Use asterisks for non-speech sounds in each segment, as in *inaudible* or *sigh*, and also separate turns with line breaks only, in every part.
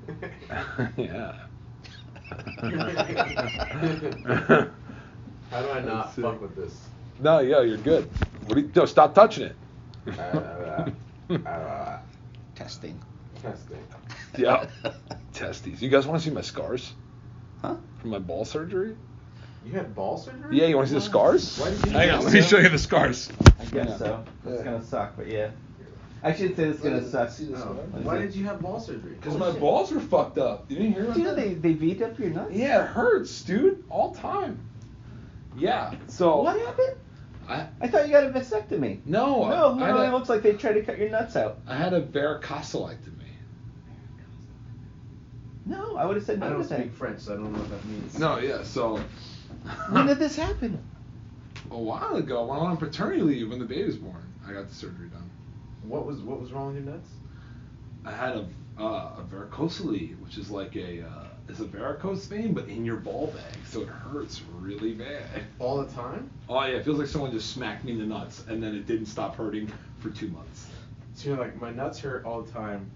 *laughs*
yeah.
How do I not
Let's see.
fuck with *laughs* this?
*laughs* no, yo, you're good. What do you, no, stop touching it.
Uh, uh, *laughs* uh,
Testing.
testing.
yeah. Testes. You guys want to see my scars
*laughs* Huh?
from my ball surgery?
You had ball surgery?
Yeah, you want to see the scars?
Why did you
Hang
do
on,
that?
let me show you the scars.
I guess so. It's gonna suck, but yeah. I should say it's gonna suck.
See
Oh,
this one?
why did you have ball surgery?
Because
Holy
my
shit.
balls were fucked up. You didn't hear about
Dude,
that?
they, they beat up your nuts.
Yeah, it hurts, dude, all time. Yeah. So
What happened?
I
I thought you got a vasectomy.
no. I-
No,
I,
literally,
had
it
a,
looks like they tried to cut your nuts out.
I had a varicocelectomy.
No, I would have said
I
no
don't
to that.
speak French, so I don't know what that means.
No, yeah. So
When did this happen?
*laughs* a while ago, when I went on paternity leave when the baby was born, I got the surgery done.
What was what was wrong with your nuts?
I had a uh, a varicocele, which is like a uh, it's a varicose vein, but in your ball bag, so it hurts really bad.
All the time?
Oh yeah, it feels like someone just smacked me in the nuts, and then it didn't stop hurting for two months.
So you're like, my nuts hurt all the time,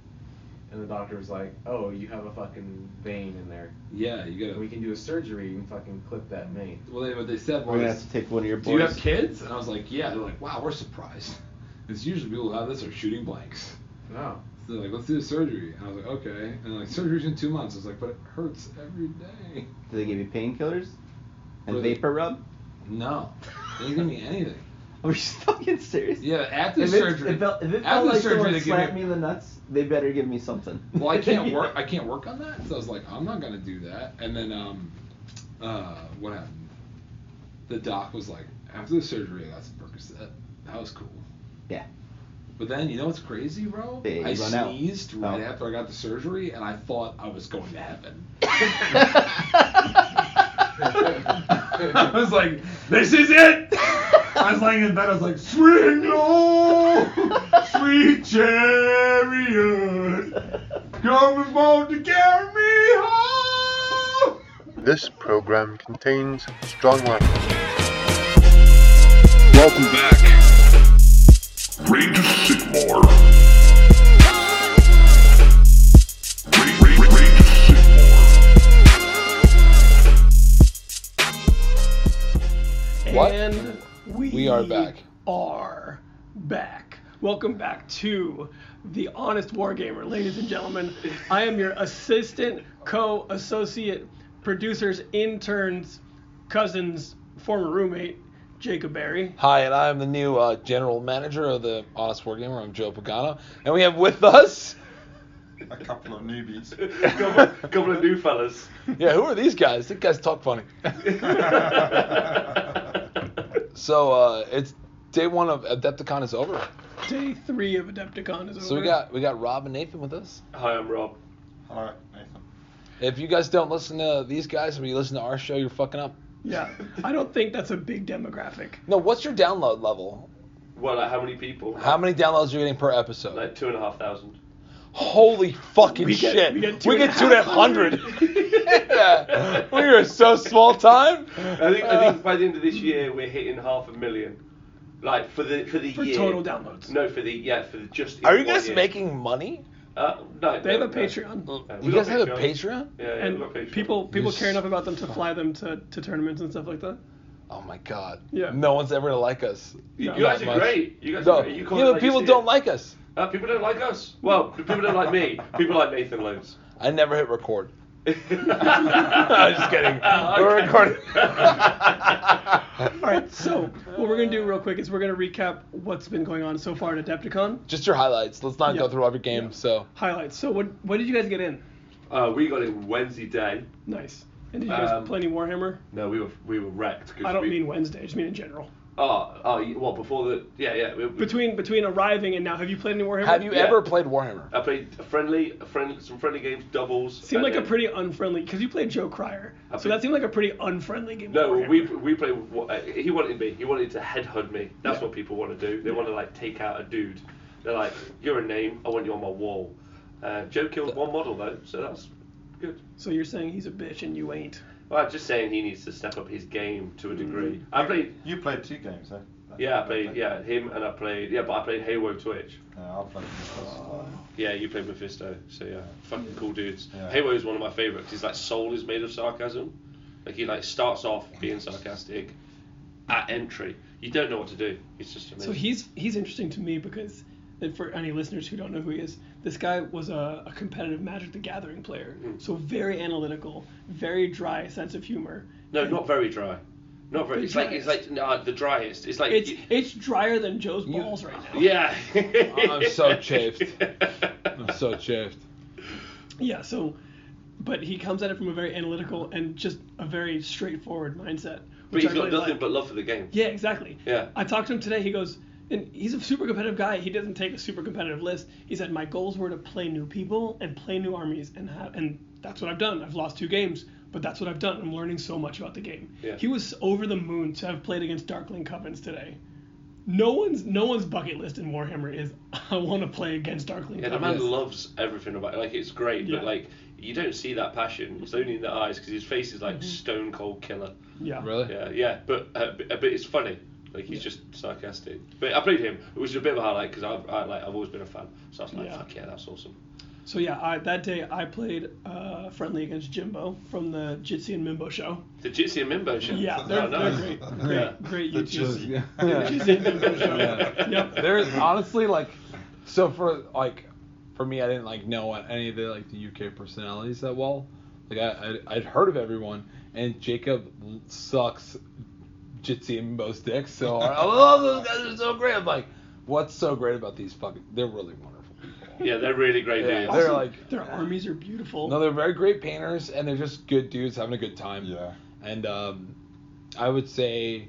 and the doctor was like, oh, you have a fucking vein in there.
Yeah, you gotta.
We can do a surgery and fucking clip that vein.
Well, they, what they said
We're gonna
was,
have to take one of your
"Do you
boys.
have kids?" And I was like, "Yeah." They're like, "Wow, we're surprised." It's usually people who have this are shooting blanks.
*laughs* No.
So they're like, "Let's do the surgery." And I was like, "Okay." And they're like, "Surgery's in two months." I was like, "But it hurts every day."
Do they give you painkillers? And
Really?
vapor rub? *laughs*
No, they didn't give me anything.
Are you fucking serious?
Yeah, after
if it,
surgery.
It felt, if it felt
after
like
surgery,
someone
they
slapped
give me.
me in the nuts, they better give me something.
*laughs* Well, I *laughs*
*laughs*
can't work. I can't work on that. So I was like, I'm not gonna do that. And then, um, uh, what happened? The doc was like, after the surgery, I got some Percocet. That was cool.
Yeah.
But then, you know what's crazy, bro?
They
I
run out.
sneezed right
Oh.
after I got the surgery, and I thought I was going to heaven. I was like, this is it! I was laying in bed, I was like, sweet no, sweet chariot, come and vote to carry me home!
This program contains strong language.
Welcome back. Ranger Sigmar. Ra- Ra- Ra- Ranger Sigmar.
What?
And we,
We are back.
Are back. Welcome back to the Honest Wargamer, ladies and gentlemen. I am your assistant, co-associate, producers, interns, cousins, former roommate, Jacob Barry.
Hi, and I'm the new uh, general manager of the Honest War Gamer. I'm Joe Pagano, and we have with us.
A couple of newbies.
*laughs*
Couple of new fellas.
Yeah, who are these guys? These guys talk *laughs* funny.
*laughs*
so uh, it's day one of Adepticon is over.
Day three of Adepticon is over.
So we got we got Rob and Nathan with us.
Hi, I'm Rob.
Hello, Nathan.
If you guys don't listen to these guys and you listen to our show, you're fucking up.
Yeah, I don't think that's a big demographic.
No, what's your download level?
Well, like, how many people?
How many downloads are you getting per episode?
Like two and a half thousand.
Holy fucking
We get-
shit.
we get two
we
and
get
a
two and a
half *laughs*
hundred.
hundred.
yeah. We are so small time. Uh,
I think I
Uh.
think by the end of this year we're hitting half a million. Like for the for the
For
year.
total downloads.
No, for the yeah for the just. in
Are you
one
guys
year.
making money? Uh,
Uh, no,
They have
no, no.
a Patreon.
Yeah,
you
we
guys
got
have a Patreon?
Yeah, yeah,
And
we got Patreon.
people people
You
care enough
s-
about them to fly them to, to tournaments and stuff like that.
Oh my god.
Yeah.
No one's ever gonna like us.
You
No.
guys
That
are
much.
great. You guys
No.
are great. You
yeah,
call it
but
like you
people
see
don't
it.
like us.
Uh, people don't like us. Well, people don't like me. People like Nathan loads.
I never hit
*laughs*
record.
I'm
just kidding. We're
*laughs*
recording.
Uh,
All right, so what we're gonna do real quick is we're gonna recap what's been going on so far at Adepticon
Just your highlights. Let's not go
Yeah.
through every game. So
highlights. So what what did you guys get in?
uh, we got it Wednesday day.
Nice. And did you guys
Um,
play any Warhammer?
No, we were we were wrecked. 'cause
I don't
we,
mean Wednesday, I just mean in general.
Oh, oh, y- well, before the yeah, yeah. we- we-
Between between arriving and now, have you played any Warhammer?
have you
Yeah.
ever played Warhammer?
I played a friendly, a friendly, some friendly games, doubles.
Seemed
and
like a
then-
pretty unfriendly because you played Joe Cryer,
I
so
played-
that seemed like a pretty unfriendly game. of
No,
Warhammer.
we we played. with what- uh, He wanted me. He wanted to headhunt me. That's what people want to do. They want to like take out a dude. They're like, "You're a name. I want you on my wall." Uh, Joe killed one model though, so that's good.
So you're saying he's a bitch and you ain't.
Well, I'm just saying he needs to step up his game to a degree. I played.
You played two games, eh?
Yeah, I played yeah him and I played yeah, but I played Halo Twitch.
Yeah, I played Mephisto.
*laughs* Yeah, you played Mephisto, so yeah, fucking cool dudes.
Yeah.
Halo is one of my favourites. His like soul is made of sarcasm. Like he like starts off being sarcastic at entry. You don't know what to do. It's just amazing.
So he's he's interesting to me because and for any listeners who don't know who he is, this guy was a, a competitive Magic the Gathering player.
Mm.
So very analytical, very dry sense of humor.
no,
And
not very dry. Not very. It's like it's like no, the driest. It's like
It's it's drier than Joe's balls right now.
yeah.
Oh, I'm so chafed. I'm so chafed.
Yeah. So, but he comes at it from a very analytical and just a very straightforward mindset.
*laughs* But
which
he's
I
got
really
nothing
like.
but love for the game.
Yeah, exactly.
Yeah.
I talked to him today. He goes, and he's a super competitive guy. He doesn't take a super competitive list. He said, my goals were to play new people and play new armies, and ha- and that's what I've done. I've lost two games, but that's what I've done. I'm learning so much about the game.
Yeah.
He was over the moon to have played against Darkling Covens today. No one's no one's bucket list in Warhammer is *laughs* I want to play against Darkling
Yeah, the
Covens.
man loves everything about it. Like it's great,
Yeah.
but like you don't see that passion. It's only in the eyes because his face is like
Mm-hmm.
stone cold killer.
yeah.
Really?
Yeah, yeah, but uh, b- but it's funny. Like he's just sarcastic. But I played him, which is a bit of a highlight because I've I, like I've always been a fan. So I was like,
Yeah.
fuck yeah, that's awesome.
So yeah, I, that day I played uh, friendly against Jimbo from the Jitsi and Mimbo show.
The Jitsi and Mimbo show.
Yeah,
Oh,
they're,
nice.
they're great,
*laughs* Yeah.
great, great
The
YouTubers.
*laughs*
Jitsi.
Yeah.
*laughs*
*laughs*
Yeah. Yep.
There's honestly like, so for like, for me, I didn't like know any of the like the UK personalities that well. Like I, I'd, I'd heard of everyone, and Jacob l- sucks Jitsi and Bo's dicks. So I I love those guys. They're so great. I'm like, what's so great about these fucking? They're really wonderful. people.
Yeah, they're really great
Yeah,
dudes.
they're like
Their armies are beautiful.
no, they're very great painters, and they're just good dudes having a good time.
Yeah.
And um, I would say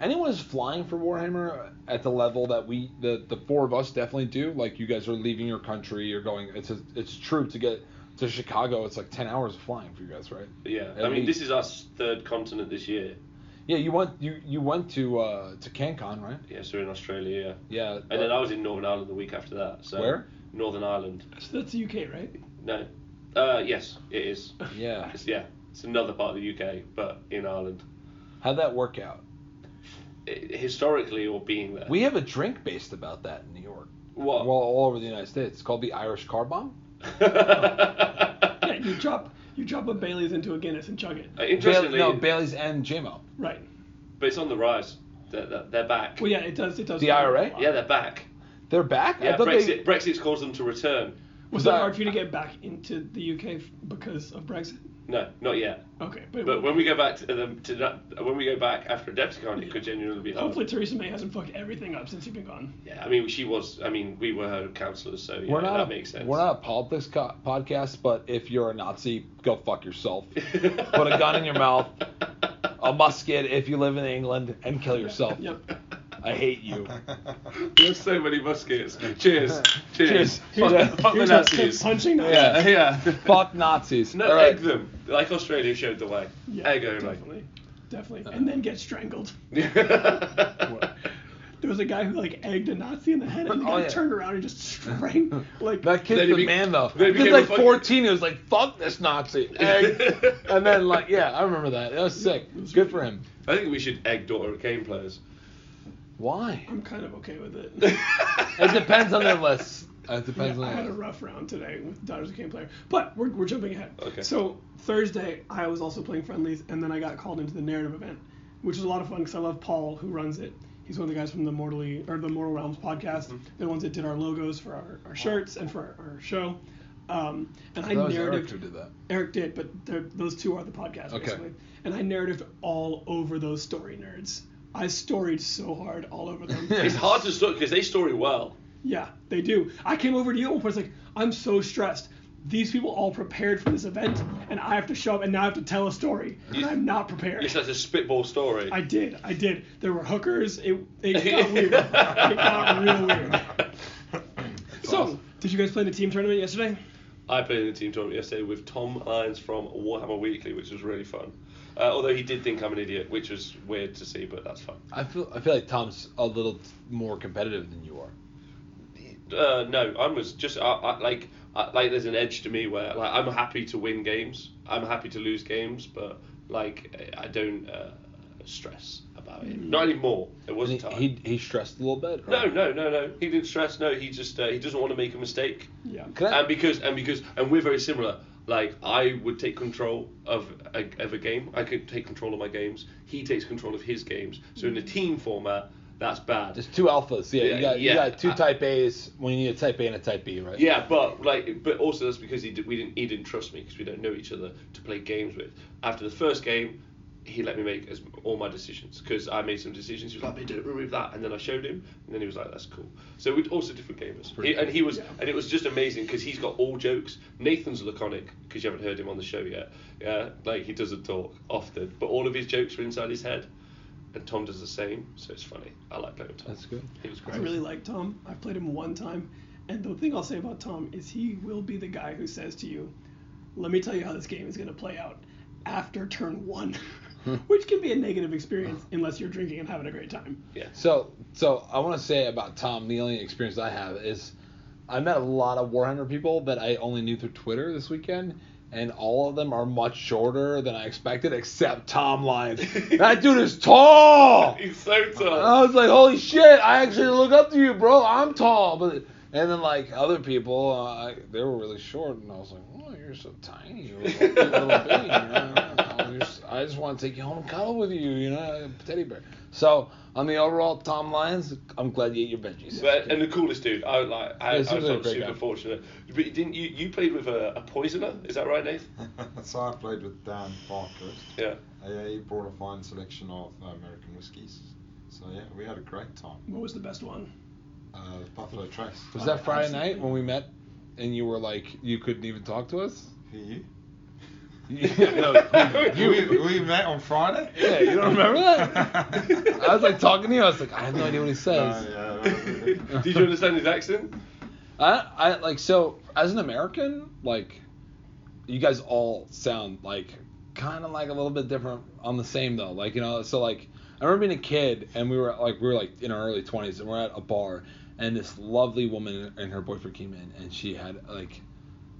anyone who's flying for Warhammer at the level that we, the, the four of us definitely do, like you guys are leaving your country, you're going, it's a, it's true to get to Chicago, it's like 10 hours of flying for you guys, right?
yeah.
At
I mean,
least.
this is our s- third continent this year.
Yeah, you went, you, you went to, uh, to CanCon, right?
Yeah, so we're in Australia. Yeah.
Yeah.
And then I was in Northern Ireland the week after that. So
Where?
Northern Ireland.
So that's the UK, right?
No. Uh, yes, it is.
Yeah.
It's, yeah, it's another part of the UK, but in Ireland.
How'd that work out?
I historically, or being there.
We have a drink based about that in New York.
what?
Well, all over the United States. It's called the Irish Car Bomb.
Yeah,
Uh,
you drop you drop a Bailey's into a Guinness and chug it.
*laughs* Uh, Interestingly,
Bail- no, Bailey's and JMO.
Right.
but it's on the rise. They're, they're, they're back.
Well, yeah, it does. It does.
The IRA?
yeah, they're back.
They're back?
Yeah,
I thought
Brexit.
they-
Brexit's caused them to return.
Was it
I-
hard for you to get back into the UK f- because of Brexit?
No, not yet.
Okay, but,
But when we go back to them, to that, when we go back after a DeptyCon, it could genuinely
uh,
be. hard.
hopefully Theresa May hasn't fucked everything up since you've been gone.
Yeah, I mean, she was. I mean, we were her counselors, so yeah,
We're not
that
a,
makes sense.
We're not a
*laughs*
politics co- podcast, but if you're a Nazi, go fuck
*laughs*
yourself. Put a gun in your mouth, a musket if you live in England, and kill yourself.
Yep.
I hate you.
There's so many muskets. Cheers. Cheers.
*laughs* Cheers.
Fuck, fuck the
Here's our tip,
Nazis.
punching Nazis.
Yeah. *laughs*
yeah.
Fuck Nazis.
No,
All right.
egg them. Like Australia showed the way.
Yeah,
egg only.
definitely, definitely,
uh,
and then get strangled. There was a guy who like egged a Nazi in the head and the
Oh,
guy
yeah.
turned around and just
*laughs*
*laughs* strangled. Like
That
Then
kid's
he
the
be-
man though.
then he
He was
became a
like
fucking-
14. He was like, "Fuck this Nazi,"
*laughs*
Egg. and then like, yeah, I remember that. That was sick. Good for him.
*laughs* I think we should egg daughter of Kane players.
Why?
I'm kind of okay with
*laughs*
it.
It depends on their list. It depends
I
on
had a
their list.
rough round today with Daughters of Cain player, but we're, we're jumping ahead.
Okay.
So Thursday, I was also playing friendlies, and then I got called into the narrative event, which was a lot of fun because I love Paul who runs it. He's one of the guys from the Mortally or the Mortal Realms podcast,
Mm-hmm.
the ones that did our logos for our, our shirts and for our, our show. Um, and I
That was
narrative
Eric who did that.
Eric did, but they're- those two are the podcast
Okay.
basically. And I narrated all over those story nerds. I storied so hard all over them.
*laughs*
It's hard to sort because they story well.
Yeah, they do. I came over to you at one point. It's like I'm so stressed. These people all prepared for this event, and I have to show up, and now I have to tell a story, and I'm not prepared.
It's like a spitball story.
I did, I did. There were hookers. It, it got weird. it got real weird. So, did you guys play in the team tournament yesterday?
I played in the team tournament yesterday with Tom Lyons from Warhammer Weekly, which was really fun. Uh, although he did think I'm an idiot, which was weird to see, but that's fine.
I feel I feel like Tom's a little more competitive than you are.
Uh, no, I was just I, I, like I, like there's an edge to me where like I'm happy to win games, I'm happy to lose games, but like I I don't uh, stress about it. Not anymore. It was a
Mm. He,
time.
he he stressed a little bit.
no, no, no, no. He didn't stress. No, he just uh, he doesn't want to make a mistake.
Yeah.
Can I-
and because and because and we're very similar. Like I would take control of a, of a game. I could take control of my games. He takes control of his games. So in a team format, that's bad.
Mm. Just two alphas. Yeah,
Yeah,
you got
yeah.
you got two
I-
type A's when you need a type A and a type B, right?
Yeah, but like, but also that's because he did, we didn't he didn't trust me because we don't know each other to play games with. After the first game, he let me make as, all my decisions because I made some decisions. He was like, "But don't remove that," and then I showed him, and then he was like, "That's cool." So we're also different gamers,
Pretty
He- and
cool.
he was and it was just amazing because he's got all jokes. Nathan's laconic because you haven't heard him on the show yet. Yeah, like he doesn't talk often, but all of his jokes are inside his head. And Tom does the same, so it's funny. I like playing with Tom.
That's good.
He was great.
I really like Tom. I've played him one time. And the thing I'll say about Tom is he will be the guy who says to you, let me tell you how this game is going to play out after turn one,
Hmm.
*laughs* which can be a negative experience unless you're drinking and having a great time.
Yeah.
So so I want to say about Tom. The only experience I have is I met a lot of Warhammer people that I only knew through Twitter this weekend. And all of them are much shorter than I expected, except Tom
*laughs*
Lyons. that dude is tall.
He's so tall.
And I was like, holy shit, I actually look up to you, bro. I'm tall. But and then like other people, uh, I- they were really short, and I was like, oh, you're so tiny, you're a little, little baby. You know? I, don't know. You're s- I just want to take you home and cuddle with you, you know, teddy bear. So on the overall, Tom Lyons, I'm glad you ate your veggies.
But, and the coolest dude, I like.
Yeah,
I, I
he
was
seems like a
like
great
super
guy.
fortunate. But didn't you? You played with a, a poisoner, is that right, Nate? *laughs*
*laughs* so I played with Dan Bartlett.
Yeah.
Uh, he brought a fine selection of uh, American whiskies. So yeah, we had a great time.
What was the best one?
Uh, Buffalo Trace.
Was that Friday night when we met, and you were like, you couldn't even talk to
*laughs*
us? *laughs*
Who you?
No,
*laughs*
you-
we, we met on Friday.
Yeah, you don't remember that?
*laughs*
I was like talking to you. I was like, I have no idea what he says.
No, yeah,
*laughs*
no,
Did you understand his accent?
I, I like so as an American, like you guys all sound like kind of like a little bit different on the same though. Like you know, so like I remember being a kid and we were like we were like in our early twenties and we're at a bar and this lovely woman and her boyfriend came in and she had like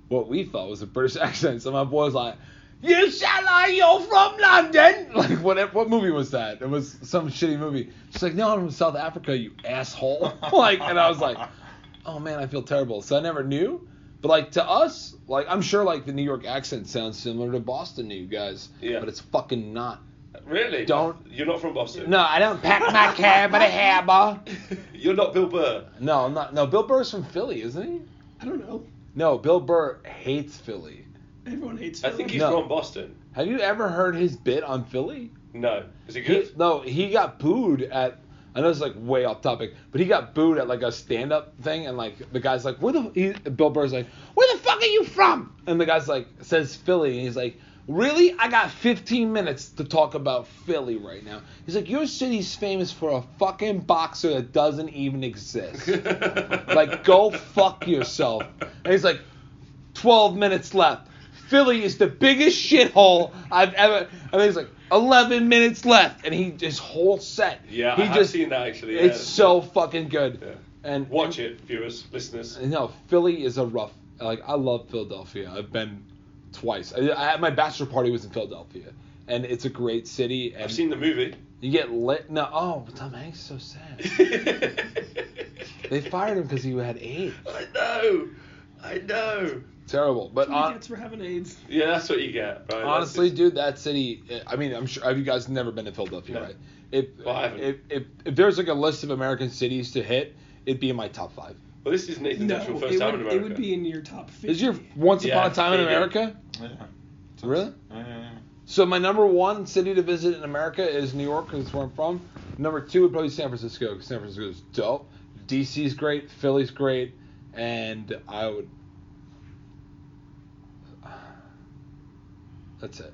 what we thought was a British *laughs* accent. So my boy was like. You shall I, you're from London! *laughs* Like, what, what movie was that? It was some shitty movie. She's like, no, I'm from South Africa, you asshole. *laughs* like, and I was like, oh man, I feel terrible. So I never knew. But like to us, like I'm sure like the New York accent sounds similar to Boston to you guys.
Yeah.
But it's fucking not.
Really?
Don't-
You're not from Boston.
No, I don't pack *laughs* my cab with a hammer.
*laughs* You're not Bill Burr.
No, I'm not. No, Bill Burr's from Philly, isn't he?
I don't know.
No, Bill Burr hates Philly.
Everyone hates
I
Philly.
think he's
No.
from Boston.
Have you ever heard his bit on Philly?
No. Is he
He,
good? *laughs*
no, he got booed at. I know it's like way off topic, but he got booed at like a stand-up thing, and like the guy's like, "Where the?" He, Bill Burr's like, "Where the fuck are you from?" And the guy's like, says Philly, and he's like, "Really? I got 15 minutes to talk about Philly right now." He's like, "Your city's famous for a fucking boxer that doesn't even exist. like, go fuck yourself." And he's like, 12 minutes left. Philly is the biggest shithole I've ever. And then he's like, 11 minutes left, and he his whole set.
Yeah,
he
I have seen that, actually,
It's
yeah.
so fucking good.
Yeah.
And
Watch it, viewers, listeners.
No, Philly is a rough. Like I love Philadelphia. I've been twice. I, I, my bachelor party was in Philadelphia, and it's a great city. And
I've seen the movie.
you get lit. No, oh, Tom Hanks is so sad. *laughs*
*laughs*
they fired him because he had AIDS.
I know. I know.
Terrible. But
That's what
on,
he gets for having AIDS.
Yeah, that's what you get. Right?
Honestly,
That's
dude, that city. I mean, I'm sure have you guys never been to Philadelphia,
No.
right? If,
Well, I haven't.
if if if there's like a list of American cities to hit, it'd be in my top five.
just- well, this is Nathan's
No,
actual
it
first time in
would,
America.
it would be in your top 50.
Is your Once
Yeah,
Upon a Time in
there you go.
America?
yeah.
Really?
Yeah, yeah, yeah.
So my number one city to visit in America is New York, 'cause it's where I'm from. Number two would probably be San Francisco, 'cause San Francisco is dope. DC's great, Philly's great, and I would. *sighs* That's it.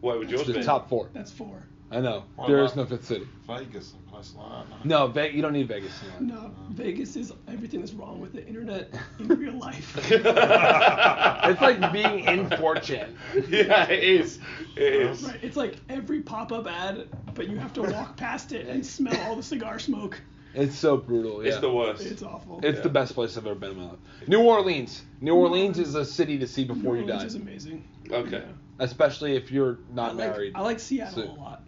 What would yours
It's the
be?
top
*laughs*
four.
That's four.
I know
What
there
about-
is no fifth city.
Vegas and places like that.
No, Ve- you don't need Vegas. you know.
No, Vegas is everything that's wrong with the internet
*laughs*
in
*laughs*
real life.
It's like being in fortune.
*laughs* Yeah, it is. It is.
Right, it's like every pop-up ad, but you have to walk past it and smell all the cigar smoke.
It's so brutal.
It's
yeah.
the worst.
It's awful.
It's the
Yeah.
best place I've ever been in my life. New Orleans. New Orleans is a city to see before
New
you
Orleans
die,
is amazing.
Okay.
especially if you're
I
not
like,
married.
I like Seattle
So-
a lot.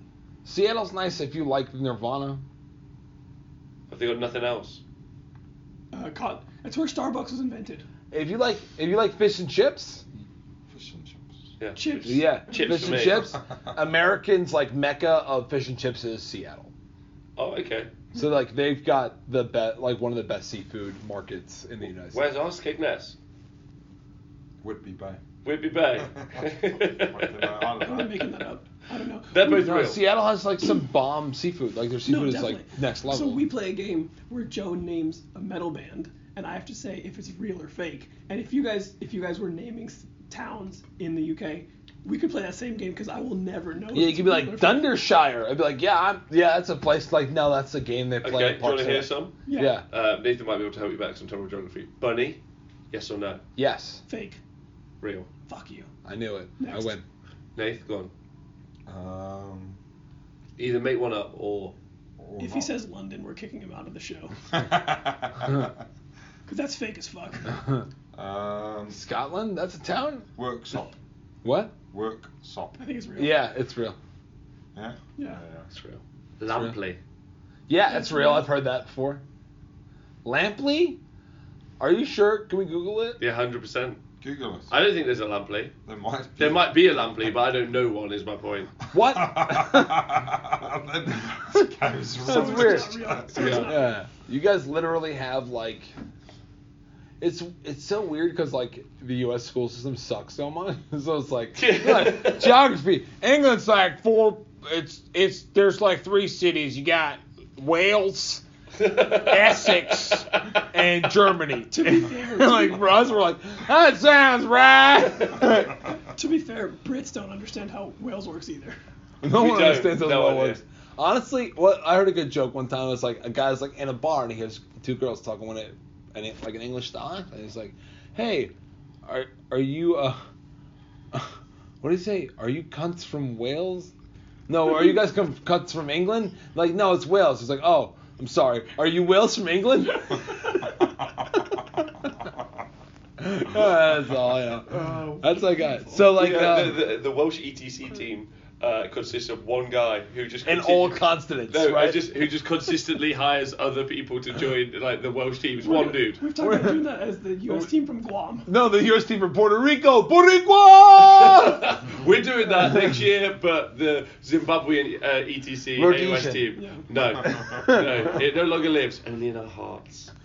Seattle's nice if you like Nirvana.
Have they got nothing else?
Uh, caught, that's where Starbucks was invented.
If you like if you like fish and chips,
Fish and chips.
Yeah.
Chips.
yeah,
Chips
fish and
for me. *laughs*
chips. Americans like mecca of fish and chips is Seattle.
Oh, okay.
So like they've got the bet like one of the best seafood markets in the United
Where's
States.
ours, Caithness?
Would be by.
Whitby
*laughs*
Bay.
I
I'm not making that up. I don't know.
They're
We-
both
No,
real.
Seattle has like some bomb seafood. Like their seafood is like
definitely.
next level.
So we play a game where Joe names a metal band, and I have to say if it's real or fake. And if you guys, if you guys were naming s- towns in the UK, we could play that same game because I will never know. if
yeah, you
it's
could be
real
like
or fake.
Dundershire. I'd be like, yeah, I'm, yeah, that's a place. Like, no, that's a game they play.
Okay,
in
do you
Park
want to hear
City.
some?
Yeah.
yeah.
Uh, Nathan might be able to help you back some terrible geography. Bunny, yes or no?
Yes,
Fake.
Real.
Fuck you.
I knew it.
Next.
I win.
Nath, go on.
Um,
Either make one up or
or
If he
not.
says London, we're kicking him out of
*laughs*
the show
um,
because that's fake
*laughs*
as fuck.
*laughs* Scotland? That's a town?
workshop.
What?
Workshop.
I think it's real.
Yeah, it's real.
Yeah?
Yeah.
it's real. Lampley.
Yeah, it's real. I've heard that before. Lampley? Are you sure? Can we Google it?
Yeah, hundred percent.
Google it.
I don't think there's a Lampley.
there might be.
There might be a Lampley, but I don't know one. Is my *laughs* point.
What?
That goes
That's
wrong.
weird.
It's not real. So it's
Yeah.
*laughs*
not-
Yeah. You guys literally have like it's it's so weird because like the U.S. school system sucks so much. *laughs* so it's
*laughs*
like, like, geography. England's like four. It's it's there's like three cities. You got Wales,
*laughs*
Essex, and Germany.
To be fair,
like for us, we're like that sounds right.
*laughs* To
*laughs*
*laughs*
be fair, Brits don't understand how Wales works either.
No
We
one
don't.
understands those
No
little
idea.
ones. Honestly, what I heard a good joke one time was like a guy's like in a bar and he hears two girls talking one it and it, like an English dialect and he's like, "Hey, are are you uh, *laughs* what do you say? Are you cunts from Wales? No, are you guys come cunts from England? Like, no, it's Wales. He's like, oh, I'm sorry. Are you Wales from England? *laughs*
*laughs* Uh,
that's all I know. that's all I got. *laughs* So like
Yeah,
uh,
the, the, the Welsh ETC team uh, consists of one guy who just
and
continu-
all consonants,
no,
right?
I just who just consistently hires other people to join like the Welsh teams. One dude.
We've
*laughs*
talked about doing that as the U.S. team from Guam.
No, the US team from Puerto Rico. Boricua! *laughs*
*laughs* We're doing that next year, but the Zimbabwean uh, ETC AOS
Rhodesian.
team.
Yeah.
No,
*laughs*
no, it no longer lives. Only in our hearts.
*laughs*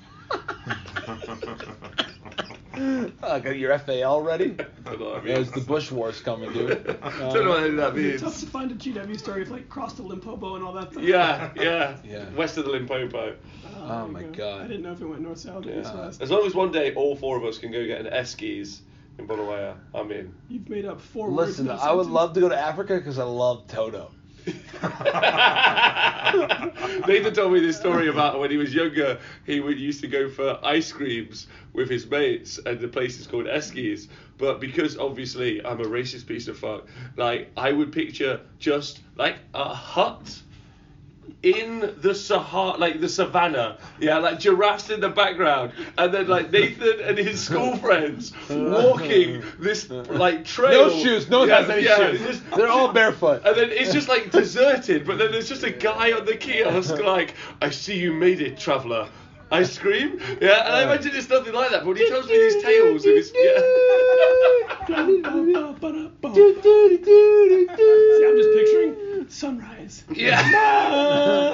I got your FAL already.
Don't know what I mean.
There's the Bush Wars coming,
*laughs*
dude.
Don't know what any of that
It's tough
means.
to find a GW story if like cross the Limpopo and all that stuff.
Yeah, yeah,
Yeah.
West of the Limpopo.
Oh
there
my
you go.
God.
I didn't know if it went north south or
Yeah.
east west.
As long as one day all four of us can go get an Eskies in Bulawayo, I'm
*laughs*
in.
You've made up four words.
Listen,
in a
I would
sentence.
love to go to Africa because I love Toto.
Nathan told me this story about when he was younger, he would used to go for ice creams with his mates, and the place is called Eskies. But because obviously I'm a racist piece of fuck, like I would picture just like a hut in the Sahara, like the savannah, yeah, like giraffes in the background, and then like Nathan and his school friends walking this like trail.
No shoes. No one
Yeah,
has any
yeah,
shoes.
just-
They're all barefoot.
and then it's just like deserted, but then there's just a guy on the
*laughs*
kiosk like, I see you made it, traveller. Ice cream? Yeah,
Uh.
and I imagine it's nothing like that, but when he tells me these tales of his. *laughs* Yeah.
Ba-da-ba-ba-ba-ba. See, I'm just picturing
*laughs*
sunrise. *laughs*
*laughs* yeah.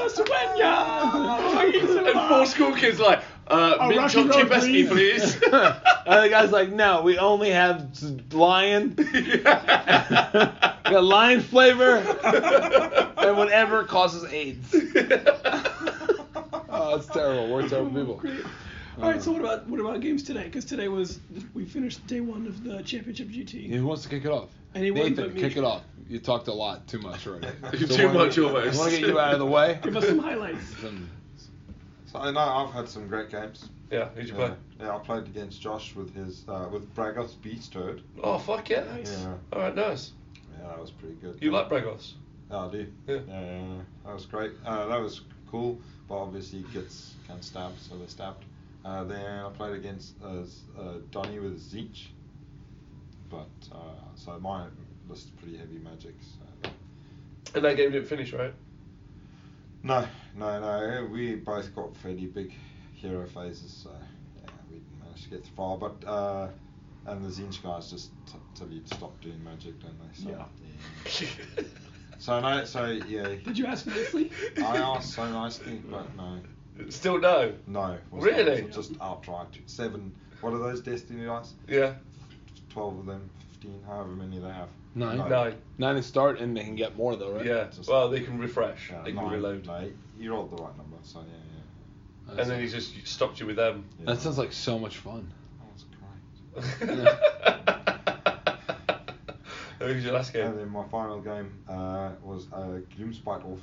Sueña.
and four school kids like, uh, mint
Rocky
choc
Road,
chip esky, please.
please.
*laughs* And the guy's like, no, we only have s- *laughs* lion.
*laughs*
We got lion flavor and whatever causes AIDS. Oh, that's terrible. We're terrible people.
Great. All right, so what about what about games today? Because today was we finished day one of the championship GT.
Yeah, Who wants to kick it off?
Anyone but
Nathan,
me.
kick it off. You talked a lot, too much
*laughs*
already.
Too much
I
almost.
want to get you out of the way.
*laughs* Give us some highlights.
Some-
So I know I've had some great games.
Yeah, who'd you play?
Yeah, yeah, I played against Josh with his uh, with Bragos Beast Herd.
Oh, fuck yeah.
Nice.
Yeah,
Alright, nice.
yeah, that was pretty good.
You like Bragos?
Yeah, I do.
Yeah.
yeah, that was great. Uh, that was cool, but obviously he gets kind of stabbed, so they stabbed. Uh, then I played against uh, Z- uh, Donny with Zeech, but uh, so my list is pretty heavy magic. So
And that game didn't finish, right? *laughs*
No, no, no. We both got fairly big hero phases, so yeah, we didn't manage to get too far. But uh, and the Zinch guys just t- tell you to stop doing magic, don't they? So,
Yeah.
So no, so yeah.
*laughs* Did you ask nicely?
I asked so nicely, but no,
Still no.
no. it wasn't.
Really?
It was just outright seven. What are those destiny dice?
Yeah.
Twelve of them, fifteen, however many they have.
Nine.
No.
Nine.
Nine is start, and they can get more though, right?
Yeah.
Just-
Well, they can refresh.
Yeah,
they can
nine,
reload.
No, you rolled the right number, so yeah, yeah.
That's-
And then he just stopped you with them.
yeah.
That sounds like so much fun.
That was great.
*laughs* Who was your last
And
game?
then my final game uh, was uh, Gloomspite off.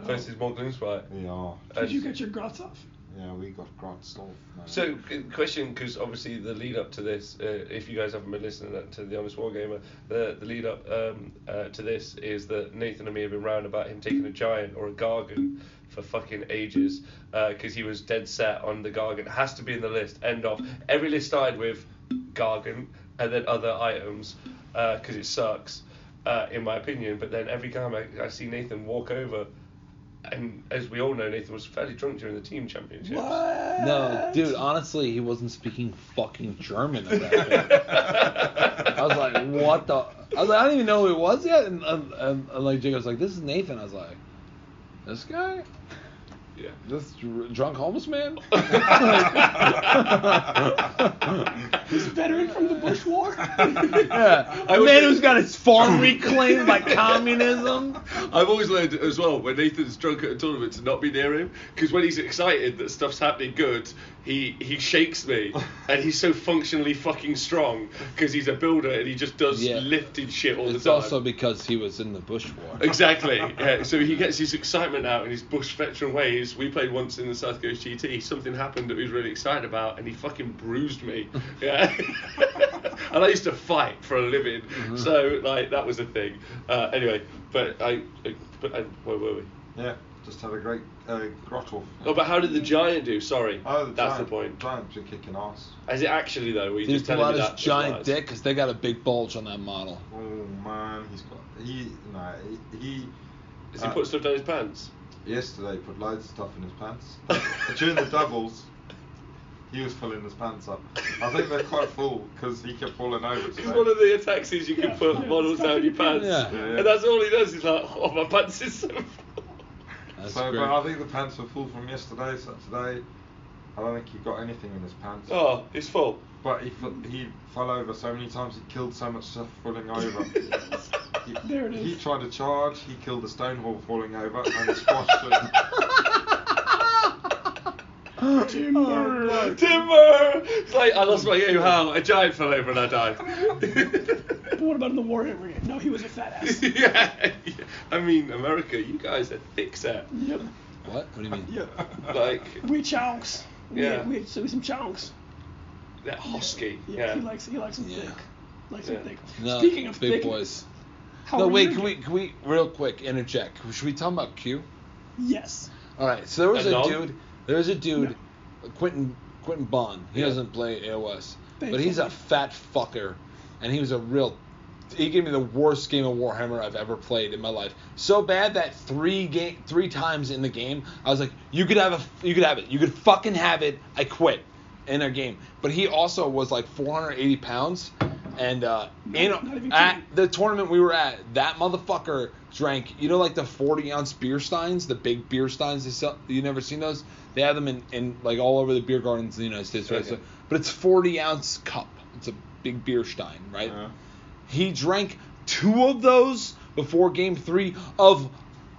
Versus more Gloomspite.
Yeah,
Uh,
Did you get your grots off?
yeah, we got Grotz off. Man.
So, g- question, because obviously the lead up to this, uh, if you guys haven't been listening uh, to the Honest Wargamer, the, the lead up um, uh, to this is that Nathan and me have been round about him taking a giant or a gargan for fucking ages, because he was dead set on the gargan. Has to be in the list. End of every list started with gargan and then other items, because it sucks, uh, in my opinion. But then every time I, I see Nathan walk over. And as we all know, Nathan was fairly drunk during the team championships.
What?
No, dude. Honestly, he wasn't speaking fucking German at that
*laughs*
*laughs*
point. I was like, what the? I was like, I didn't even know who it was yet. And, and, and, and like Jacob's like, this is Nathan. I was like, this guy,
Yeah.
this dr- drunk homeless
*laughs*
man.
He's a veteran from the Bush War.
*laughs*
yeah, a man who's got his farm reclaimed by communism.
I've always learned as well when Nathan's drunk at a tournament to not be near him because when he's excited that stuff's happening good, he he shakes
*laughs*
me and he's so functionally fucking strong because he's a builder and he just does
Yeah.
lifted shit all
It's
the time.
also because he was in the bush war.
Exactly. Yeah. So he gets his excitement out in his bush veteran ways. We played once in the South Coast GT. Something happened that he was really excited about, and he fucking bruised me. Yeah. *laughs* and I used to fight for a living,
Mm-hmm.
so like that was a thing. Uh, anyway, but I, I- but I, where were we?
yeah, just had a great uh, Grot off.
Oh, but how did the giant do? Sorry,
Oh, the
that's
giant,
the point.
Giant been kicking ass.
Is it actually though? Were you
He's
just telling
pull out
me
his
that?
giant
Lies?
dick because they got a big bulge on that model.
Oh man, he's got he no he. he
Does he
uh,
put stuff down his pants?
Yesterday, put loads of stuff in his
*laughs*
pants. During the doubles, he was filling his pants up. I think they're quite full because he kept falling over.
It's
today.
one of the attacks is you can
Yeah.
put models down your pants,
Yeah.
Yeah, yeah.
and that's all he does. He's like, oh, my pants is so *laughs* full.
That's
so,
great.
but I think the pants were full from yesterday. So today, I don't think he got anything in his pants.
Oh, it's full.
But he fell, he fell over so many times. He killed so much stuff
*laughs*
falling over. he,
There it
he
is.
tried to charge. He killed the stone wall falling over and squashed
*laughs*
it.
Timber.
Timber! It's like I lost my game. How a giant fell over and I died. *laughs*
But what about in the Warhammer game? No, he was a fat
*laughs*
ass.
yeah, I mean America, you guys are thick set.
yep.
What? What do you mean?
Yep.
Like
We chunks. We
Yeah.
Had, we had some chunks.
that hosky.
Yeah.
Yeah.
He likes he likes them
Yeah.
thick. Likes
Yeah.
them thick.
No,
Speaking of
big
thick,
boys.
How
no,
are
wait.
Oh, you
Can we?
doing?
Can we? Real quick, interject. Should we talk about Q?
Yes.
All right. So there was
And
a
Nog?
dude. There was a dude, Quentin Quentin Bond. He
Yeah.
doesn't play AOS, but
Thankfully.
he's a fat fucker, and he was a real. He gave me the worst game of Warhammer I've ever played in my life. So bad that three game, three times in the game, I was like, "You could have a, you could have it, you could fucking have it." I quit in a game. But he also was like 480 pounds, and uh,
No,
in,
not even
at
kidding.
the tournament we were at, that motherfucker drank, you know, like the 40 ounce beer steins, the big beer steins they sell. You never seen those? They have them in, in like all over the beer gardens in the United States, right?
Okay.
So, but it's 40 ounce cup. It's a big beer stein, right?
Uh-huh.
Yeah.
He drank two of those before game three of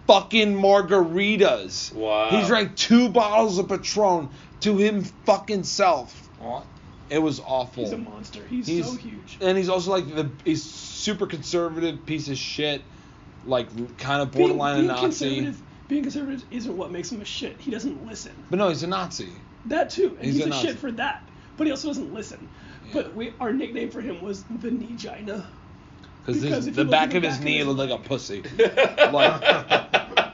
fucking margaritas.
Wow.
He drank two bottles of Patron to him fucking self.
What?
It was awful.
He's a monster. He's,
He's-
so huge.
And he's also like the he's super conservative piece of shit, like kind of
Being-
borderline
being
a Nazi.
conservative- Being conservative isn't what makes him a shit. He doesn't listen.
But no, he's a Nazi.
That too, and
He's
he's,
a
a,
Nazi.
shit for that. But he also doesn't listen.
Yeah.
But we, our nickname for him was the Negina.
Cause
Because
his,
if
the
you look
back
at the
of his
back of
knee
his
looked like a
*laughs* leg-
pussy,
*laughs*
like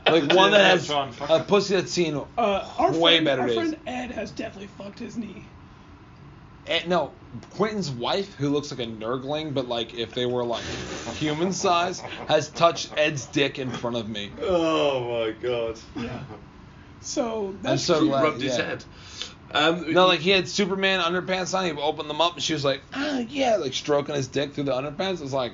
like
Did
one
you
that
ever
has
try and fuck
a
it?
pussy that's seen
Uh, our
way
friend,
better
our
days.
friend Ed has definitely fucked his knee.
And eh, no, Quentin's wife, who looks like a nurgling, but like if they were like human size, has touched Ed's dick in front of me.
Oh my god.
So that's
so
cute.
glad-
Rubbed his
yeah.
head. Um,
No, like he had Superman underpants on. He opened them up, and she was like, "Ah, yeah," like stroking his dick through the underpants. It's like,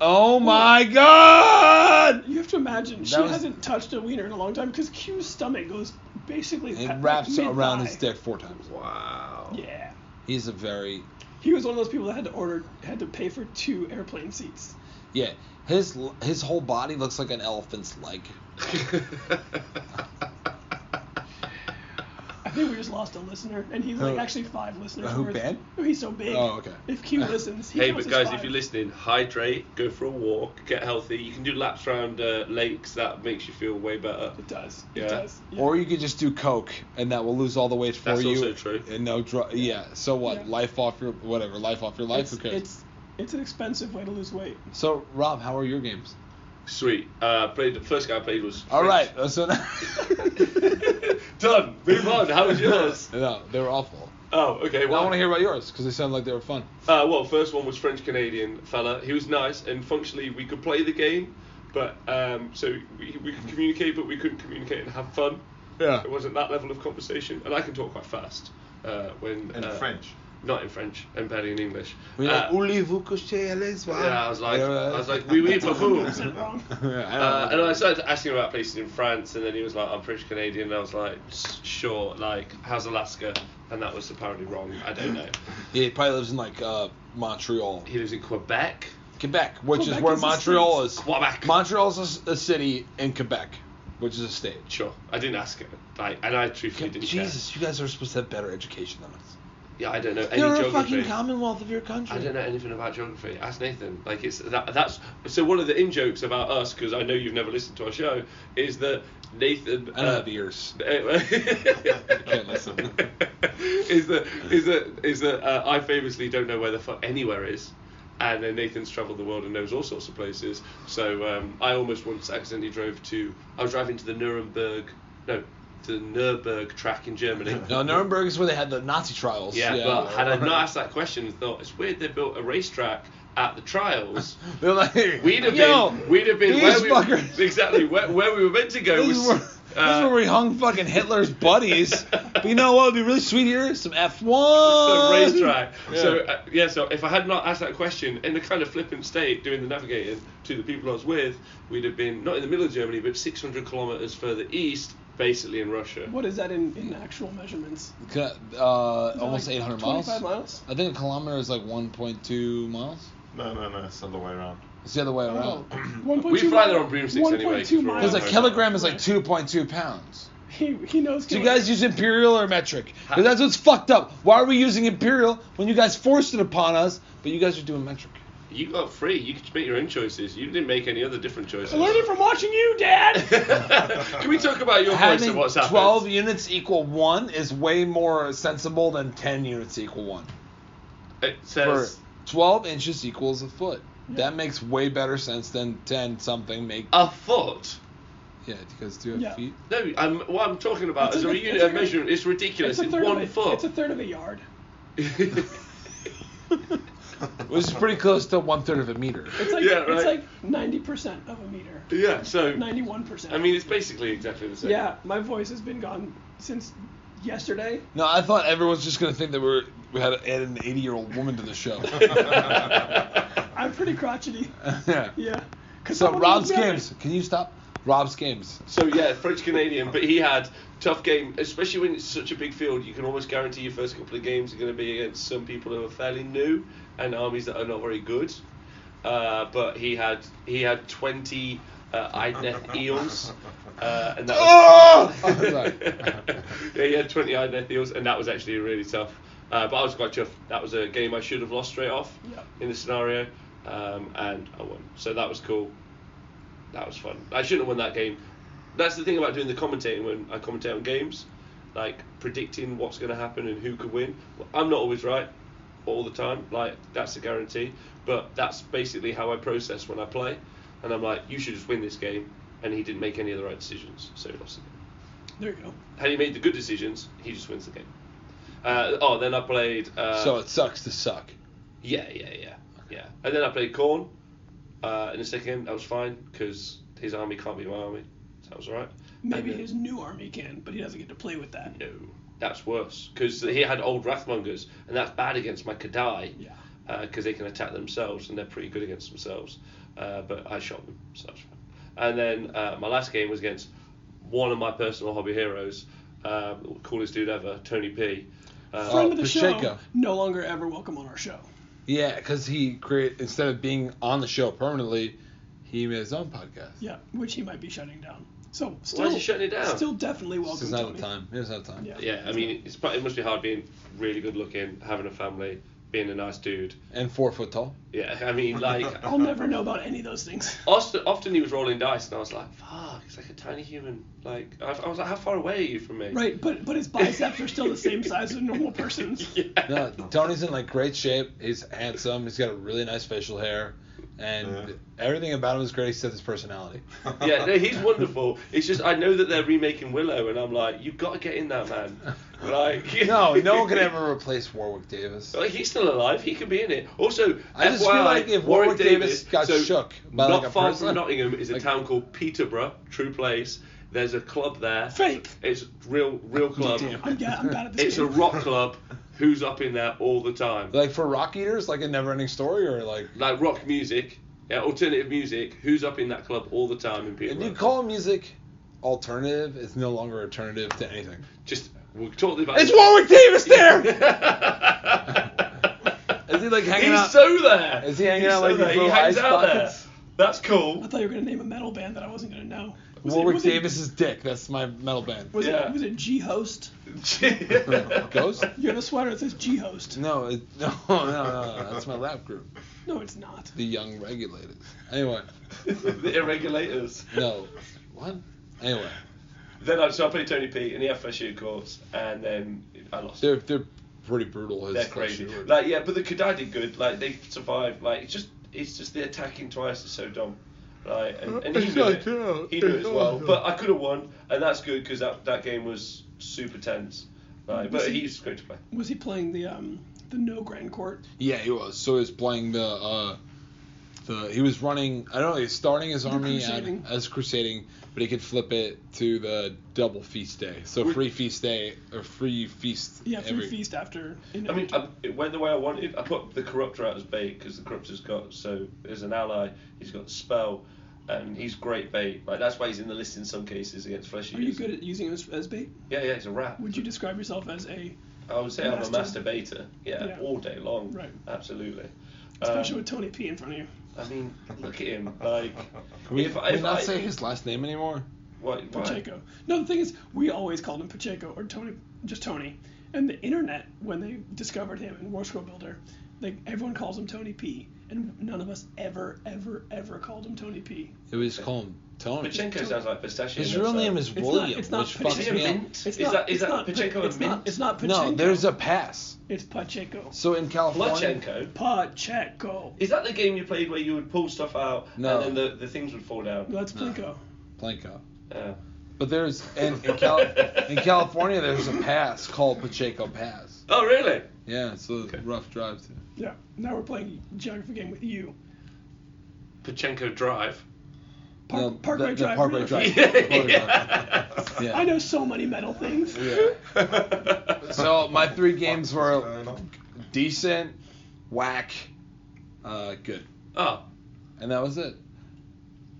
"Oh my god!"
You have to imagine she
That was-
hasn't touched a wiener in a long time because Q's stomach goes basically.
It
pa-
wraps
like,
around
mid-thigh.
his dick four times.
Wow.
Yeah,
He's a very
he was one of those people that had to order, had to pay for two airplane seats.
yeah. His his whole body looks like an elephant's leg.
I think we just lost a listener, and he's like
Who-
actually five listeners.
who,
worth.
Ben?
No, He's so big.
Oh, okay. *laughs*
If Q listens,
*laughs*
he
hey,
counts
but
as
guys,
five.
if you're listening, hydrate, go for a walk, get healthy. You can do laps around uh, lakes. That makes you feel way better.
it does.
Yeah.
It does. Yeah.
Or you could just do coke, and that will lose all the weight for
That's
you.
also true.
And no drug. Yeah. So what?
Yeah.
Life off your whatever. Life off your life.
it's,
Who cares?
it's it's an expensive way to lose weight.
So Rob, how are your games?
Sweet. Uh, played the first guy I played was.
All right.
French.
uh, So *laughs*
*laughs*
*laughs*
Done. Move on. How was yours?
no, they were awful.
Oh, okay.
Well, I
why?
want to hear about yours because they sound like they were fun.
Uh, well, first one was French Canadian fella. He was nice and functionally we could play the game, but um, so we, we could communicate, but we couldn't communicate and have fun.
Yeah.
It wasn't that level of conversation, and I can talk quite fast uh, when
In
uh,
French.
not in French, and barely in English.
We like,
Uh,
voulez-vous coucher à l'espoir?
yeah, I was like,
Yeah,
I
right.
was like, we oui,
*laughs*
Is
beaucoup.
it wrong?
Yeah, I
Uh,
don't
and
know.
I started asking about places in France, and then he was like, "I'm French Canadian," and I was like, "S- "Sure, like, how's Alaska?" And that was apparently wrong. I don't know.
yeah, he probably lives in like uh, Montreal,
He lives in Quebec.
Quebec, which
Quebec
is where
is a
Montreal is.
Quebec.
Montreal is a s- a, city in Quebec, which is a state.
Sure, I didn't ask it. Like, and I truthfully didn't care.
Jesus, you guys are supposed to have better education than us.
Yeah, I don't know any
You're a
geography.
fucking commonwealth of your country.
I don't know anything about geography. Ask Nathan. Like it's that. That's so one of the in jokes about us because I know you've never listened to our show is that Nathan. uh,
I don't have ears.
*laughs* Can't
listen. *laughs*
is that is that is that uh, I famously don't know where the fuck anywhere is, and then Nathan's travelled the world and knows all sorts of places. So um, I almost once accidentally drove to. I was driving to the Nuremberg, no, to the Nuremberg track in Germany.
No, Nuremberg is where they had the Nazi trials.
Yeah, but
*laughs*
had I not asked that question, and thought it's weird they built a racetrack at
*laughs*
the trials.
They're like,
We'd have
Yo,
been, we'd have been
these
where we,
fuckers.
exactly where, where we were meant to go.
This is,
was,
where, this is
uh,
where we hung fucking Hitler's buddies. but you know what would be really sweet here? Some F1.
the racetrack.
Yeah.
So uh, yeah, so if I had not asked that question in a kind of flippant state doing the navigating to the people I was with, we'd have been not in the middle of Germany, but 600 kilometers further east, basically in Russia.
What is that in, in actual measurements?
Ca- Uh,
Is that
almost
like
800
25 miles?
I think a kilometer is like 1.2 miles.
No, no, no. It's the other way around.
It's the other way
Oh,
around.
*clears throat*
1.2
We fly
mi-
there on broomsticks anyway,
1.2
'cause we're all
Because
miles.
a
Right.
kilogram is like 2.2 pounds.
He, he knows.
Do you guys use imperial or metric? 'Cause that's what's fucked up. Why are we using imperial when you guys forced it upon us, but you guys are doing metric?
You got free. You could make your own choices. You didn't make any other different choices.
I learned it from watching you, Dad.
*laughs* Can we talk about your voice
Having
and what's happened?
12 units equal 1 is way more sensible than 10 units equal 1.
It
For
says
12 inches equals a foot. That makes way better sense than 10 something make.
a foot.
Yeah, because do you have
Yeah.
feet?
No, I'm, what I'm talking about
It's
is
a-
a
it's
unit
a-
of measurement. It's ridiculous.
it's, a
It's,
third
one
of a,
foot.
It's a third of a yard.
Which is pretty close to one third of a meter.
It's
*laughs*
like
Yeah,
it's
right.
like 90% of a meter.
*laughs* yeah. So
91%.
I mean, it's basically exactly the same.
yeah, my voice has been gone since yesterday.
No, I thought everyone's just gonna think that we're we had to add an 80 year old woman to the
*laughs*
*laughs*
show. *laughs*
I'm pretty crotchety.
yeah.
Yeah. 'Cause
So
someone
Rob's
was there.
games. Can you stop? Rob's games.
So yeah, French Canadian, but he had tough game, especially when it's such a big field. You can almost guarantee your first couple of games are going to be against some people who are fairly new and armies that are not very good. Uh, but he had he had 20 uh, Idneth eels, uh, and that was,
Sorry.
*laughs* yeah, he had 20 Idneth eels, and that was actually really tough. Uh, but I was quite chuffed. That was a game I should have lost straight off
Yeah.
in the scenario, um, and I won. So that was cool. That was fun. I shouldn't have won that game. That's the thing about doing the commentating when I commentate on games, like predicting what's going to happen and who could win. Well, I'm not always right all the time. Like that's a guarantee. But that's basically how I process when I play, and I'm like, you should just win this game, and he didn't make any of the right decisions, so he lost the game.
There you go.
Had he made the good decisions, he just wins the game. Uh, oh, then I played. Uh,
so it sucks to suck.
Yeah, yeah, yeah, yeah. And then I played Corn. Uh, in the second game, that was fine because his army can't be my army, so that was alright. And
Maybe
then-
his new army can, but he doesn't get to play with that.
No, that's worse because he had old Wrathmongers, and that's bad against my Kadai.
Yeah.
Because they can attack themselves, and they're pretty good against themselves. Uh, but I shot them, so that's fine. And then uh, my last game was against one of my personal hobby heroes, um, coolest dude ever, Tony P. Uh,
Friend of the show,
Oh, Pacheco.
no longer ever welcome on our show.
Yeah, because he create instead of being on the show permanently, he made his own podcast.
Yeah, which he might be shutting down. So still,
he shutting it down?
Still definitely welcome.
This is not
Tony.
the time. It's not the time.
Yeah.
yeah, I mean, it's pro- it must be hard being really good looking, having a family, being a nice dude.
And four foot tall.
Yeah, I mean, like
I'll never know about any of those
*laughs*
things.
Often, often he was rolling dice, and I was like, "Fuck!" It's like a tiny human. Like I, I was like, "How far away are you from me?"
Right, but but his biceps are still the same size as a normal person's.
*laughs* Yeah.
No, Tony's in like great shape. He's handsome. He's got a really nice facial hair, and
Yeah.
everything about him is great except his personality.
yeah, no, he's
*laughs*
wonderful. It's just I know that they're remaking Willow, and I'm like, "You've got to get in that man." *laughs* Like *laughs*
No, no one can ever replace Warwick Davis.
Like, he's still alive. He could be in it. Also,
I just
FYI,
feel like if
Warwick,
Warwick Davis got
so
shook by,
not
like, a
far
person-
from Nottingham is a
like-
town called Peterborough. True place. There's a club there.
Fake.
It's real, real club.
*laughs* I'm, yeah, I'm bad at this.
It's a
game.
rock club. Who's up in there all the time?
Like for rock eaters, like a never-ending story, or like.
like rock music, yeah, alternative music. Who's up in that club all the time in
If
Peterborough?
you call music alternative, it's no longer alternative to anything.
Just we're talking about.
It's Warwick Davis
*laughs*
there.
Is
Is he, like, hanging
He's
out-
so there.
Is he hanging
He's
out, like,
so there.
these
He
little
hangs
ice
out
buckets?
there. That's cool. *laughs*
I thought you were gonna name a metal band that I wasn't gonna know. Was it-
Warwick
was it-
Davis's dick. That's my metal band.
Was
Yeah.
it was it G Host?
Ghost?
You have a sweater that says G Host.
No, it, *laughs* no, Oh, no, no, no. That's my rap group,
No, it's not.
the Young Regulators. Anyway,
*laughs* the irregulators.
no, what? Anyway,
Then I so I played Tony P in the FSU course, and then I lost.
they're they're pretty brutal. As
They're
fuck
crazy.
shooters.
Like yeah, but the Kadai did good. Like they survived. Like it's just it's just the attacking twice is so dumb. Like and, and he
It's
knew
not
it.
true.
He knew it
It's
as well.
not
But I could have won, and that's good because that that game was super tense. Like, but he's great to play.
Was he playing the um the no grand court?
yeah, he was. So he was playing the uh, the he was running. I don't know. He's starting his army at,
crusading.
as crusading, but he could flip it to the double feast day. So free feast day or free feast.
Yeah, free
every-
feast after.
I mean, I, it went the way I wanted. I put the Corruptor out as bait because the Corruptor's got so as an ally, he's got spell, and he's great bait. Like that's why he's in the list in some cases against flesh
Are you
eaters.
good at using it as, as bait?
Yeah, yeah, he's a rat.
Would you describe yourself as a,
I would say I'm a
Master.
masturbator. Yeah,
Yeah.
all day long.
Right.
Absolutely.
especially
Um,
with Tony P in front of you?
I mean, look at him.
*laughs*
Like,
Can we,
if,
can
I-
we
if
not
I,
say his last name anymore?
why, why?
Pacheco. No, the thing is, we always called him Pacheco or Tony, just Tony. And the internet, when they discovered him in War Scroll Builder, they, everyone calls him Tony P. And none of us ever, ever, ever called him Tony P.
It was called Tony.
Pachenko sounds like pistachio.
His
nuts,
real
though.
name is
It's
William,
not. It's not
which
Pacheco.
fucks
Pacheco.
me up.
Mint?
It's
Is
not,
that- is
it's
that
not,
Pacheco
it's
a
Not,
mint?
it's not Pacheco.
No, there's a pass.
It's Pacheco.
So in California,
Lachenko.
Pacheco.
Is that the game you played where you would pull stuff out
No.
and then the, the things would fall down?
That's Plinko.
Planko.
Yeah.
But there's in in, Cal- in California there's a pass called Pacheco Pass.
Oh, really?
Yeah, it's a rough drive to.
Yeah. Now we're playing geography game with you.
Pachenko Drive.
Park,
No,
Parkway
the- the
Drive.
Parkway
*laughs*
really.
Drive. Yeah.
I know so many metal things.
Yeah.
*laughs*
So my three games were
Fair enough.
decent, whack, uh, good,
Oh,
and that was it.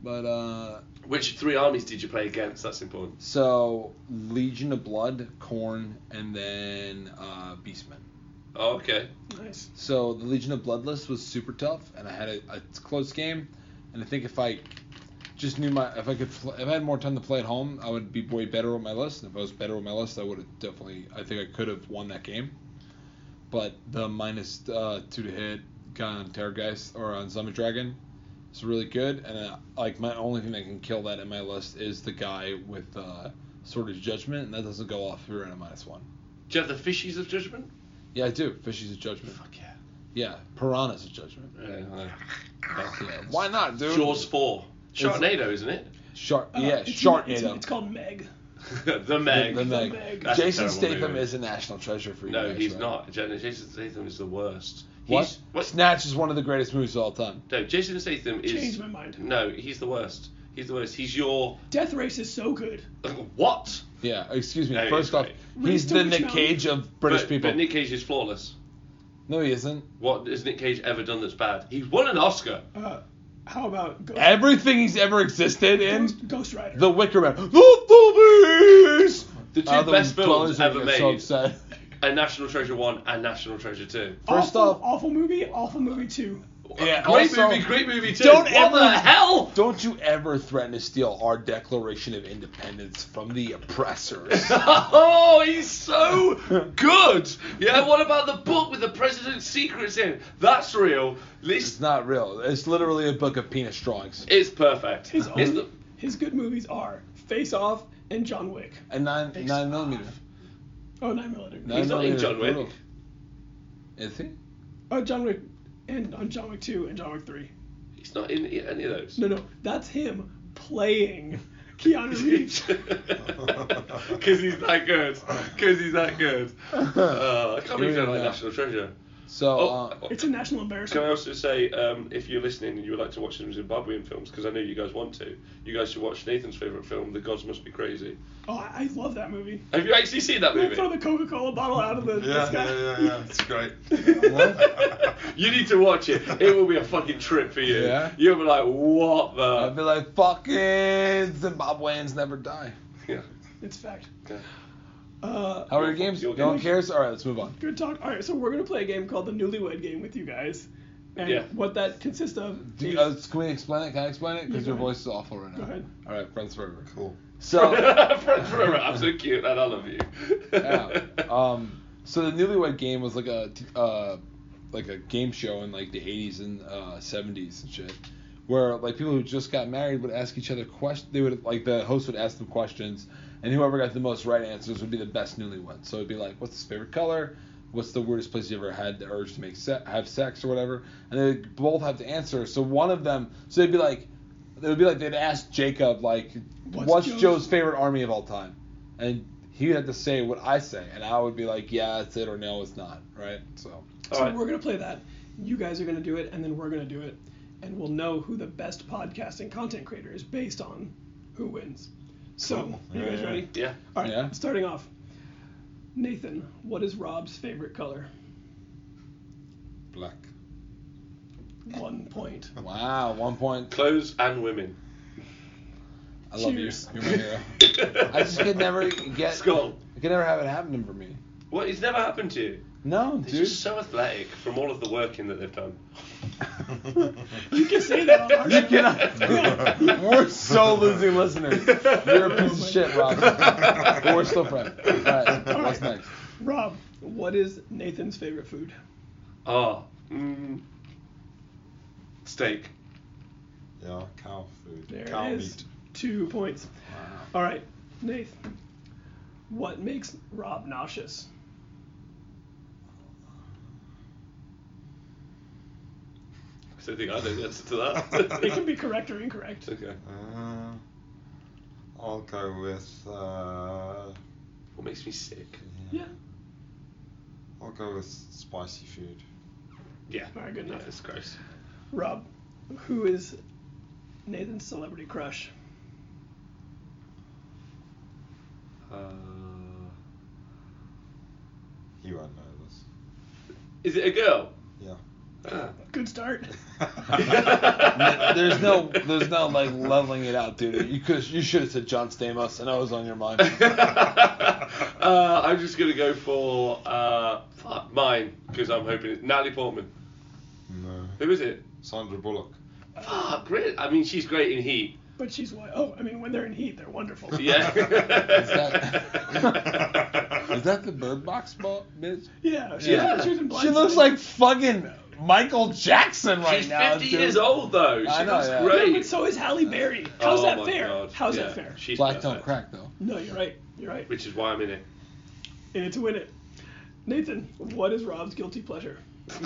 But uh,
which three armies did you play against? That's important.
so Legion of Blood, Corn, and then uh, Beastmen.
Oh, okay.
Nice.
So the Legion of Blood list was super tough, and I had a, a close game. And I think if I just knew my, if I could, fl- if I had more time to play at home, I would be way better with my list. And if I was better with my list, I would have definitely, I think I could have won that game. But the minus uh, two to hit guy on Terrorgeist or on Zombie Dragon is really good. And uh, like my only thing that can kill that in my list is the guy with uh, Sword of Judgment, and that doesn't go off if you're in a minus one.
Do you have the Fishies of Judgment?
Yeah, I do. Fishies of Judgment.
Fuck yeah.
Yeah, Piranha's a judgment.
Yeah.
Fuck yeah. Why not, Ah, dude?
Jaws 4. Sharknado, isn't it?
Shark.
Uh,
yeah,
it's-
Sharknado.
It's, it's called Meg.
the Meg.
The, the Meg.
That's a
Jason
terrible
Statham
movie.
is a national treasure for you.
No,
guys,
he's
right?
not. Jan- Jason Statham is the worst.
What?
He's, what?
Snatch is one of the greatest movies of all time.
No, Jason Statham is.
Changed my mind.
No, he's the worst. He's the worst. He's your uh,
Death Race is so good.
what?
Yeah, excuse me.
No, he's
First off,
great.
he's
Raised
the
to
Nick
Witch
Cage of British
but,
people.
But Nick Cage is flawless.
no, he isn't.
What has Nick Cage ever done that's bad? He's won an Oscar.
Uh, how about Ghost,
Everything he's ever existed in,
Ghost, Ghost Rider?
The Wicker Man, The Movies.
The two
Uh,
best films
brothers are
ever
gonna get so
made
upset.
are National Treasure One and National Treasure Two.
First
awful,
off-
awful movie, awful movie two.
Yeah,
great
also-
movie, great movie too.
Don't
what
ever-
the hell?
Don't you ever threaten to steal our Declaration of Independence from the oppressors.
*laughs* Oh, he's so good. Yeah, what about the book with the president's secrets in? That's real.
it's
This
not real. It's literally a book of penis drawings.
is perfect.
His,
It's
only-
the-
his good movies are Face Off and John Wick.
And nine nine millimeter.
Oh, nine millimeter.
Nine
He's not in
millimeter
John Wick.
brutal. Is he?
Oh, John Wick and on John Wick two and John Wick three.
he's not in any of those. *laughs*
No, no, that's him
*laughs*
playing Keanu Reeves.
Because he's that good. Because he's that good. Uh, I can't believe you don't like
Yeah.
National Treasure.
So
Oh,
uh,
It's a national
Can I
embarrassment.
also say, um, if you're listening and you would like to watch some Zimbabwean films, because I know you guys want to, you guys should watch Nathan's favourite film, The Gods Must Be Crazy.
Oh, I, I love that movie.
Have you actually seen that
*laughs* They
movie?
throw the Coca Cola bottle out of the
Yeah,
the
yeah,
sky.
yeah,
*laughs*
yeah. It's great.
you need to watch it. It will be a fucking trip for you.
Yeah?
You'll be like, what
uh, I'd be
the?
like, fucking Zimbabweans never die.
Yeah.
It's fact.
*laughs* Okay.
Uh,
How are your games?
You'll
No one
get-
cares? Alright, let's move on.
Good talk. All right, so we're gonna play a game called the Newlywed Game with you guys, and
Yeah.
what that consists of.
Do you,
is-
uh, can we explain it? Can I explain it?
Yeah,
Because
go
your
ahead.
voice is awful right now.
Go ahead.
Alright, friends forever.
Cool.
So,
*laughs* Friends forever. I'm so cute and I love you.
yeah. um, so the Newlywed Game was like a, t- uh, like a game show in like the 80s and uh, 70s and shit, where like people who just got married would ask each other questions. They would like the host would ask them questions, and whoever got the most right answers would be the best newlywed. So it'd be like, what's his favorite color? What's the weirdest place you ever had the urge to make se- have sex or whatever? And they would both have to answer. So one of them, so they'd be like, it would be like they'd ask Jacob like, what's,
What's
Joe's?
Joe's-
favorite army of all time? And he had to say what I say, and I would be like, yeah, it's it or no, it's not, right? So
All
so
right.
we're gonna play that. You guys are gonna do it, and then we're gonna do it, and we'll know who the best podcasting content creator is based on who wins. So, are you guys
Yeah.
ready?
Yeah.
All right.
Yeah.
Starting off, Nathan, what is Rob's favorite color?
Black.
One point.
wow, one point.
Clothes and women.
I love you.
Cheers.
You're my
*laughs*
hero. I just could
*laughs*
never get.
Skull.
I could never have it happen for me.
What? It's never happened to you.
No,
They're
dude.
just so athletic from all of the working that they've done.
You can say that.
*laughs*
On
*laughs*
our
You
show.
cannot. *laughs* We're so losing listeners. You're a piece of shit, Rob. But we're still friends. All right, what's next?
Rob, what is Nathan's favorite food?
Oh. Mm, steak.
Yeah, cow food.
There
cow
it is.
meat.
Two points.
Wow.
All right, Nathan. What makes Rob nauseous?
So I think I know the answer to
*laughs*
It can
that.
be correct or incorrect.
okay.
Uh, I'll go with. Uh,
What makes me sick?
Yeah.
I'll go with spicy food.
Yeah.
All right, good enough.
Yeah, it's gross.
Rob, who is Nathan's celebrity crush?
Uh,
He won't know this.
is it a girl?
*laughs*
Yeah. *laughs*
*laughs* Ah.
Good start.
No, There's no, there's no like leveling it out, dude. You could, you should have said John Stamos, and I was on your mind.
uh, I'm just gonna go for uh, fuck, mine because I'm hoping it's Natalie Portman.
no.
Who is it?
Sandra Bullock.
Fuck, really? I mean, she's great in Heat.
But she's why. Oh, I mean, when they're in heat,
*laughs*
they're wonderful.
Yeah.
that- Is that the Bird Box bo- bitch?
Yeah. She,
Yeah.
she was in Blindside.
She looks like fucking Michael Jackson right
she's
now.
50
dude.
years old though. She
I know,
looks
yeah.
Yeah,
great.
but so is Halle Berry. How's
Oh
that
my
fair?
God.
How's
Yeah,
that fair?
She's
Black
perfect.
don't crack though.
No, you're right. You're right.
Which is why I'm in it.
In it to win it. Nathan, what is Rob's guilty pleasure?
Black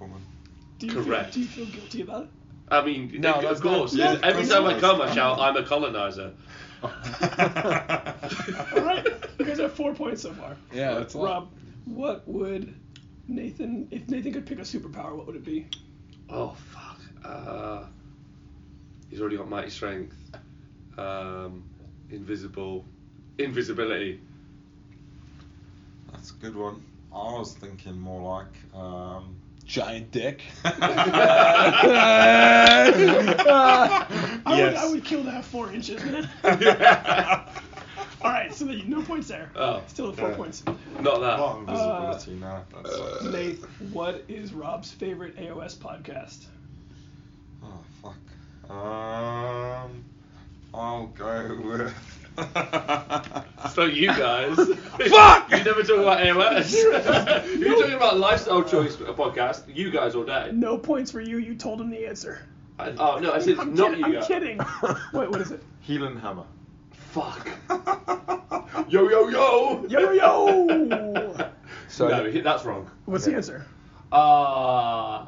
woman.
Do you
*laughs* Correct.
Feel, do you feel guilty about it?
I mean,
No,
of-
that's
of course.
not-
is- every
that's
time I
not-
come, I shout, "I'm a colonizer."
All right, you guys have four points so far.
Yeah, that's a lot.
Rob, what would Nathan, if Nathan could pick a superpower, what would it be?
Oh fuck. Uh, he's already got mighty strength, um, invisible, invisibility.
That's a good one. I was thinking more like um,
Giant dick. *laughs*
I, would,
Yes.
I would kill to have four inches,
*laughs*
man. *laughs* All right, so the, no points there.
Oh.
Still at four
Yeah.
points.
Not that.
not invisibility. no, that's
Uh, Nate, what is Rob's favorite AOS podcast?
oh fuck. Um, I'll go with.
It's not you guys. Fuck! you never talk about *laughs* AOS. You're talking about lifestyle choice podcast. You guys all day.
No points for you. You told him the answer.
I, oh no, I said
I'm,
not
kidding,
you
I'm
guys.
kidding. Wait, what is it?
*laughs* Heel and hammer.
Fuck. Yo yo yo.
Yo yo yo.
So
*laughs* no, he- that's wrong.
What's the answer?
Uh,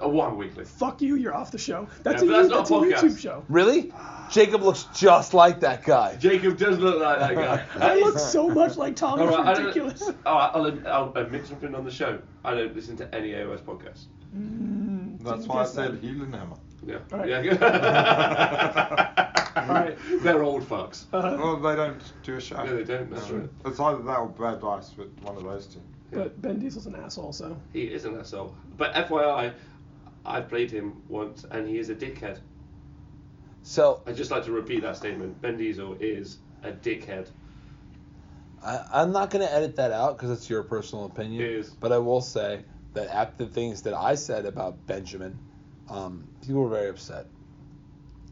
a one weekly.
Fuck you. You're off the show. That's,
Yeah,
a,
but that's
you-
not
that's
a
a
podcast.
YouTube show.
really, Jacob looks just like that guy.
Jacob does look like that guy.
*laughs* I look so
*laughs*
much like Tom.
All
It's
right, I don't- *laughs*
ridiculous. Mm,
all right, I'll, ad- I'll admit something on the show. I don't listen to any AOS podcast.
Hmm,
That's why I said heel and hammer.
Yeah.
All right.
Yeah.
*laughs* All right.
*laughs* They're old fucks.
Uh,
Well, they don't do a show.
No, they don't. That's right.
It's either that or bad dice with one of those two.
but Ben Diesel's an asshole, so.
He is an asshole. But FYI, I played him once, and he is a dickhead.
So
I'd just like to repeat that statement. Ben Diesel is a dickhead.
I, I'm not going to edit that out because it's your personal opinion.
It is.
But I will say that after the things that I said about Benjamin, um, people were very upset.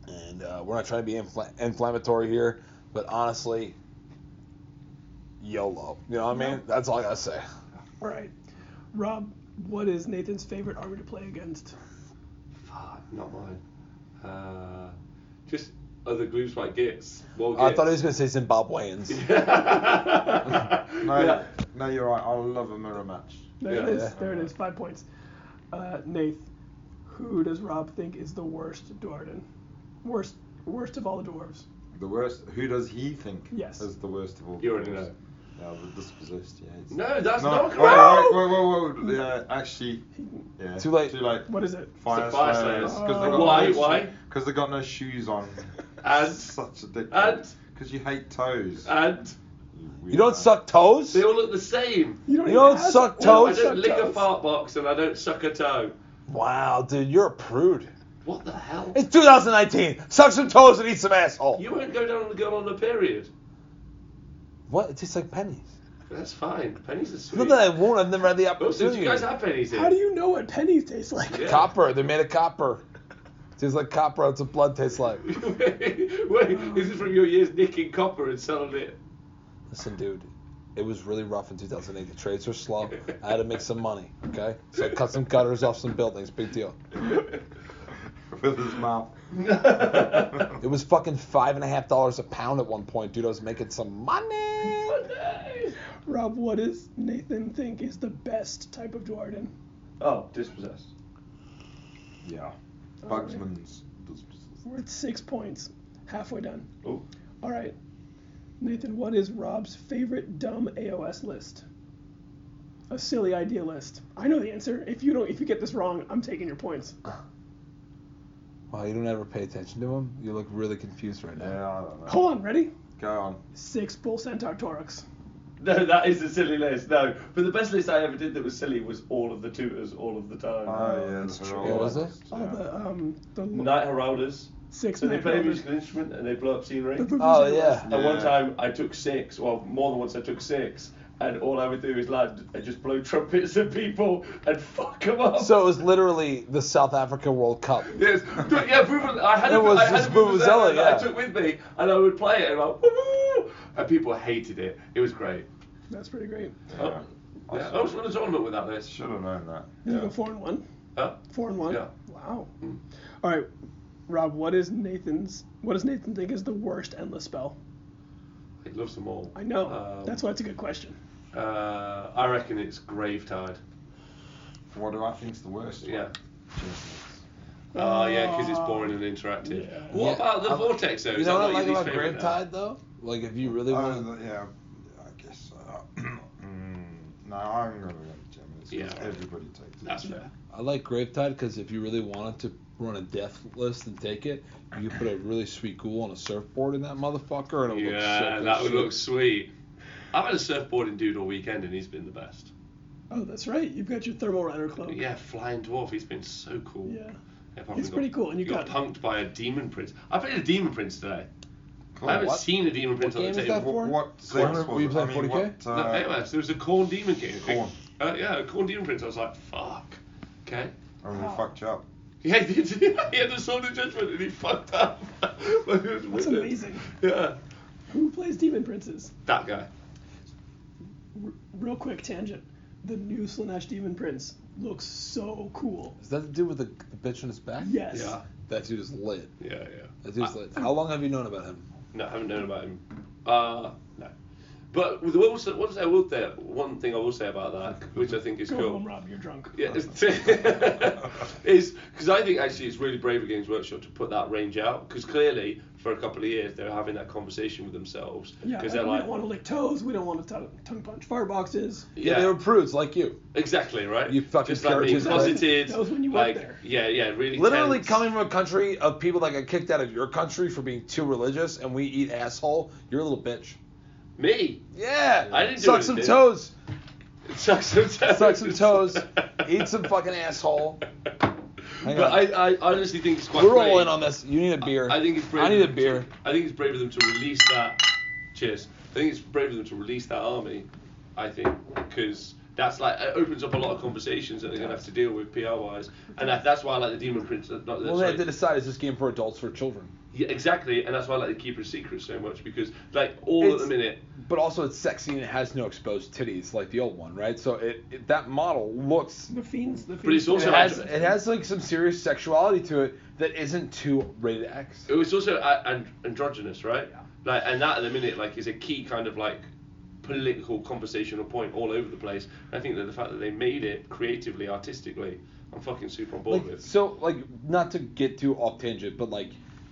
And uh, we're not trying to be infl- inflammatory here, but honestly, YOLO. You know what I mean? That's all I got to say.
All right. Rob, what is Nathan's favorite army to play against?
Fuck, not mine. Uh, just other groups like Gits. Well,
I thought he was going to
*laughs*
say Zimbabweans.
*laughs* No,
yeah.
no, you're right. I love a mirror match.
There it
Yeah.
is. There it is. Five points. Uh, Nath, who does Rob think is the worst Dwarden? Worst, worst of all the dwarves.
The worst. Who does he think
Yes.
is the worst of all?
You already
dwarves?
know.
Yeah, the dispossessed. Yeah. it's-
No, that's
No,
not
wait,
correct.
wait, wait, wait, wait, Yeah, actually, yeah.
Too late.
Too late.
What is it?
Fire
It's a fire
slayers.
slayers.
'cause they got
Why,
no sho-
why?
'cause they got no
*laughs*
shoes on.
And-
such a dick.
and-
Because you hate toes.
And
You don't suck toes?
they all look the same.
You don't,
You
even
don't
have-
suck
you
I
toes?
suck
don't lick a
toes.
fart box and I don't suck a toe.
Wow, dude, you're a prude.
What the hell?
It's 2019. Suck some toes and eat some asshole.
You won't go down on the girl on the period.
What? It tastes like pennies.
That's fine. Pennies are sweet.
Not that I won't. I've never had the
Oh, so
opportunity.
you guys have pennies here?
How do you know what pennies taste like?
Yeah.
Copper. They're made of copper. Tastes like copper. That's what blood tastes
*laughs*
like.
*laughs* Wait, this is from your years nicking copper and selling it.
Listen, dude. It was really rough in 2008. The trades were slow. I had to make some money. Okay, so I cut some gutters off some buildings. Big deal.
*laughs* with his mouth.
*laughs* It was fucking five and a half dollars a pound at one point, dude. I was making some money.
Rob, what does Nathan think is the best type of Dwarden?
Oh, dispossessed.
Yeah. Bugsman's dispossessed.
We're at six points. Halfway done.
Oh.
All right. Nathan, what is Rob's favorite dumb AOS list? A silly idea list. I know the answer. If you don't, if you get this wrong, I'm taking your points.
Wow, you don't ever pay attention to him. You look really confused right now.
Yeah, I don't know.
Hold on, ready?
Go on.
Six bull centaur torques.
No, that is a silly list. No, but the best list I ever did that was silly was all of the tutors all of the time.
Oh, yeah,
that's
they're
true.
all
Ah, Yeah, was
like-
Oh, the
uh,
um, the l-
Night heralders.
six.
So they
night
play a
riders.
musical instrument and they blow up scenery.
*laughs* The vuvuzela
Oh
list.
yeah.
And one
Yeah.
time I took six, well, more than once I took six, and all I would do is like I just blow trumpets at people and *laughs* fuck them up.
So it was literally the South Africa World Cup.
Yes, but, yeah, Vuvu- I had
It
a,
was
I had
just
a vuvuzela
vuvuzela,
that
yeah.
I took with me, and I would play it, and like, "Woo!" and people hated it. It was great.
That's pretty great.
Yeah.
Oh, yeah, I was won a tournament with that list.
Should have known that.
Did you go four and one?
Huh?
Four and one.
Yeah.
Wow. All right, Rob. What is Nathan's? What does Nathan think is the worst endless spell?
He loves them all.
I know.
Um,
That's why it's a good question.
Uh, I reckon it's Gravetide.
What do I think's the worst?
Yeah.
One? Jesus.
Oh yeah, because it's boring and interactive.
Yeah.
What
Yeah,
about the
I'm-
vortex though?
You
Is
know
that
what I
not
like
your
about
least favorite?
Grand
now?
Tide though? Like if you really
Uh,
want,
yeah, I guess. Uh, *clears throat* mm, no, I'm gonna go to Gemini's. 'cause
Yeah, alright.
everybody takes it.
That's fair.
I like Grave Tide because if you really wanted to run a death list and take it, you could put a really sweet ghoul on a surfboard in that motherfucker, and it looks sick
Yeah,
as
that would
shit.
look sweet. I've had a surfboarding dude all weekend and he's been the best.
Oh, that's right. You've got your thermal runner cloak.
Yeah, flying dwarf. He's been so cool.
Yeah.
Yeah, probably
It's pretty cool, and you
got,
got-
punked by a demon prince. I played a demon prince today. I
Oh,
haven't
what?
seen a demon prince
What
on the
game is
table.
that for?
What, what
Corner-
sex
were
was
you
it? I
playing
mean,
40K?
what,
No,
uh,
Payless. There was a corn demon game.
Corn.
Uh, yeah, a corn demon prince. I was like, fuck. Okay. *laughs*
and oh,
Oh.
we fucked you up.
Yeah, he did. *laughs* he had the sword of judgment and he fucked up. *laughs* But it was
That's
wicked.
amazing.
Yeah,
Who plays Demon Princes?
that guy.
R- real quick tangent. The new Slanesh Demon Prince looks so cool.
Is that the dude with the, the bitch on his back?
Yes.
Yeah,
That dude is lit.
yeah, yeah.
That dude's
I-
lit. How long have you known about him?
No, I haven't known about him. Uh, no. But with what was, what was I will say, one thing I will say about that, which I think is
Go
cool.
home, Rob. You're drunk.
Yeah, *laughs* is because I think actually it's really brave of Games Workshop to put that range out because clearly for a couple of years they're having that conversation with themselves
Yeah,
because
like,
they're
we
like
don't want to lick toes. We don't want to tongue, tongue punch fireboxes.
Yeah, they were prudes like you.
Exactly right.
You fucking
just like being
characters, right?
closeted.
That was when you
like,
went there.
Yeah, yeah, really.
Literally
tense.
coming from a country of people that got kicked out of your country for being too religious, and we eat asshole. You're a little bitch.
Me.
Yeah.
I didn't do
suck some
anything.
toes.
Suck some toes.
Suck some
*laughs*
toes. Eat some fucking asshole. Hang
But
on.
I, I honestly think it's quite.
We're
brave.
all in on this. You need a beer.
I think it's brave.
I need a
of them
beer.
To, I think it's brave of them to release that. Cheers. I think it's brave of them to release that army. I think because that's like it opens up a lot of conversations that they're gonna have to deal with PR wise, and that, that's why I like the Demon Prince. Not,
Well, they
sorry.
had to decide is this game for adults or children?
yeah, exactly, and that's why I like the Keeper of Secrets so much because like all at
It's-
the minute.
But also, it's sexy and it has no exposed titties like the old one, right? So it, it that model looks.
The fiends. The fiends.
But it's also
It has,
Android.
it has like some serious sexuality to it that isn't too rated X.
It was also a- and- androgynous, right? Like, and that at the minute, like, is a key kind of like political conversational point all over the place. I think that the fact that they made it creatively, artistically, I'm fucking super on board
Like,
with.
so like not to get too off tangent, but like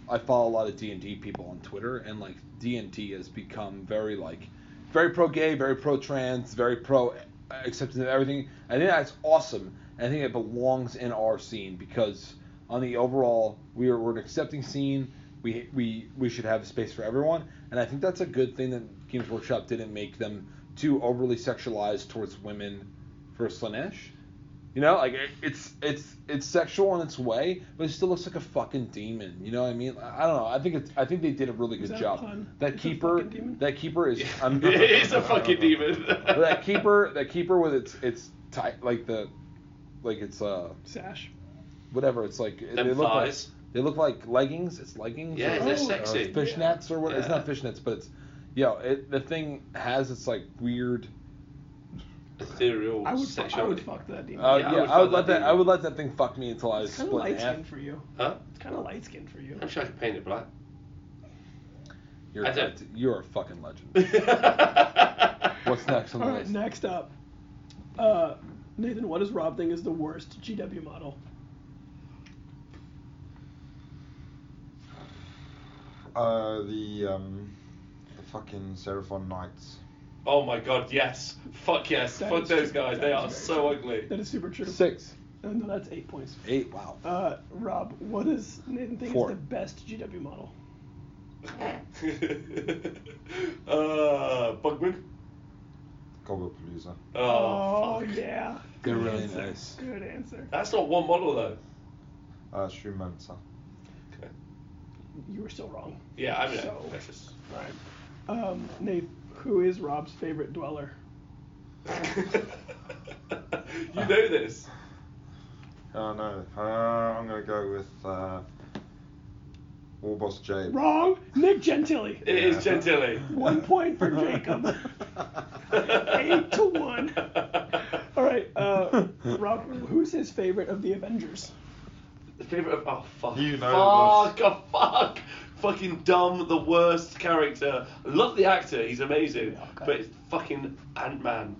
I follow a lot of D and D people on Twitter, and like D and D has become very like very pro gay, very pro trans, very pro acceptance of everything. I think that's awesome. and I think it belongs in our scene because on the overall we are, we're an accepting scene. We, we, we should have space for everyone, and I think that's a good thing that Games Workshop didn't make them too overly sexualized towards women for Slanesh. You know, like it, it's it's it's sexual in its way, but it still looks like a fucking demon. You know what I mean? I I don't know. I think it's I think they did a really
Is
good
that a
job.
pun?
That
It's a
keeper,
fucking demon?
that keeper
*laughs*
is. I'm,
it is a fucking
*laughs*
demon.
*laughs* that keeper, that keeper with its its tight like the, like it's uh
Sash.
whatever. It's like it-
Them
they look
thighs.
like they look like leggings. It's leggings.
Yeah,
or,
they're
or
sexy.
fishnets or what? It's
Yeah.
not fishnets, but it's, yo, it, the thing has its like weird.
*laughs* Ethereal
I would. Fuck, I
sexuality.
would fuck that demon.
Uh,
Yeah, I
yeah,
would
I would
fuck
let
that
that. I
demon.
would let that thing fuck me until I was
It's kind of
split in
light
half.
skinned for you.
Huh?
It's kind of light skinned for you.
I'm sure I could paint it
*laughs*
black.
You're,
I don't-
you're a fucking legend.
*laughs* What's
What's next on the
All right,
list?
next up, uh, Nathan. What does Rob think is the worst GW model?
Uh, the um, the fucking Seraphon Knights.
Oh my god, yes. Fuck yes.
That
Fuck
is
those
true.
guys.
That
They
is
are
very
so ugly.
That is super true.
Six,
Uh, no, that's eight points.
eight. Wow.
Uh, Rob, what does Nathan think
Four.
is the best GW model?
*laughs* uh, Bugman.
Gobblepalooza.
Oh,
oh
fuck.
yeah.
They're
Good
really
answer.
nice.
Good answer.
That's not one model though.
Uh, Shumensa.
Okay.
You were still wrong.
Yeah, I mean,
So-
that's
*laughs*
just-
Right. Um, Nate, who is Rob's favorite dweller?
you know this.
Oh no. Uh, I'm gonna go with uh, Warboss Jade.
Wrong. Nick Gentili.
It is Gentili.
One point for Jacob.
*laughs*
Eight to
*laughs*
one. All right, uh, Rob, who's his favorite of the Avengers?
The favorite of oh fuck.
You know
fuck, oh, fuck. Fucking dumb, the worst character. I love the actor, he's amazing, but it's fucking Ant Man,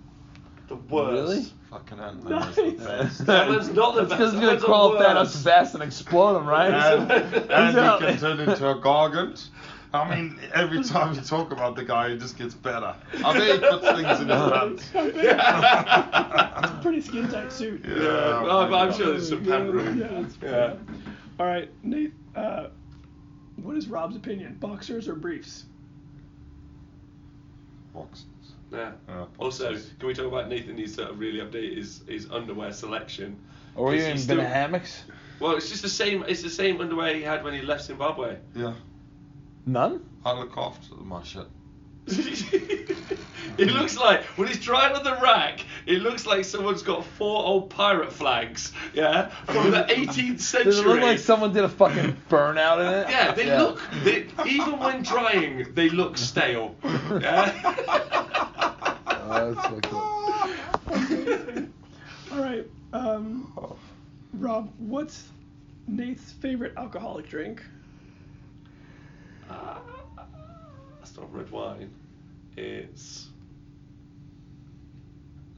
the worst.
Really?
Fucking Ant Man
Nice.
was the best.
Ant-Man's not the
That's 'cause
best.
he's gonna
Ant-Man's the
crawl up
worst.
Thanos' ass and explode him, right?
And,
*laughs*
and
out.
he can turn into a gargant. I mean, every time you talk about the guy, he just gets better. I bet he puts
*laughs*
things in his pants.
It's a pretty skin tight suit.
Yeah.
Yeah,
Oh
I'm,
my
I'm
God.
sure there's some
Yeah,
pandering.
yeah, it's-
yeah.
All right, Nate. Uh, what is Rob's opinion? Boxers or briefs?
Boxes.
Yeah.
Uh,
also,
boxes.
can we talk about Nathan needs to really update his, his underwear selection?
*laughs* Or
'Cause
even
he's
been
still-
hammocks?
Well, it's just the same. It's the same underwear he had when he left Zimbabwe. *laughs*
Yeah.
None.
I look after
Oh,
my shit.
it looks like when he's drying on the rack, it looks like someone's got four old pirate flags. Yeah, from the 18th century.
Does it look like someone did a fucking burnout in it?
*laughs* Yeah, they look. They, even when drying, they look stale. Yeah.
*laughs* Oh, that's fucked up. *laughs*
All right, um,
Oh,
Rob. What's Nate's favorite alcoholic drink?
Ah, That's not red wine. It's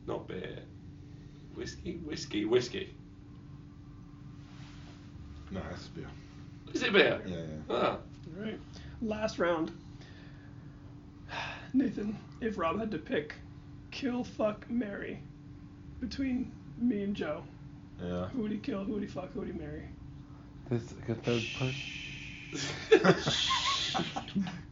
not beer. Whiskey, whiskey, whiskey.
No, that's beer.
Is it beer?
Yeah, yeah.
Ah.
All right, last round. Nathan, if Rob had to pick, kill, fuck, Mary, between me and Joe,
Yeah.
who would he kill? Who would he fuck? Who would he
*laughs*
marry?
This is like a third person.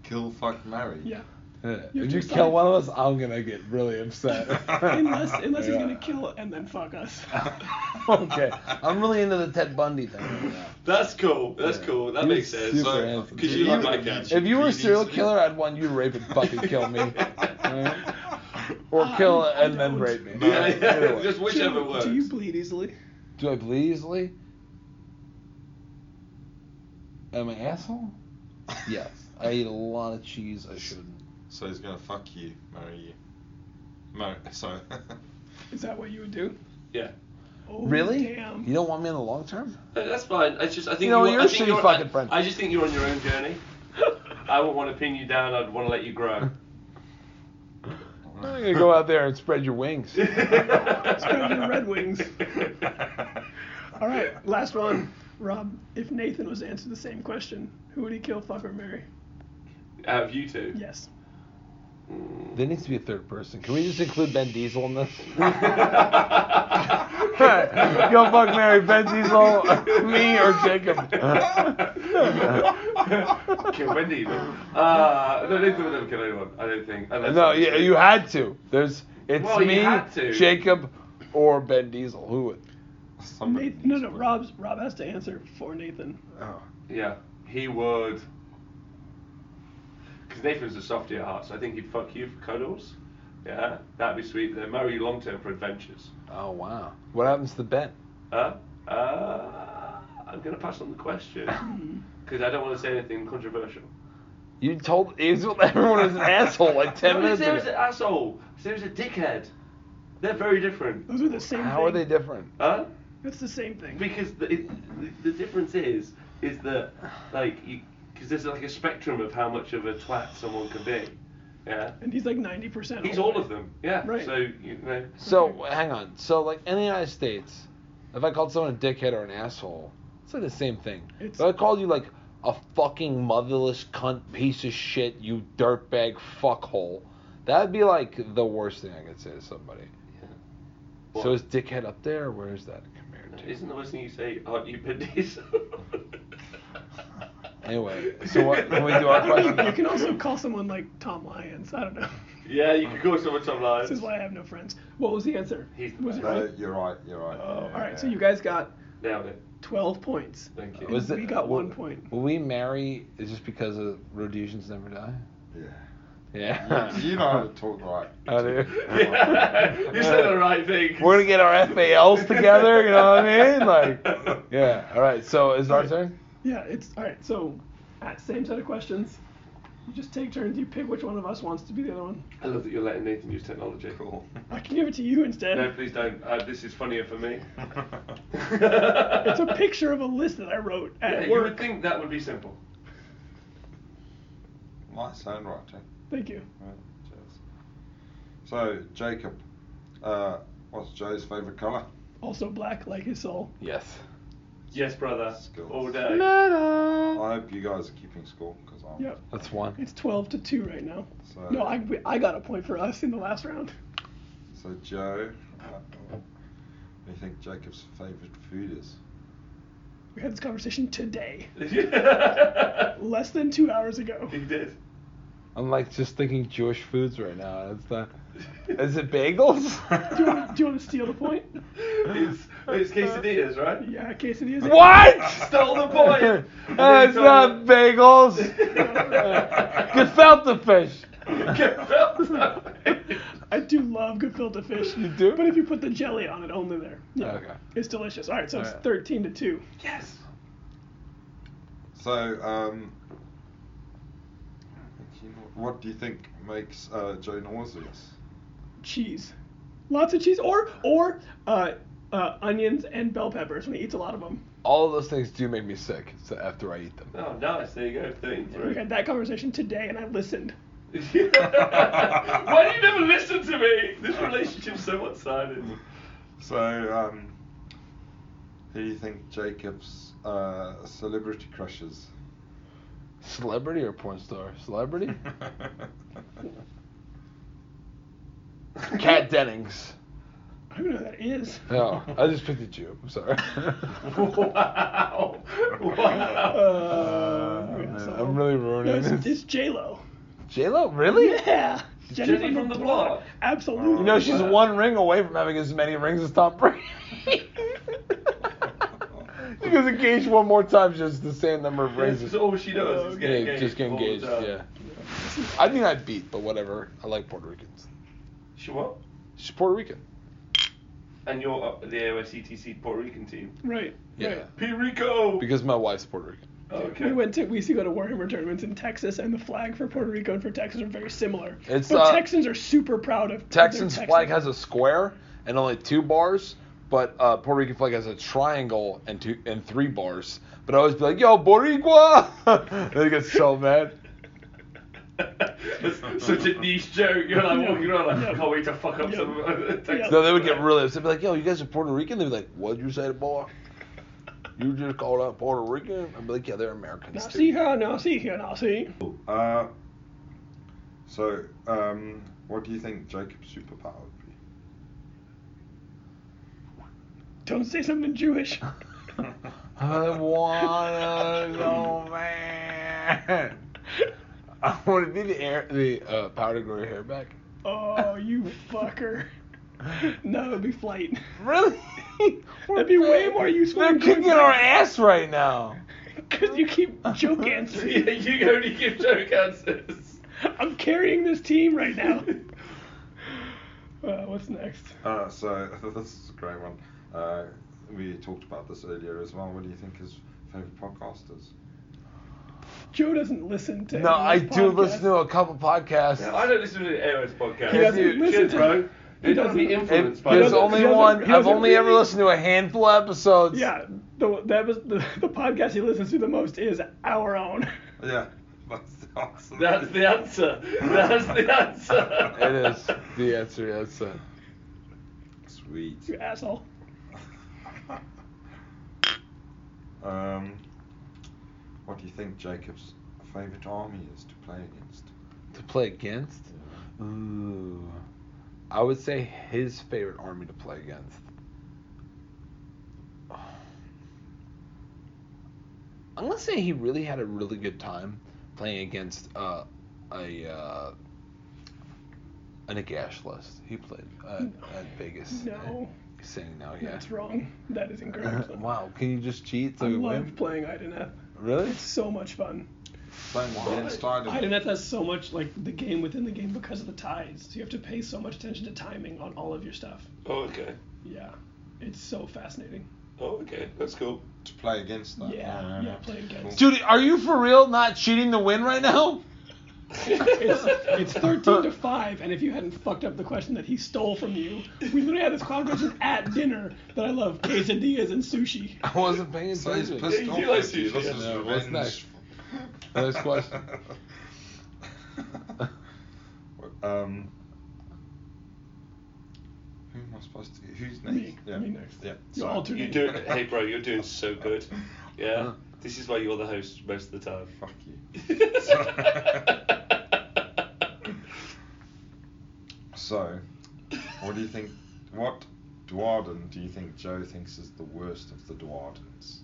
Kill, fuck, marry.
Yeah.
Yeah.
You
If you
just
kill
like-
one of us, I'm gonna get really upset.
Unless, unless he's
*laughs* Yeah.
gonna kill and then fuck us.
*laughs* *laughs* okay, I'm really into the Ted Bundy thing. Right now.
That's cool. That's
Yeah.
cool. That
He
makes
was
sense.
super
So,
handsome.
Because you
He
like
was
my
a
catch.
If you were a
Greedy
serial
idiot.
killer, I'd want you to rape and fucking kill
*laughs*
*laughs*
me. Alright? Or
Uh,
kill
I- I
and then
don't.
rape me.
Yeah,
Alright,
yeah,
either way.
just
Do you-
whichever works.
Do you bleed easily?
Do I bleed easily? Am I an asshole? Yes. I eat a lot of cheese. I shouldn't.
So he's gonna fuck you, marry you. Mar-
*laughs*
sorry.
Is that what you would do?
Yeah.
Oh,
really?
Damn.
You don't want me in the long
*laughs*
term?
No, That's fine. I just I think
You know,
you're,
you're a
I think
shitty
you're
fucking
I,
friend.
I just think you're on your
*laughs*
own journey. I wouldn't want to pin you down. I'd want to let you grow.
I'm gonna go out there and spread your
*laughs*
wings.
Spread
your
*laughs*
red wings. All right, last one. Rob, if Nathan was to answer the same question, who would he kill, fuck, or marry?
Out of you two.
Yes.
There needs to be a third person. Can we just include Ben Diesel in
*laughs*
this? *laughs* Go fuck Mary, Ben Diesel, *laughs* me, or
*laughs*
Jacob.
Kill Wendy. Uh, no, Nathan would never kill anyone. I don't think. Unless-
No, you, you had to. There's it's
Well, you
me,
had to.
Jacob, or Ben Diesel. Who would?
*laughs* Somebody
Nath- no,
needs
no,
one.
Rob's, Rob has to answer for Nathan.
Oh.
Yeah, he would. Because Nathan's a softy at heart, so I think he'd fuck you for cuddles. Yeah, that'd be sweet. Then marry you long term for adventures.
Oh wow. What happens to Ben?
Huh? Uh, I'm gonna pass on the question *laughs* because I don't want to say anything controversial.
You told you told *laughs* everyone was an asshole like ten
No,
minutes
Sam was an
ago.
asshole. Sam was a dickhead. They're very different.
Those are the same
How are they
thing.
different?
Huh?
That's the same thing.
Because the, it, the, the difference is is that like because there's like a spectrum of how much of a twat someone can be. Yeah.
and he's like 90%.
He's
old.
all of them. Yeah.
Right.
So you know.
So hang on. So like in the United States, if I called someone a dickhead or an asshole, it's like the same thing.
It's-
If I called you like a fucking motherless cunt piece of shit, you dirtbag fuckhole, that'd be like the worst thing I could say to somebody. So
What?
uh, is dickhead *laughs* up there? Where is that compared to?
Isn't the worst thing you say, aren't you Ben Diesel?
Anyway, so what- can we do our
I
question?
mean, you can also call someone like Tom Lyons. I don't
*laughs*
know.
Yeah, you could call someone Tom Lyons.
This is why I have no friends. What was the answer?
Uh, He's the
was
best.
it right?
No, you're right. You're right.
Oh, all right, so you guys got
Nailed it.
12 points.
Thank you.
And
Was
we
it-
got
wa-
one point.
Will we marry is just because of Rhodesians never die?
Yeah.
Yeah.
You, you know how to
*laughs*
talk right.
I do. *laughs*
Yeah, *laughs* you said the right thing.
We're gonna get our FALs together, you know what I mean?
*laughs*
Like Yeah. Alright, so is it our turn?
Yeah, it's all right. So, at same set of questions. You just take turns. You pick which one of us wants to be the other one.
I love that you're letting Nathan use technology.
Cool.
I can give it to you
*laughs*
instead.
No, please don't. Uh, this is funnier for me.
It's
it's
a picture
*laughs*
of a list that I wrote at
you would
work.
think that would be simple.
*laughs* Might sound right, eh?
Thank you.
Right, cheers. So Jacob, uh, What's Joe's favorite color?
Also black, like his soul.
Yes.
Yes, brother.
Skills.
All day.
I
Metal.
hope you guys are keeping score because I'm.
Yep.
That's one.
It's 12 to 2 right now.
So,
No, I, we- I got a point for us in the last round.
so Joe, uh, what do you think Jacob's favorite food is?
We had this conversation today,
*laughs* he
less than two hours ago.
did.
I'm like just thinking Jewish foods right now. It's
*laughs*
not. Is it bagels?
Do you, want to, do you want to steal the point?
It's, it's quesadillas, right? *laughs*
Yeah, quesadillas.
What?
Stole the point.
*laughs*
And
Uh,
then
it's
told
not
him- *laughs*
bagels. Gefilte fish.
Gefilte.
I do love gefilte fish.
You do?
But if you put the jelly on it only there. Yeah.
Okay.
It's delicious. All right, so it's
Alright.
13 to 2.
*laughs* Yes.
So, um, what do you think makes uh, Joe nauseous?
Cheese. Lots of cheese or or uh, uh, onions and bell peppers when he eats a lot of them.
All of those things do make me sick. So after I eat them.
Oh, nice. There you go.
We had
33. *laughs*
that conversation today and I listened.
Why do you never listen to me? This relationship's so one sided.
So, um, who do you think Jacob's uh, celebrity crushes?
Celebrity or porn star?
*laughs*
*laughs*
Celebrity? Kat Dennings.
I don't know who that is.
No, I just picked a Jew. I'm sorry.
Wow. *laughs*
Uh,
Wow.
yeah,
Uh, man,
so-
I'm really ruining
no, it's,
this.
it's J Lo.
J Lo, really?
Yeah.
Jenny from the block.
Absolutely.
You know she's
Wow.
one ring away from having as many rings as Tom Brady. she gets engaged one more time, she has the same number of rings.
That's all she does is get
yeah,
engaged.
just get
all the
engaged.
time.
Yeah. I think I beat, but whatever. I like Puerto Ricans.
She what?
She's Puerto Rican.
And you're up the AOSCTC Puerto Rican
*laughs*
team.
Right.
Yeah.
Right.
Perico!
Because my wife's Puerto Rican.
okay.
We went to we used to go to Warhammer tournaments in Texas, and the flag for Puerto Rico and for Texas are very similar.
It's,
but
uh,
Texans are super proud of their
Texan's flag has a square and only two bars, but uh, Puerto Rican flag has a triangle and two and three bars. But I always be like, "Yo, Boricua!" *laughs* they get so mad.
That's *laughs* Such a niche joke. You're like
Yeah.
walking around like,
Yeah.
I can't wait to fuck up
Yeah.
some
Yeah.
Texas.
No, they would get really upset. Be like, "Yo, you guys are Puerto Rican?" They'd be like, "What'd you say, boy? You just called out Puerto Rican?" I'd be like, "Yeah, they're Americans."
Now
too."
see here, now see here, now see.
Uh, so, um, what do you think Jacob's superpower would be?
Don't say something Jewish. *laughs*
I wanna go, man. *laughs* I want to be the air, the uh, power to grow your hair back.
Oh, you fucker. No, it'd
*laughs*
be flight. *laughs*
Really?
That'd be way more useful
They're
than going
kicking our
back.
ass right now.
Because you keep
*laughs*
joke answering.
*laughs* Yeah, you only give joke answers.
*laughs* I'm carrying this team
*laughs*
right now. Uh, what's next?
Uh, so, *laughs* this is a great one. Uh, we talked about this earlier as well. What do you think his favorite podcast is?
Joe doesn't listen to.
No, I
anyone's
do
podcast.
listen to a couple podcasts.
Yeah, I don't listen to the Airways podcast.
He doesn't
Dude,
listen
Shit,
to
bro. They don't
doesn't-
be influenced
It-
by
there's
that.
only
He doesn't-
one.
he
I've
doesn't
only ever
really-
listened to a handful of episodes.
Yeah, the, that was the, *laughs* the podcast he listens to the most is our own. *laughs*
Yeah, *laughs* that's the answer.
That's the answer. That's the answer.
It is the answer. uh, That's it.
*laughs*
Sweet.
You asshole.
*laughs* um, what do you think Jacob's favorite army is to play against?
To play against? Ooh. I would say his favorite army to play against. I'm gonna say he really had a really good time playing against uh, a uh, a Nagash list. He played uh, at Vegas.
No.
He's saying no, yeah.
That's wrong. That is incorrect.
*laughs* wow, can you just cheat so
I
you
love
win?
playing Ideneth. *laughs*
Really?
It's so much fun.
Playing against Ireland.
Ideneth has so much like the game within the game because of the tides. You have to pay so much attention to timing on all of your stuff.
Oh, okay.
Yeah, it's
*laughs*
so fascinating.
Oh, okay. That's cool.
To play against that.
Yeah, yeah, play against.
Dude, are you for real not cheating to win right now?
It's, it's
*laughs*
13 to 5, and if you hadn't fucked up the question that he stole from you, we literally had this conversation at dinner that I love quesadillas and sushi.
I wasn't paying
So he's
attention.
pissed
Yeah,
off
you like
at you.
sushi,
This
yeah.
is
No, what's
revenge. *laughs*
next? Next question.
um, who am I supposed to? Who's next? Yeah.
me next.
Yeah.
You're
sorry.
alternate.
You're doing, hey bro, you're doing so good.
Uh-huh.
Yeah, this is why you're the host most of the time.
*laughs* Fuck
*laughs*
you. So, what do you think? What Dwarden do you think Joe thinks is the worst of the Dwardens?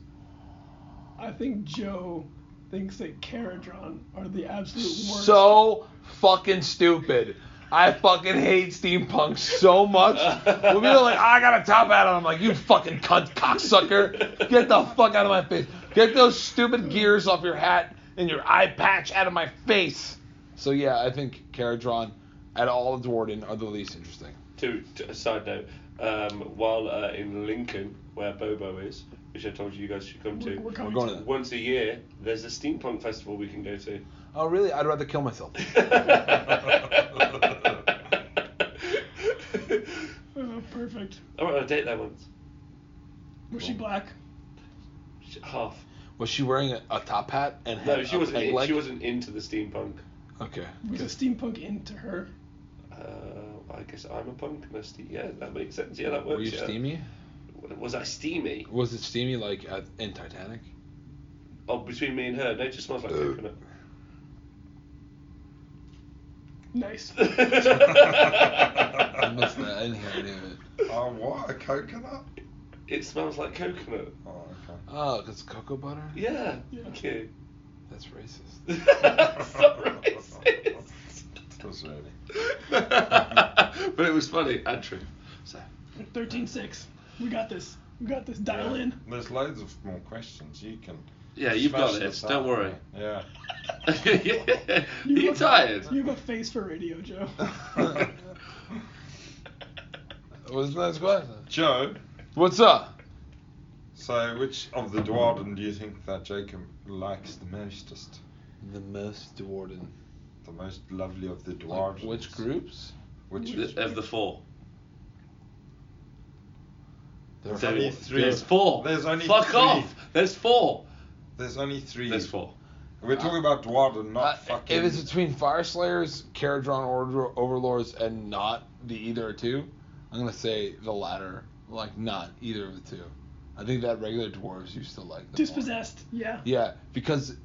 I think Joe thinks that Caradron are the absolute worst.
so fucking stupid. I fucking hate steampunk so much. When people are like, I got a top hat on, I'm like, you fucking cunt cocksucker. Get the fuck out of my face. Get those stupid gears off your hat and your eye patch out of my face. So yeah, I think Caradron at all of Dwarden are the least interesting.
*laughs* to, to a side note, um, while uh, in Lincoln, where Bobo is, which I told you you guys should come
We're,
to,
we're coming
We're going
to-
to that.
once a year there's a steampunk festival we can go to.
Oh really? I'd rather kill myself.
I
Oh, perfect.
went on a date there once.
Was she black?
Sh- Half.
Was she wearing a, a top hat and had
No, she
a
wasn't.
peg
In,
leg?
she wasn't into the steampunk.
Okay.
Was a steampunk into her?
Uh, I guess I'm a punk. And a ste- yeah, that makes sense. Yeah, that works.
Were you
yeah.
steamy?
Was I steamy?
Was it steamy like at, in Titanic?
Oh, between me and her, no, it just smells
*laughs*
like coconut.
Nice.
*laughs* I missed that. I didn't hear any of it.
Oh, what? A coconut?
It smells like coconut.
Oh, okay.
Uh,
Oh, 'cause cocoa butter?
Yeah.
Yeah.
Thank you. *laughs*
That's racist.
*laughs*
That's not *laughs* racist.
Does really.
*laughs* but it was funny and *laughs* true. So.
13-6. We got this. We got this. Dial in.
There's loads of more questions. You can.
Yeah, you've
smash
got this.
this
Don't
out.
worry.
Yeah.
Are
You
you
have a-
tired?
You have a face for
*laughs*
radio, Joe.
What's the next question?
*laughs* Joe,
What's up?
so which of the Dwarden do you think that Jacob likes the mostest?
The most Dwarden.
The most lovely of the
Like,
Dwardens?
which groups?
Which
Th- Of the four.
There
So- only
are
There's
three.
There's four.
There's only
Fuck
three.
off. There's four.
There's only three.
There's four.
We're talking about Dwarden, not
Uh,
fucking.
if it's between Fire Slayers, Caradron Order, Overlords, and not the either or two, I'm gonna say the latter. Like not either of the two. I think that regular dwarves you still like. Them more.
Dispossessed. Yeah.
Yeah, because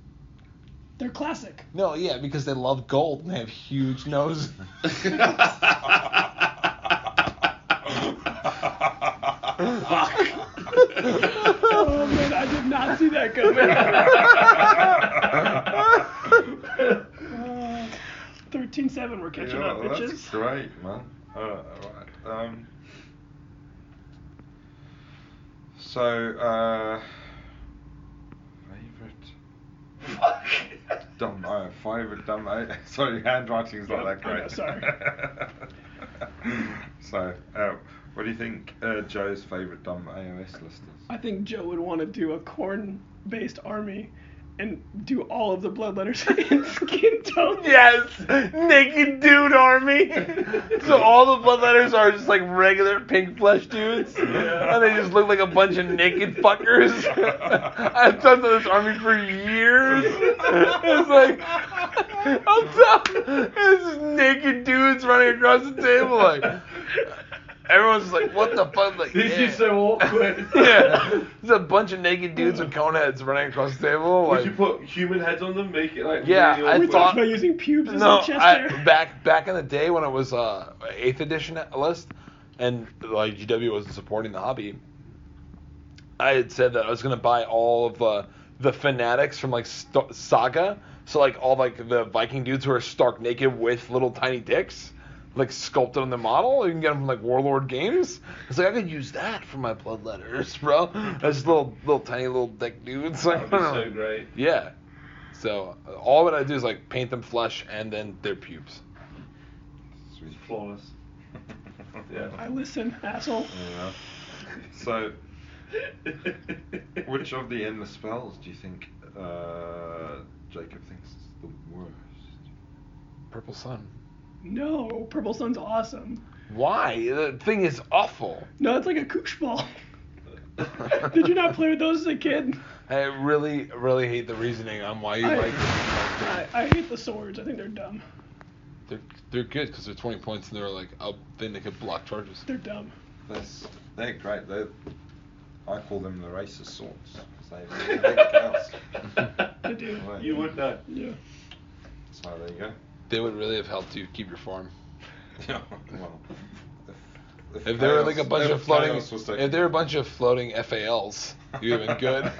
They're classic.
no, yeah, because they love gold and they have huge noses.
Oh man, I did not see that coming. Uh, Thirteen seven, we're catching
Yeah,
up, bitches.
That's
*laughs*
great, man. Alright, alright. Um, so, uh, favorite. Dumb, uh, favorite dumb. Uh, *laughs* sorry, handwriting's not
Yeah,
that
I know,
great.
sorry.
*laughs* so, uh, what do you think uh, Joe's favorite dumb AOS list is?
I think Joe would want to do a corn based army and do all of the blood letters *laughs* and skin tone.
Yes, naked dude army. *laughs* so all the bloodletters are just like regular pink flesh dudes,
Yeah.
and they just look like a bunch of naked fuckers. *laughs* I've done this army for years. It's like I'm done. It's just naked dudes running across the table. Like everyone's just like, what the fuck? Like yeah.
awkward.
*laughs* yeah, there's a bunch of naked dudes with cone heads running across the table.
Would
Like
you put human heads on them? Make it like
Oh, Yeah,
really
I
We
awkward?
talked
thought-
about using pubes as
no,
a chest
I,
*laughs* hair.
back back in the day when it was uh eighth edition list, and like GW wasn't supporting the hobby. I had said that I was gonna buy all of uh, the fanatics from like St- Saga, so like all like the Viking dudes who are stark naked with little tiny dicks, like sculpted on the model. You can get them from like Warlord Games. I was like, I could use that for my blood letters, *laughs* bro. That's little little tiny little dick dudes.
That'd
*laughs*
be so great.
Yeah. So uh, all that I do is like paint them flesh and then their pubes.
Sweet.
Flawless.
*laughs*
Yeah.
I listen, asshole.
Yeah. So, Which of the endless spells do you think uh, Jacob thinks is the worst?
Purple sun.
No, Purple Sun's awesome.
Why? The thing is awful.
No, it's like a koosh ball. *laughs* Did you not play with those as a kid?
I really, really hate the reasoning on why you
I-
like.
I, I hate the swords. I think they're dumb.
They're they're good because they're 20 points and they're like up. Then they could block charges.
They're dumb.
That's, *laughs* they're great. They're, I call them the racist sorts. 'cause They
*laughs*
really kick ass.
They do.
*laughs*
Right.
You would know.
Yeah.
So there you go.
They would really have helped you keep your farm.
*laughs* Yeah, well,
If they were like a
chaos-
bunch
if
of floating,
chaos was taken
if they were a bunch of *laughs* floating FALs, you'd have been *laughs*
*laughs*
good.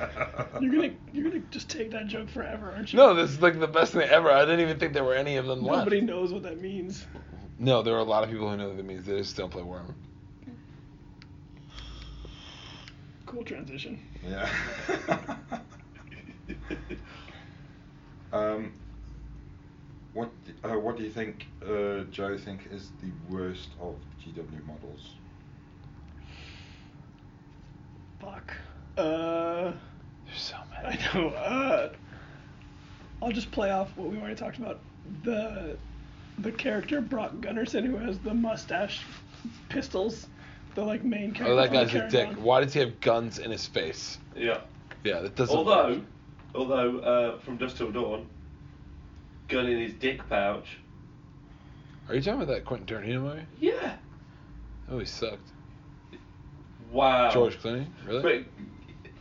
You're gonna you're gonna just take that joke forever, aren't you?
no, this is like the best thing ever. I didn't even think there were any of them left.
Nobody knows what that means.
No, there are a lot of people who know what it means. They just don't play Warhammer.
Cool transition.
Yeah. *laughs* um, what d- uh, what do you think, uh, Joe? Think is the worst of GW models?
Fuck. Uh,
There's so
I
many.
know. Uh, I'll just play off what we already talked about. The the character Brock Gunnarsson who has the mustache pistols, the like main character.
Oh, that
from the
guy's a
Karen
dick.
Dawn.
Why does he have guns in his face?
Yeah.
Yeah, that doesn't.
Although,
work.
although uh, from dusk till dawn, gun in his dick pouch.
are you talking about that Quentin Tarantino movie?
Yeah.
Oh, he sucked.
Wow.
George Clooney, really?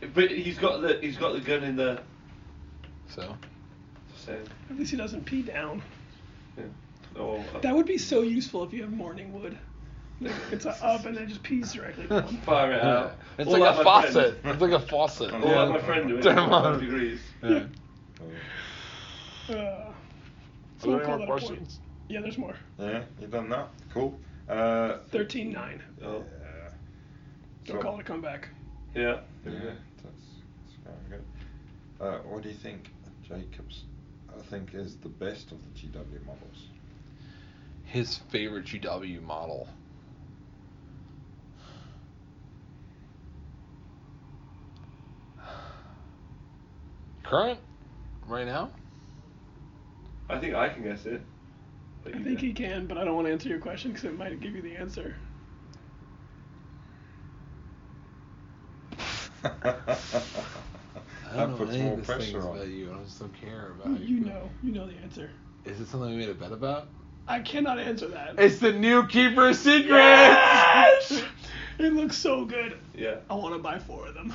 But, but he's got the he's got the gun in the.
So,
So,
At least he doesn't pee down.
yeah. oh, uh,
That would be so *laughs* useful if you have morning wood. Like, It's a up and it just pees
*laughs*
directly down.
Fire it out.
it's
All
like a
that my friend-
faucet. It's like a faucet.
All
Yeah.
that my friend doing.
Turn 'em on.
5 degrees. *laughs*
Yeah.
Uh,
Are there
we'll
any more
call that a point.
questions?
Yeah, there's more.
Yeah, you've done that. Cool. Uh,
13 9.
Oh,
yeah.
Don't call it a comeback.
yeah.
Yeah, that's, that's very good. Uh, what do you think, Jacobs? I think is the best of the GW models.
His favorite GW model. Current, right now.
I think I can guess it. But
I
you
think
can.
he can, but I don't want to answer your question because it might give you the answer.
I don't
that
know
puts
any
more
of these things
pressure on.
about you. I just don't care about
You
you.
know, you know the answer.
Is it something we made a bet about?
I cannot answer that.
It's the new keeper secret.
Yes! it looks so good.
Yeah. *laughs*
I want to buy four of them.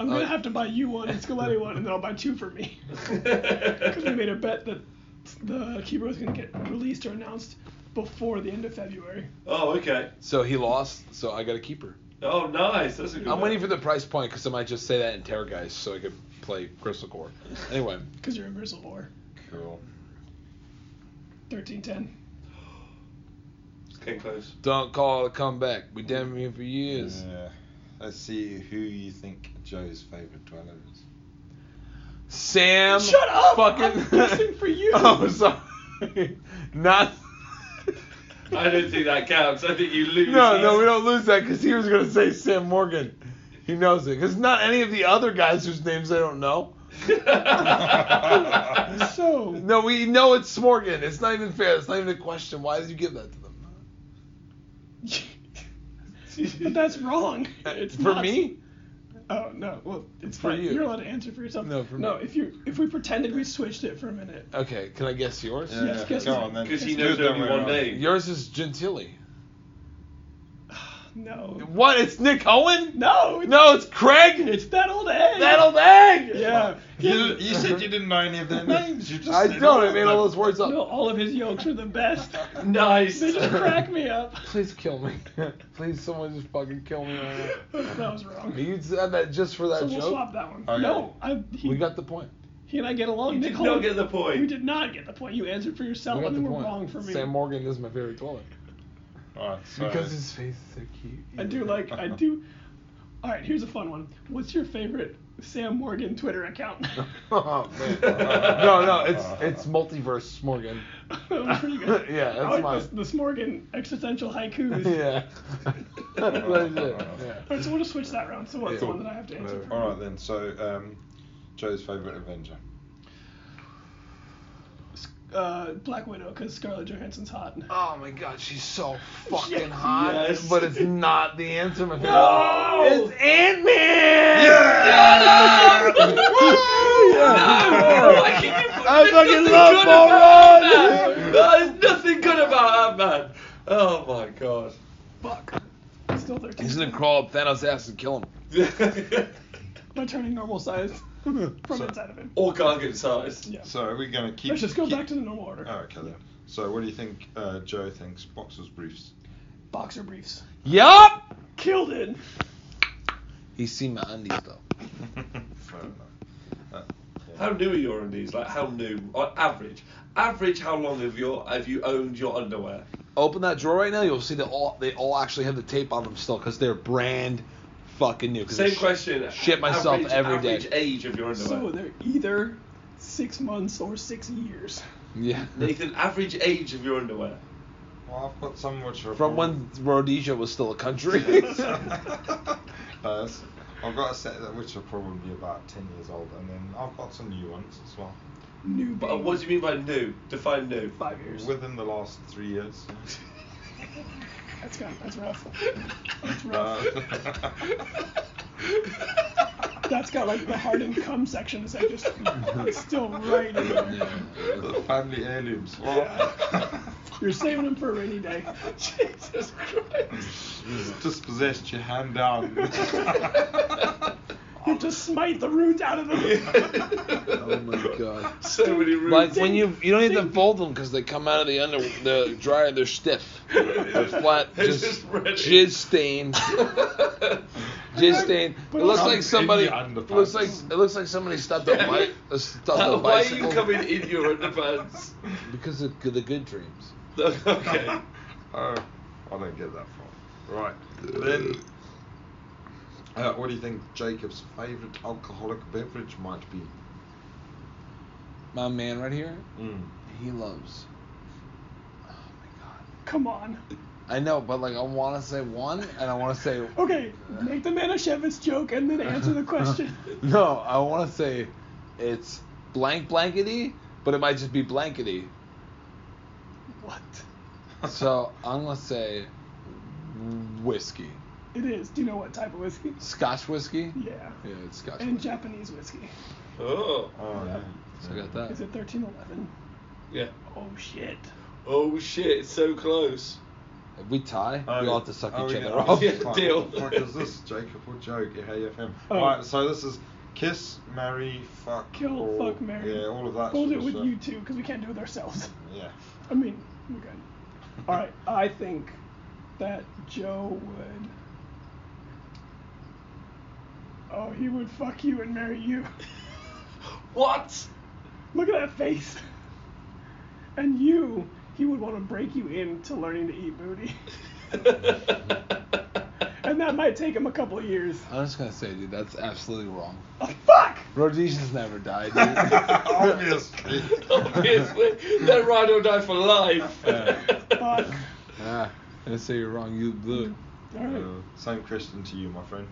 I'm
Uh,
gonna have to buy you one and Scaletti one, and then I'll buy two for
*laughs*
me. Because we made a bet that the Keeper was gonna get released or announced before the end of February.
Oh, okay.
So he lost. So I got a keeper.
Oh, nice. That's a good.
I'm
one.
waiting for the price point because I might just say that in Terror Guys so I could play Crystal Core. Anyway,
Because you're a Gristle War.
Cool.
Thirteen ten. *laughs*
Came close.
don't call it a comeback. We damn here for years.
Yeah. Let's see who you think Joe's favorite dweller is.
Sam.
Shut up!
Fucking.
I'm guessing
*laughs*
for you.
oh, sorry.
*laughs*
Not.
I don't think that counts. I think you lose.
No, no,
He's-
we don't lose that because he was gonna say Sam Morgan. He knows it because not any of the other guys whose names I don't know.
*laughs*
*laughs*
So
No, we know it's Smorgan. It's not even fair. It's not even a question. Why did you give that to them?
but that's wrong. Uh, It's
Uh, for
not-
me.
Oh no. Well, it's
For
fine.
you.
You're allowed to answer for yourself.
No, for
no.
me.
If you if we pretended we switched it for a minute.
Okay, can I guess yours?
Yeah,
Yes, guess
go
mine.
on then.
Because he
Yes,
knows
do it that
only
way
one
around.
name.
Yours is Gentili.
No.
What? It's Nick Owen?
No. it's-
No, it's Craig.
*laughs* It's that old egg.
That old egg.
Yeah.
You,
*laughs*
you said you
*laughs*
didn't know any of their names. You just
I
said
don't.
all
I
of
made all those words up.
No, all of his yolks are
*laughs*
the best.
Nice.
They just crack me up.
Please kill me. Please, someone just fucking kill me right
*laughs* that was wrong.
now. You said that just for that
so
joke.
we'll swap that one.
Okay.
No, I, he,
We got the point.
he and I get along.
You
Nick
did
Holland-
not get the point.
You did not get the point. You answered for yourself,
we got
and
the
then were
point.
wrong for me.
Sam Morgan is my favorite dweller.
Alright, so
Because his face is so cute.
I do like. I do. All right, here's a fun one. What's your favorite Sam Morgan
*laughs*
Twitter account?
*laughs*
*laughs*
oh, man. no, no, it's it's multiverse Morgan.
that was pretty
*laughs*
good.
Yeah,
I
that's
like
mine.
this, this Morgan existential haikus.
*laughs* yeah. That's it, yeah.
All right, so we'll just switch that round. So what's the
Yeah.
one that I have
*laughs*
to answer for?
Alright then, so um, Joe's favourite Avenger.
Uh, Black Widow, because Scarlett Johansson's hot.
*laughs* Oh my god, she's so fucking
Yes.
hot.
Yes.
But it's not the answer, my favorite.
No!
It's Ant Man!
No! Uh,
I fucking love Paul Rudd!
Ah,
man. Oh my
*laughs*
god.
Fuck. I'm still 13.
He's gonna crawl up Thanos' ass and kill him.
By turning normal size *laughs* from inside
oh,
of him.
All gargant size.
Yeah.
So are we gonna keep?
Let's just go
keep-
back to the normal order.
Oh, okay then. So what do you think uh, Joe thinks?
*laughs*
Boxers briefs.
Boxer briefs.
Yup.
Killed it.
He's seen my undies though.
Fair enough. Uh,
How new are your undies? Like how new? On average, average, how long have your have you owned your underwear?
Open that drawer right now. You'll see that all they all actually have the tape on them still because they're brand fucking new. 'Cause I
Same
sh-
question.
Shit myself
average,
every day.
average age of your underwear.
So they're either six months or six years.
Yeah.
Nathan, average age of your underwear.
well, I've got some which
*laughs*
are
From when *laughs* Rhodesia was still a
*laughs*
country.
*laughs* Uh, s- I've got a set that which are probably about ten years old, and then I've got some new ones as well
New
But what do you mean by new? Define new.
Five
*laughs*
years.
within the last three years.
That's kind that's rough. That's rough.
*laughs* Uh,
That's got like the hardened
*laughs*
cum section. Is that just it's still right in there?
the family heirlooms. Well,
You're saving them for a rainy day. *laughs*
Jesus Christ.
*laughs* dispossessed your hand down.
You just smite the roots out
*laughs*
of them.
oh my god.
So many roots.
Like when you you don't even fold them because they come out of the under the dryer they're stiff, they're flat,
*laughs* They're
just
just ready.
jizz
*laughs*
stained, jizz stained. It
But
looks
I'm
like somebody.
in the
It looks like
underpants.
it looks like somebody stuffed
*laughs*
a bike. Stuffed a
Why are you
bicycle.
coming in your
*laughs*
underpants? *laughs*
Because of the good dreams.
okay.
Oh, I don't get that far. Right. Then, uh, what do you think Jacob's favourite alcoholic beverage might be?
My man right here,
Mm.
he loves. Oh my
Come on.
god. I know, but like I want to say one, and I want to say.
*laughs* Okay, make the Manischewitz joke and then answer the question.
*laughs* no, I want to say, it's blank blankety, but it might just be
*laughs*
blankety.
what?
So I'm gonna say whiskey,
It is. Do you know what type of whiskey?
Scotch whiskey.
Yeah.
Yeah, it's Scotch.
And
whiskey.
Japanese whiskey.
Oh.
Oh, yeah.
So I got
Is
that.
it 1311?
Yeah.
Oh shit.
Oh shit, it's so close. *gasps*
If we tie, we all have to suck
Oh,
each
*laughs* yeah.
other
Oh,
off.
yeah.
*laughs*
fine.
Deal.
What is this? Jacob or Joe? Yeah, Hey FM.
Oh.
Right, so this is kiss, marry, fuck,
Kill,
or-
fuck, marry.
Oh, Yeah, all of that.
Hold
sort
it
of
with
stuff.
you two because we can't do it ourselves.
Yeah. *laughs*
I mean, we can. All right, I think that Joe would. Oh, he would fuck you and marry you. *laughs*
What? *laughs*
Look at that face. And you, he would want to break you into learning to eat booty. And that might take him a couple of years.
I'm just gonna say, dude, that's absolutely wrong.
Oh, fuck!
Rhodesians never die, dude. *laughs*
Obviously.
Obviously, that ride or die
*laughs*
for life.
Fuck.
ah, I didn't say you're wrong. You blew.
*laughs* All right.
Uh, same question to you, my
*laughs*
friend.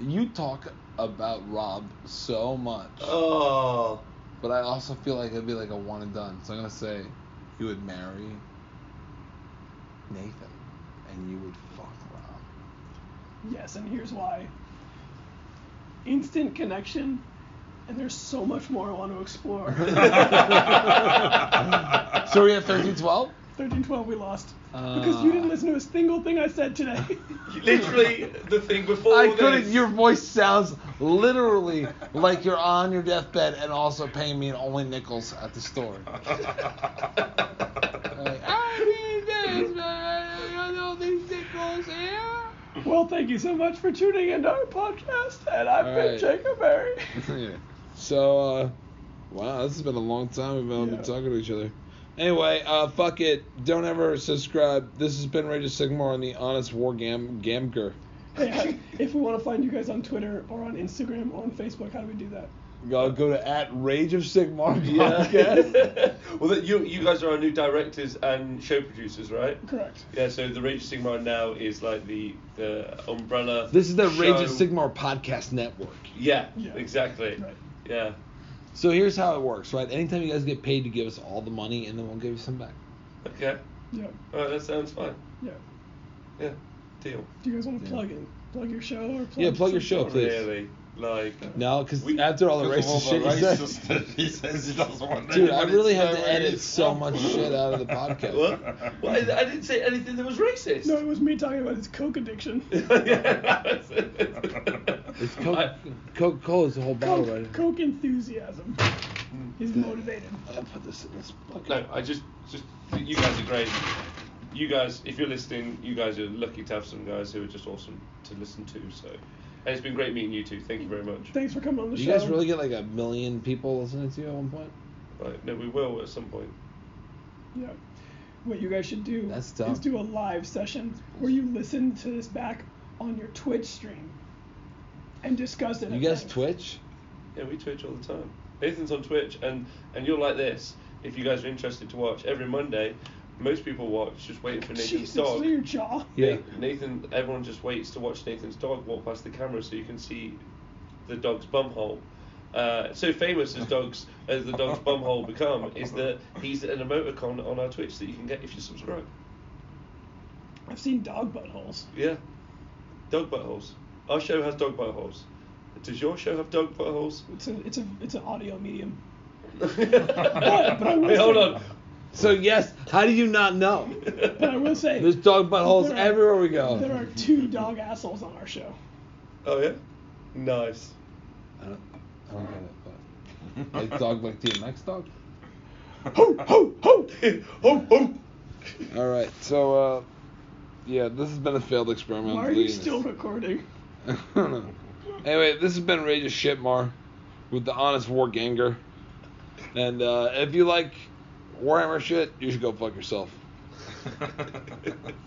it. You talk about Rob so much,
oh.
but I also feel like it'd be like a one and done. So I'm gonna say, you would marry Nathan, and you would fuck Rob.
Yes, and here's why. Instant connection, and there's so much more I want to *laughs* explore.
*laughs* So we have 1312.
1312 we lost because you didn't listen to a single thing I said today.
Literally, the thing before
I
this.
couldn't. Your voice sounds literally like you're on your deathbed and also paying me only nickels at the *laughs* store. Like, I need this, man. I got all these nickels here.
well, thank you so much for tuning into our podcast, and I've
All
been
right.
Jacob Berry.
*laughs* yeah. So, uh, wow, this has been a long time we've all
Yeah.
been talking to each other. Anyway, uh, fuck it. Don't ever subscribe. This has been Rage of Sigmar on the Honest War Gam Gamger.
hey, hi- if we want to find you guys on Twitter or on Instagram or on Facebook, how do we do that?
Go go to at Rage of Sigmar podcast. *laughs*
Yeah. *laughs* well, that- you you guys are our new directors and show producers, right?
Correct.
Yeah. So the Rage of Sigmar now is like the the umbrella.
This is the Rage of
show-
Sigmar podcast network.
Yeah,
Yeah.
Exactly.
Right.
Yeah.
So here's how it works, right? Anytime you guys get paid to give us all the money, and then we'll give you some back.
Okay.
Yeah,
All right. That sounds fine.
yeah.
Yeah. Deal.
Do you guys want to plug in? Plug your show or plug
Yeah, plug your
something?
show, please.
Really. Like,
No, because
We-
after
*laughs*
all the
Because
racist
of
shit
all the
you said.
racist shit he says he doesn't want
Dude, I
anybody
really
to
had
know
to
where
edit
he's
so
from.
much shit out
*laughs*
of the podcast.
what? Well, I, I didn't say anything that was racist.
No, it was me talking about his
*laughs*
coke addiction.
It's
*laughs*
*laughs*
I-
Coca Coca Cola's a whole bottle right Mm.
coke,
here.
coke enthusiasm. He's motivated.
I put this in this bucket.
No, I just, just you guys are great. You guys, if you're listening, you guys are lucky to have some guys who are just awesome to listen to. So, and it's been great meeting you two. Thank you very much.
Thanks for coming on the
Did
show.
you guys really get like a million people listening to you at one point?
Right, no, we will at some point.
Yeah. What you guys should do
That's dumb.
is do a live session where you listen to this back on your Twitch stream and discuss it.
You
at
guys
length.
Twitch?
Yeah, we Twitch all the time. Nathan's on Twitch, and and you're like this. If you guys are interested to watch every Monday, most people watch just waiting for Nathan's
Jesus,
dog.
look at your jaw.
Yeah.
Nathan, everyone just waits to watch Nathan's dog walk past the camera so you can see the dog's bumhole. Uh, so famous as dogs as the dog's bumhole become is that he's an emoticon on our Twitch that you can get if you subscribe.
I've seen dog buttholes.
Yeah, dog buttholes. Our show has dog buttholes. Does your show have dog
*laughs*
buttholes? *laughs*
It's a it's a it's an audio medium. but I will
Wait, hold
say-
on.
So yes, how do you not
*laughs*
know?
But I will say
There's dog buttholes
there are-
everywhere we go.
There are two dog assholes on our show.
*laughs* Oh yeah, nice.
I don't, I don't get it, but like dog like DMX dog.
Ho ho
*laughs*
ho.
Oh oh.
All right, so uh, yeah, this has been a failed experiment.
Why are you still recording?
I don't know. *laughs* Anyway, this has been Rage of Shitmar with the Honest Warganger. And uh, if you like Warhammer shit, you should go fuck yourself.
*laughs*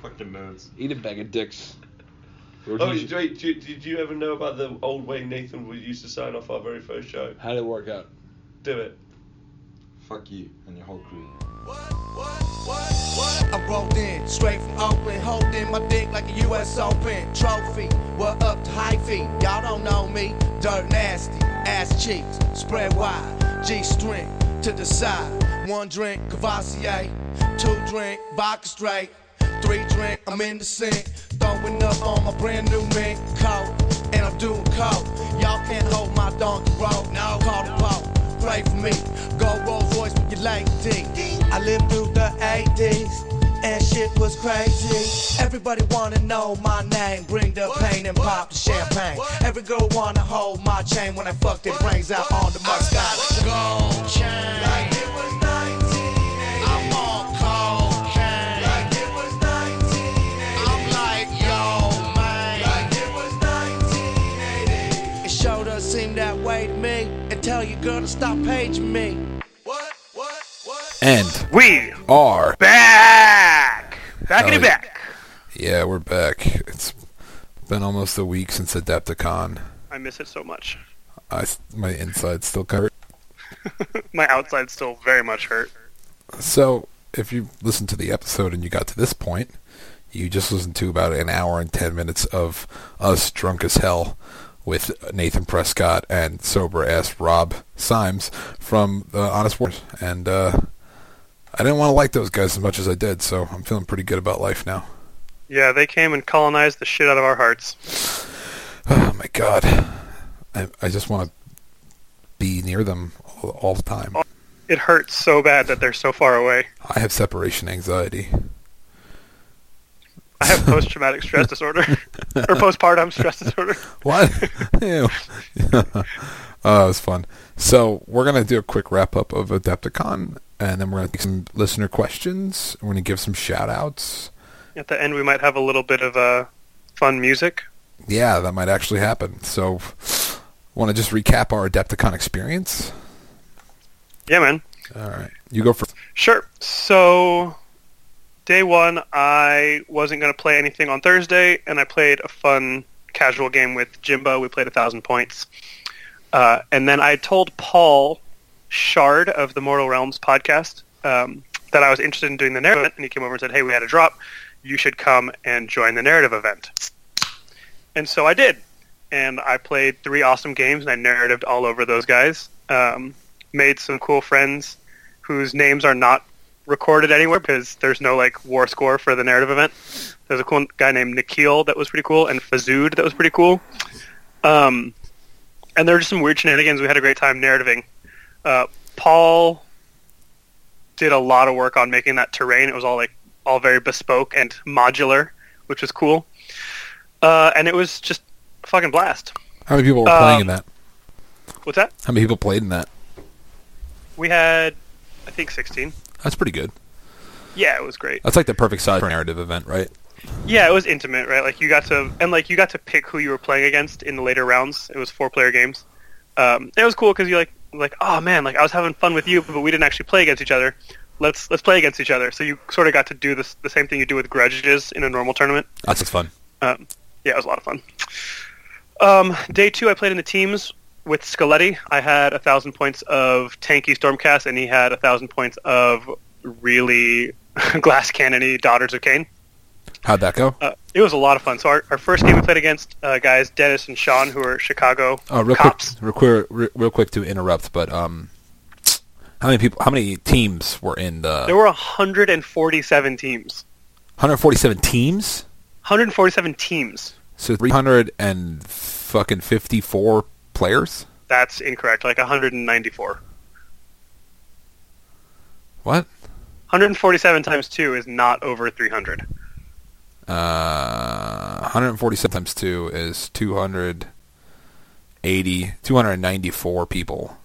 Fucking nerds.
Eat a bag of dicks. Or
Oh,
you should-
wait, did, did you ever know about the old way Nathan would used to sign off our very first show?
How did it work out?
Do it.
Fuck you and your whole crew.
I rolled in straight from Oakland, holding my dick like a U.S. Open trophy. We're up to high feet. Y'all don't know me. Dirt nasty, ass cheeks, spread wide, G string to the side. One drink Cavassier, two drink vodka straight, three drink I'm in the sink. Throwing up on my brand new mink coat, and I'm doing coke. Y'all can't hold my donkey road. No, call the pope pray for me. Go Rolls Royce with your lady. I lived through the 80s and shit was crazy. Everybody wanna know my name. Bring the pain and pop the champagne. Every girl wanna hold my chain when I fuck their brains out on the must got a gold chain. Like it was 1980. I'm on cocaine. Like it was 1980. I'm like, yo, man. Like it was 1980. It sure does seem that way to me. And tell your girl to stop paging me. What? What? What?
And
We
are
back. Back
in
in
the
the back.
yeah, we're back. It's been almost a week since Adepticon.
I miss it so much.
I s- my inside's still covered.
My outside's still very much hurt.
So if you listened to the episode and you got to this point, you just listened to about an hour and ten minutes of us drunk as hell with Nathan Prescott and sober ass Rob Symes from the Honest Wars, and uh, I didn't want to like those guys as much as I did, so I'm feeling pretty good about life now.
Yeah, they came and colonized the shit out of our hearts.
*sighs* Oh my god. I, I just want to be near them all, all the time.
Oh, It hurts so bad that they're so far away.
I have separation anxiety.
I have post traumatic
*laughs*
stress disorder or postpartum stress disorder.
What? Ew. oh, it was fun. So, we're going to do a quick wrap up of Adepticon, and then we're going to take some listener questions. We're going to give some shout outs.
At the end, we might have a little bit of uh, fun music.
Yeah, that might actually happen. So, want to just recap our Adepticon experience?
Yeah, man.
All right. You go first.
Sure. So, day one, I wasn't going to play anything on Thursday, and I played a fun casual game with Jimbo. We played a thousand points, uh, and then I told Paul Shard of the Mortal Realms podcast um, that I was interested in doing the narrative, event, and he came over and said, "Hey, we had a drop. You should come and join the narrative event." And so I did, and I played three awesome games, and I narratived all over those guys. Um, made some cool friends whose names are not recorded anywhere because there's no like war score for the narrative event. There's a cool guy named Nikhil that was pretty cool, and Fazood that was pretty cool. Um,
and there were just some weird shenanigans. We had a great time narrating. Uh, Paul did a lot of work on making that terrain. It was all like all very bespoke and modular, which was cool. Uh, and it was just a fucking blast. Uh,
How many people were playing in that?
What's that?
How many people played in that?
We had, I think, sixteen.
That's pretty good.
Yeah, it was great.
That's like the perfect size narrative event, right?
Yeah, it was intimate, right? Like you got to and like you got to pick who you were playing against in the later rounds. It was four player games. Um, it was cool because you like like oh man, like I was having fun with you, but we didn't actually play against each other. Let's let's play against each other. So you sort of got to do this the same thing you do with grudges in a normal tournament.
That's just fun.
Um, yeah, it was a lot of fun. Um, day two, I played in the teams with Scaletti. I had a thousand points of tanky Stormcast, and he had a thousand points of really *laughs* glass cannony Daughters of Cain.
How'd that go?
Uh, it was a lot of fun. So our, our first game we played against uh, guys Dennis and Sean, who are Chicago
Oh, real
cops.
quick, real quick, re- real quick to interrupt, but um, how many people? How many teams were in the
There were 147 teams.
147 teams?
147 teams.
So 300 and fucking 54 players.
That's incorrect. Like 194.
What?
147 times two is not over 300.
Uh, 147 times two is 280, 294 people.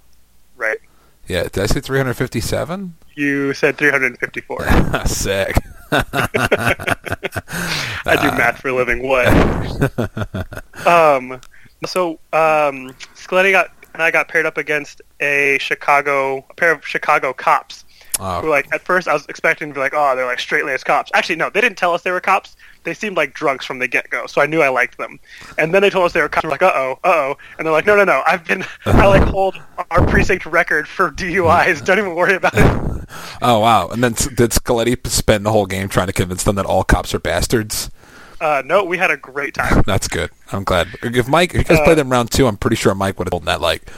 Right.
Yeah, did I say 357?
You said 354.
*laughs*
*laughs*
Sick. Uh,
I do math for a living.
*laughs*
What? um, so um, Scaletti got and I got paired up against a Chicago a pair of Chicago cops.
Oh.
Who like at first I was expecting to be like, oh, they're like straight laced cops. Actually, no, they didn't tell us they were cops. They seemed like drunks from the get go, so I knew I liked them. And then they told us they were cops. We're like, uh oh, uh oh, and they're like, no, no, no. I've
*laughs*
been I like hold our precinct record for DUIs. Don't even worry about it.
*laughs* Oh wow! And then s- did Scaletti p- spend the whole game trying to convince them that all cops are bastards?
Uh, no, we had a great time.
That's good. I'm glad. If Mike, if you guys played them round two, I'm pretty sure Mike would have told that like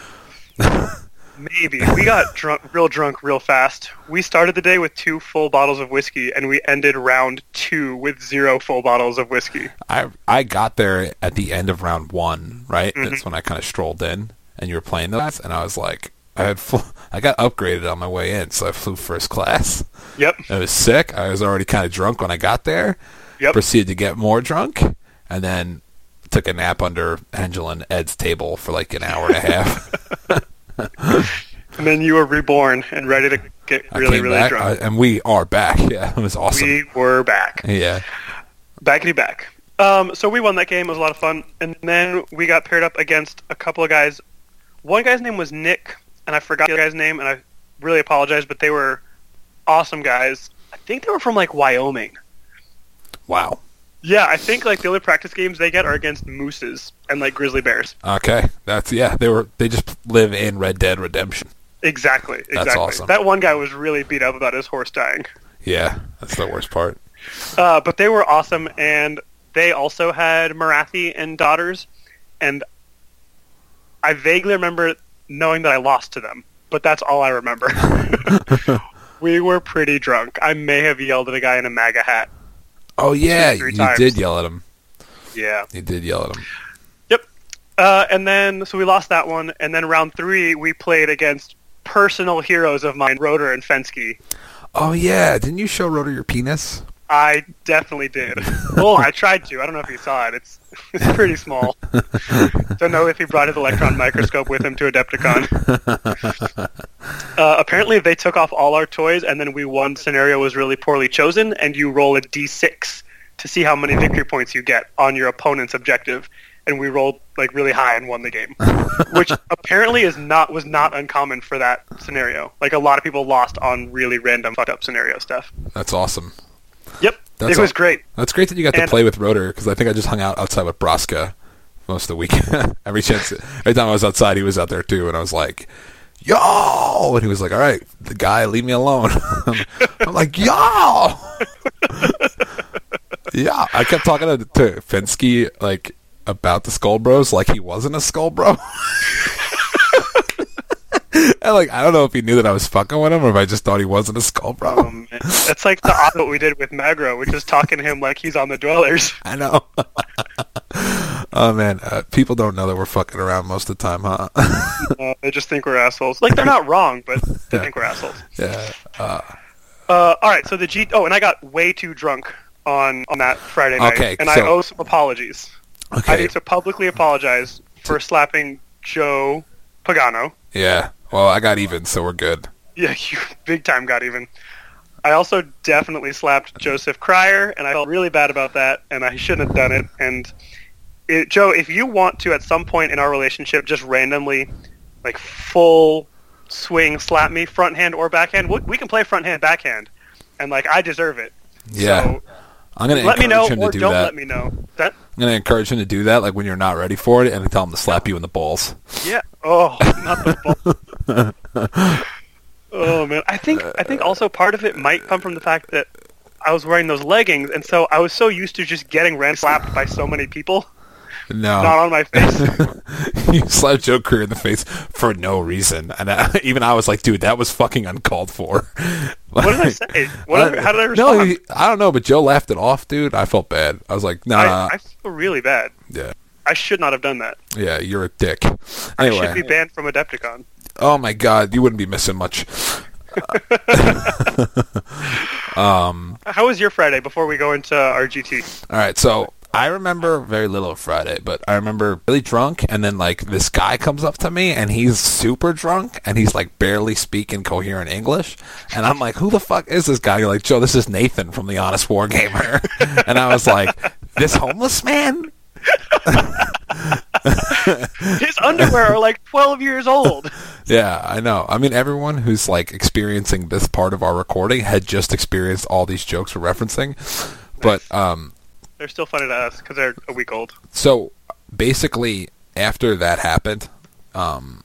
Maybe we
*laughs*
got drunk, real drunk, real fast. We started the day with two full bottles of whiskey, and we ended round two with zero full bottles of whiskey.
I I got there at the end of round one, right?
Mhm.
That's when I kind of strolled in, and you were playing those, and I was like, I had fl- I got upgraded on my way in, so I flew first class.
Yep.
It was sick. I was already kind of drunk when I got there.
Yep.
Proceeded to get more drunk, and then took a nap under Angela and Ed's table for like an hour and a half.
And then you were reborn
*laughs*
and ready to get really,
Came
really
back,
drunk.
I- and we are back. *laughs* Yeah, it was awesome.
We were back,
Yeah.
backity back. Um, so we won that game. It was a lot of fun. And then we got paired up against a couple of guys. One guy's name was Nick, and I forgot the other guy's name, and I really apologize, but they were awesome guys. I think they were from like Wyoming.
Wow.
Yeah, I think like the only practice games they get are against mooses and like grizzly bears.
Okay. That's yeah. They were they just live in Red Dead Redemption.
Exactly. Exactly.
That's awesome.
That one guy was really beat up about his horse dying.
Yeah, that's the worst part.
Uh, but they were awesome, and they also had Marathi and daughters, and I vaguely remember knowing that I lost to them, but that's all I
*laughs*
remember. *laughs* we were pretty drunk. I may have yelled at a guy in a MAGA hat.
Oh yeah,
three
you
times.
did yell at him.
Yeah.
You did yell at him.
Uh, and then so we lost that one, and then round three we played against personal heroes of mine, Rotor and Fensky.
Oh yeah, didn't you show Rotor your penis?
I definitely did. well, I tried to. I don't know if you saw it. It's *laughs* it's pretty
*laughs*
small. don't know if he brought his electron microscope with him to Adepticon. Uh, apparently, they took off all our toys, and then we won. Scenario was really poorly chosen, and you roll a d6 to see how many victory points you get on your opponent's objective. And we rolled like really high and won the game, which apparently is not was not uncommon for that scenario. Like a lot of people lost on really random fucked up scenario stuff.
That's awesome.
Yep,
That's
it was
aw-
great.
That's great that you got to
And-
play with Rotor because I think I just hung out outside with Broska most of the weekend. *laughs* every chance, every time I was outside, he was out there too, and I was like, "Yo!" and he was like, "All right, the guy, leave me alone." *laughs* I'm like, "Yo!" yeah, I kept talking to, to Finsky like about the Skull Bros like he wasn't a Skull Bro. *laughs* And like I don't know if he knew that I was fucking with him or if I just thought he wasn't a skull bro. *laughs*
That's like the opposite we did with Magro, which is talking to him like he's on the Dwellers.
I know. *laughs* Oh man, uh, people don't know that we're fucking around most of the time, huh? *laughs*
Uh, they just think we're assholes. Like they're not wrong, but they think we're assholes.
yeah. Uh,
Uh, all right, so the G. Oh, and I got way too drunk on on that Friday night,
Okay,
and I
so-
owe some apologies. I need to publicly apologize for slapping Joe Pagano.
yeah. Well, I got even, so we're good.
Yeah, *laughs* you big time got even. I also definitely slapped Joseph Cryer, and I felt really bad about that, and I shouldn't have done it. And it, Joe, if you want to at some point in our relationship just randomly, like full swing slap me, front hand or backhand, we, we can play front hand, backhand, and like I deserve it.
Yeah. I'm gonna
let me
encourage
know
him
or
to do
don't
that.
let me know. That
I'm gonna encourage him to do that, like when you're not ready for it, and tell him to slap you in the balls.
yeah. Oh, not the ball. Oh man, I think I think also part of it might come from the fact that I was wearing those leggings, and so I was so used to just getting ran slapped by so many people.
No,
Not on
*laughs*
my
face. you slapped Joe Career in the face for no reason, and I, *laughs* even I was like, "Dude, that was fucking uncalled for."
What did I say? What did I- how did I
No,
respond?
he- I don't know, but Joe laughed it off, dude. I felt bad. I was like, "Nah,
I, I feel really bad.
yeah,
I should not have done that.
yeah, you're a dick."
I should be
Anyway,
banned from Adepticon.
oh my god, you wouldn't be missing
*laughs*
much. um.
How was your Friday before we go into RGT?
All right, so I remember very little of Friday, but I remember really drunk, and then like this guy comes up to me, and he's super drunk, and he's like barely speaking coherent English, and I'm like, "Who the fuck is this guy?" You're like, "Joe, this is Nathan from the Honest War Gamer," *laughs* and I was like, "This homeless man."
His underwear are like 12 years old.
Yeah, I know. I mean, everyone who's like experiencing this part of our recording had just experienced all these jokes we're referencing, but um,
They're still funny to us because they're a week old.
so basically after that happened um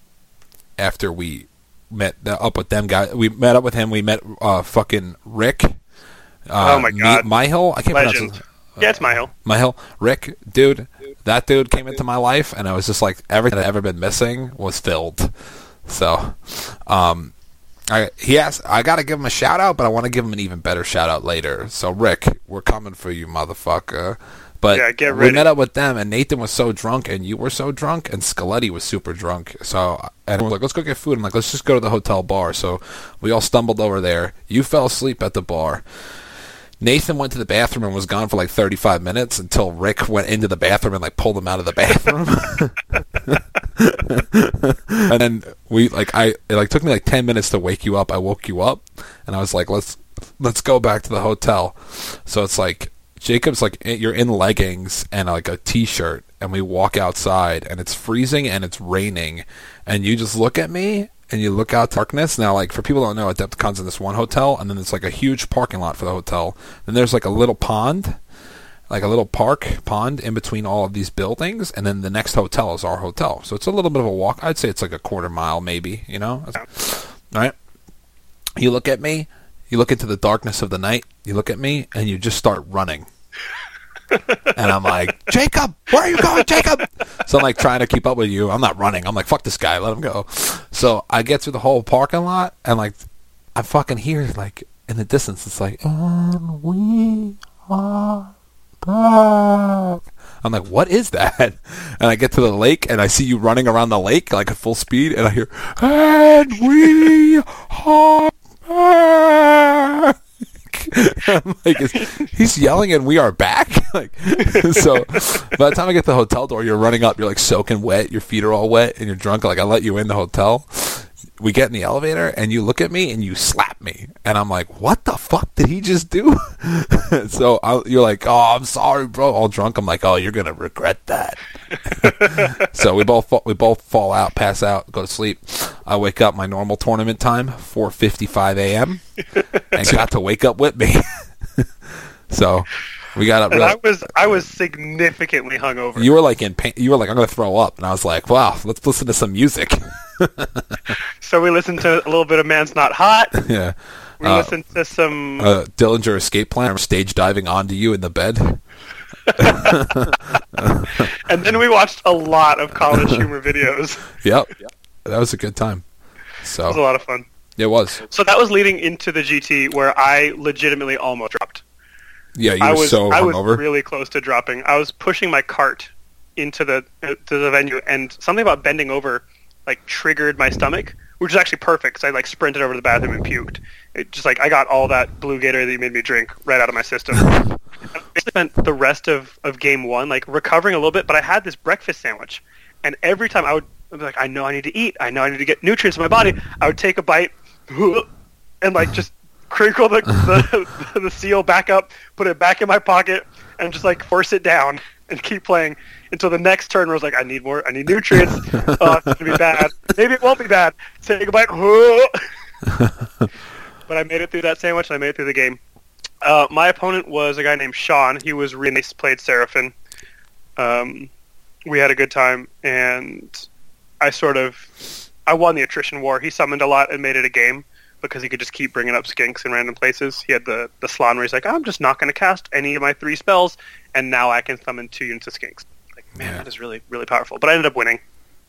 after we met the, up with them guys we met up with him we met uh fucking rick *laughs* uh,
oh my god.
my hill i can't
Legend.
pronounce his,
yeah, it's my hill.
my hill rick dude that dude came into my life and i was just like everything that i'd ever been missing was filled so um I, he asked, I gotta give him a shout out, but I want to give him an even better shout out later. So Rick, we're coming for you, motherfucker. But
Yeah, get
we
ready.
met up with them, and Nathan was so drunk, and you were so drunk, and Skeletti was super drunk. So and we're like, let's go get food. I'm like, let's just go to the hotel bar. So we all stumbled over there. You fell asleep at the bar. Nathan went to the bathroom and was gone for like 35 minutes until Rick went into the bathroom and like pulled him out of the bathroom. and then we like I it like took me like 10 minutes to wake you up. I woke you up and I was like let's let's go back to the hotel. So it's like Jacob's like in- you're in leggings and like a t-shirt and we walk outside and it's freezing and it's raining and you just look at me and you look out darkness. Now, like for people who don't know, Adepticon's in this one hotel, and then it's like a huge parking lot for the hotel. Then there's like a little pond, like a little park pond in between all of these buildings, and then the next hotel is our hotel. So it's a little bit of a walk. I'd say it's like a quarter mile, maybe. You know, right? You look at me, you look into the darkness of the night, you look at me, and you just start running. and I'm like, Jacob, where are you going, Jacob? So I'm like trying to keep up with you. I'm not running. I'm like, fuck this guy, let him go. So I get through the whole parking lot and like I fucking hear like in the distance it's like and we are back. I'm like, what is that? *laughs* And I get to the lake and I see you running around the lake like at full speed and I hear and we are back. *laughs* I'm like, is, he's yelling and we are back. *laughs* like, so by the time I get to the hotel door, you're running up, you're like soaking wet, your feet are all wet, and you're drunk. Like I let you in the hotel. We get in the elevator and you look at me and you slap me, and I'm like, what the fuck did he just do? *laughs* so I, you're like, oh, I'm sorry, bro. All drunk. I'm like, oh, you're gonna regret that. *laughs* so we both fall, we both fall out, pass out, go to sleep. I wake up my normal tournament time, 4:55 a.m. and got to wake up with me. *laughs* so we got up.
And I
Real,
was I was significantly hungover.
you were like in pain. You were like, I'm gonna throw up, and I was like, wow, let's listen to some music. *laughs*
So we listened to a little bit of Man's Not Hot.
yeah.
We
Uh,
listened to some
uh, Dillinger escape plan, stage diving onto you in the bed. *laughs*
and then we watched a lot
*laughs*
of college humor videos.
yep. that was a good time. So
It
Oh.
was a lot of fun.
It was.
So that was leading into the GT where I legitimately almost dropped.
Yeah, you
I
were
was
so
I was
hungover.
really close to dropping. I was pushing my cart into the uh, to the venue, and something about bending over like triggered my stomach, which is actually perfect because I like sprinted over to the bathroom and puked. It just like I got all that blue Gatorade that you made me drink right out of my system. And I basically spent the rest of, of game one like recovering a little bit, but I had this breakfast sandwich, and every time I would I'd be like, I know I need to eat, I know I need to get nutrients in my body. I would take a bite, and like just crinkle the the, *laughs* the seal back up, put it back in my pocket, and just like force it down and keep playing until the next turn where I was like, I need more, I need nutrients. Oh, it's gonna be bad. Maybe it won't be bad. Take a bite. *laughs* but I made it through that sandwich and I made it through the game. Uh, my opponent was a guy named Sean. He was really nice, played Seraphin. Um, we had a good time, and I sort of I won the attrition war. He summoned a lot and made it a game because he could just keep bringing up skinks in random places. He had the the slon where he's like, I'm just not going to cast any of my three spells, and now I can summon two units of skinks. Like, man, that is really really powerful. But I ended up winning.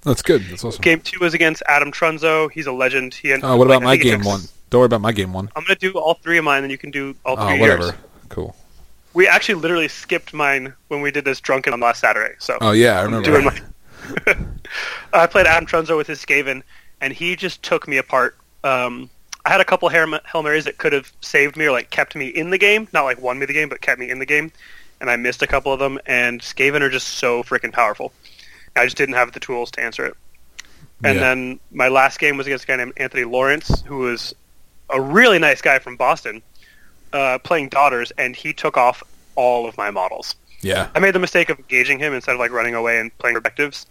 That's good. That's awesome.
Game two was against Adam Trunzo. He's a legend. He ended
Oh, what
like,
about
I
my
think he
game
took-
one? Don't worry about my game one.
I'm gonna do all three of mine, and you can do all
Oh,
three.
whatever.
Yours.
Cool.
We actually literally skipped mine when we did this drunken on last Saturday. So
Oh, yeah, I
I'm
remember
Doing
that.
mine. *laughs* I played Adam Trunzo with his Skaven, and he just took me apart. Um, I had a couple Hail Hail Marys that could have saved me or like kept me in the game, not like won me the game, but kept me in the game, and I missed a couple of them. And Skaven are just so freaking powerful. I just didn't have the tools to answer it. And
Yeah.
then my last game was against a guy named Anthony Lawrence, who was a really nice guy from Boston, uh, playing Daughters, and he took off all of my models.
Yeah.
I made the mistake of engaging him instead of like running away and playing objectives,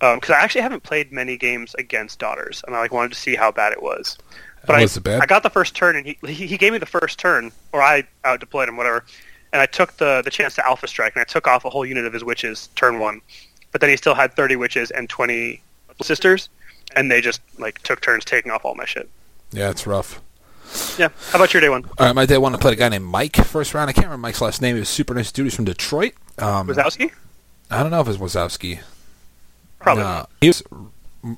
because I actually haven't played many games against Daughters, and I like wanted to see how bad it was. But
was
I,
it bad?
I got the first turn, and he, he he gave me the first turn, or I out deployed him, whatever. And I took the the chance to alpha strike, and I took off a whole unit of his witches turn one, but then he still had thirty witches and twenty sisters, and they just like took turns taking off all my shit.
Yeah, it's rough.
Yeah. How about your day one?
All right, my day one, I played a guy named Mike first round. I can't remember Mike's last name. He was super nice dude. He's from Detroit. Um,
Wazowski?
I don't know if it's Wazowski. Probably. No. He was,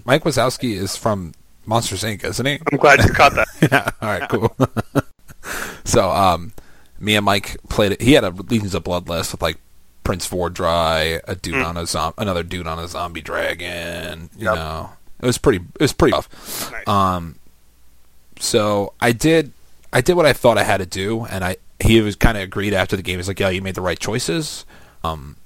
Mike Wazowski is from Monsters Inc., isn't he?
I'm glad you
*laughs*
caught that.
yeah. All right. Cool. *laughs* so, um, me and Mike played it. He had a Legions of Blood list with like Prince Vordry, a dude
Mm.
on a zom- another dude on a zombie dragon. You know, it was pretty. It was pretty rough. Um, so I did I did what I thought I had to do, and I he was kind of agreed after the game. He's like, "Yeah, you made the right choices," um,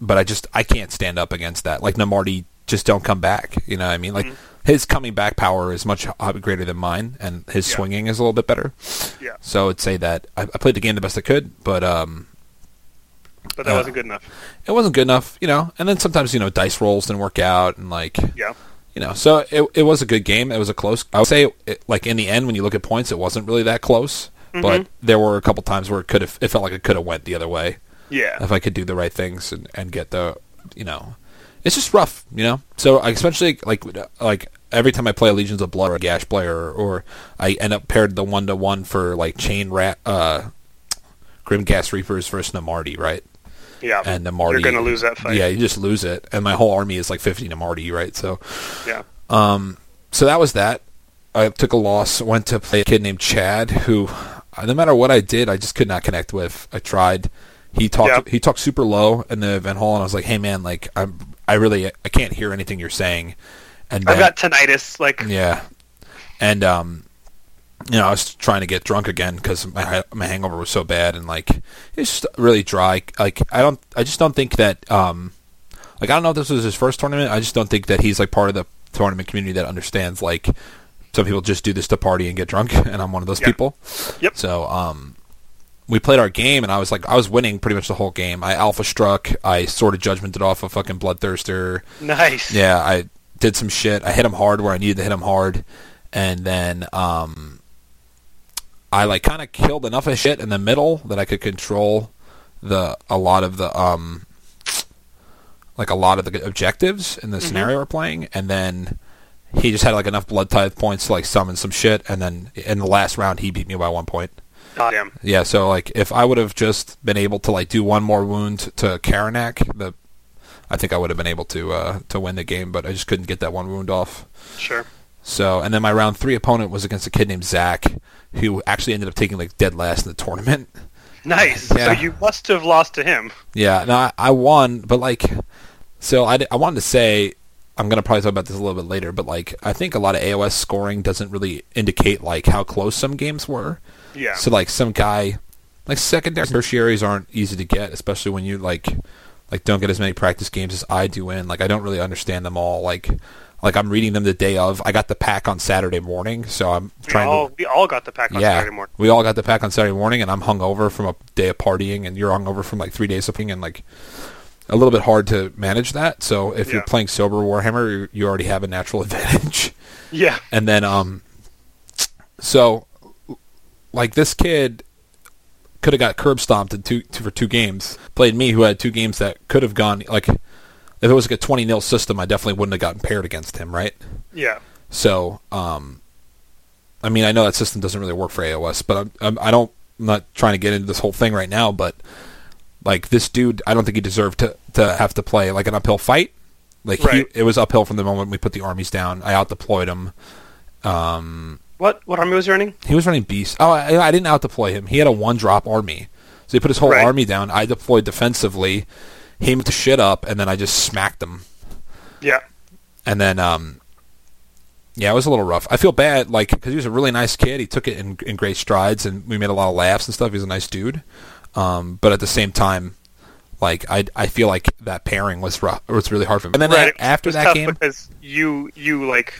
but I just I can't stand up against that. Like Namardi just don't come back. You know what I mean? Like his coming back power is much h- greater than mine, and his swinging is a little bit better.
Yeah.
So I'd say that I, I played the game the best I could, but um,
But that
Uh,
wasn't good enough.
it wasn't good enough, you know. And then sometimes you know dice rolls didn't work out, and like
Yeah.
you know. So it it was a good game. It was a close. I would say it, like in the end, when you look at points, it wasn't really that close.
Mhm.
But there were a couple times where it could have. It felt like it could have went the other way.
Yeah.
If I could do the right things and and get the you know, it's just rough, you know. So I especially like like. Every time I play a Legions of Blood or a Gash player, or I end up paired the one to one for like Chain Rat, uh, Grimgas Reapers versus Namardi, right?
Yeah.
and Namardi.
You're gonna lose that fight.
Yeah, you just lose it, and my whole army is like 50 Namardi, right? So,
Yeah.
um, so that was that. I took a loss. Went to play a kid named Chad, who, uh, no matter what I did, I just could not connect with. I tried. He talked. He talked super low in the event hall, and I was like, "Hey, man, like I'm, I really, I can't hear anything you're saying." And
I've
then-
got tinnitus. Like
yeah, and um, you know, I was trying to get drunk again because my hi- my hangover was so bad, and like it's just really dry. Like I don't, I just don't think that um, like I don't know if this was his first tournament. I just don't think that he's like part of the tournament community that understands like some people just do this to party and get drunk, *laughs* and I'm one of those people.
Yep.
So um, we played our game, and I was like, I was winning pretty much the whole game. I alpha struck. I sort of judgmented off a fucking bloodthirster.
Nice.
Yeah, I did some shit. I hit him hard where I needed to hit him hard, and then um, I like kind of killed enough of shit in the middle that I could control the a lot of the um, like a lot of the objectives in the scenario we're playing, and then he just had like enough blood tithe points to like summon some shit, and then in the last round he beat me by one point.
God Oh, damn.
Yeah, so like if I would have just been able to like do one more wound to Karanak, the I think I would have been able to uh, to win the game, but I just couldn't get that one wound off.
Sure.
So and then my round three opponent was against a kid named Zach, who actually ended up taking like dead last in the tournament. *laughs*
Nice.
Yeah.
So you must have lost to him.
Yeah, no, I, I won, but like So I, I wanted to say I'm gonna probably talk about this a little bit later, but like I think a lot of AOS scoring doesn't really indicate like how close some games were.
Yeah.
So like some guy, like secondary tertiaries aren't easy to get, especially when you like like don't get as many practice games as I do in. Like I don't really understand them all. Like like I'm reading them the day of. I got the pack on Saturday morning, so I'm
We
trying
all
to.
we all got the pack on
yeah,
Saturday morning.
we all got the pack on Saturday morning, and I'm hungover from a day of partying, and you're hungover from like three days of partying, and like a little bit hard to manage that. So if you're
Yeah.
playing sober Warhammer, you- you already have a natural *laughs* advantage.
Yeah.
And then um so like this kid could have got curb stomped in two, two for two games. Played me who had two games that could have gone like if it was like a 20 nil system, I definitely wouldn't have gotten paired against him, right?
Yeah.
So, um, I mean, I know that system doesn't really work for AOS, but I'm, I'm I don't I'm not trying to get into this whole thing right now, but like this dude, I don't think he deserved to to have to play like an uphill fight. Like
Right.
he, it was uphill from the moment we put the armies down. I outdeployed him. Um,
What what army was he running?
he was running beast. Oh, I, I didn't outdeploy him. He had a one drop army, so he put his whole army down. I deployed defensively, him to shit up, and then I just smacked him.
Yeah.
And then, um, yeah, it was a little rough. I feel bad, like, because he was a really nice kid. He took it in, in great strides, and we made a lot of laughs and stuff. He was a nice dude. Um, but at the same time, like, I, I feel like that pairing was rough, was really hard for him. And then
Right, it
a- after
was
that
tough
game,
because you you like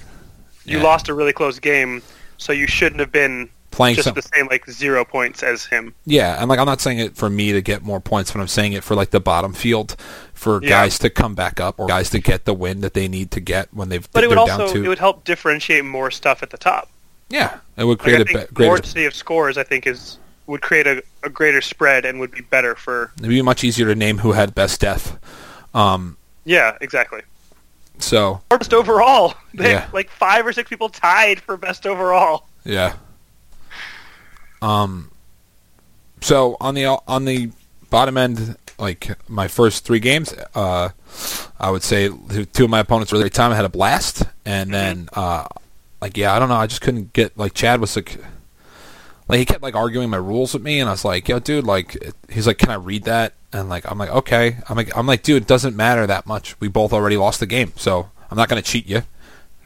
you
Yeah.
lost a really close game, so you shouldn't have been
Playing
just
some-
the same like zero points as him.
Yeah, and like I'm not saying it for me to get more points, but I'm saying it for like the bottom field, for
Yeah.
guys to come back up or guys to get the win that they need to get when they've
But it would
they're down
also
to.
it would help differentiate more stuff at the top.
yeah, it would
Like,
create
I
a
think
be- greater.
voracity of scores. I think is would create a, a greater spread and would be better for
It'd be much easier to name who had best death. Um,
yeah exactly
so
or best overall. *laughs* They,
Yeah.
Like five or six people tied for best overall.
Yeah. Um. So on the on the bottom end, like my first three games, uh, I would say two of my opponents really time. I had a blast, and then uh, like yeah, I don't know, I just couldn't get like Chad was like. Like he kept like arguing my rules with me, and I was like, "Yo, dude, like," it- he's like, "Can I read that?" And like, I'm like, "Okay." I'm like, "I'm like, dude, it doesn't matter that much. We both already lost the game, so I'm not gonna cheat you."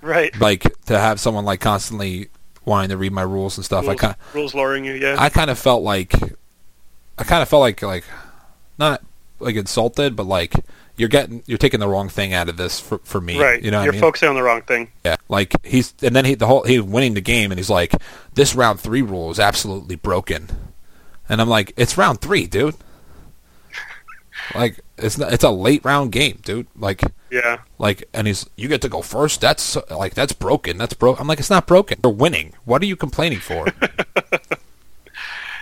Right.
like to have someone like constantly wanting to read my rules and stuff.
rules,
I kind
rules lowering you. Yeah.
I kind of felt like I kind of felt like like not like insulted, but like you're getting you're taking the wrong thing out of this for for me.
right.
You know, what I
You're
mean?
focusing on the wrong thing.
Yeah, like he's and then he the whole he's winning the game and he's like, this round three rule is absolutely broken, and I'm like, it's round three, dude. Like it's not, it's a late round game, dude. Like
Yeah.
like and he's you get to go first. That's uh, like that's broken. That's broke. I'm like it's not broken. You're winning. What are you complaining
*laughs*
for?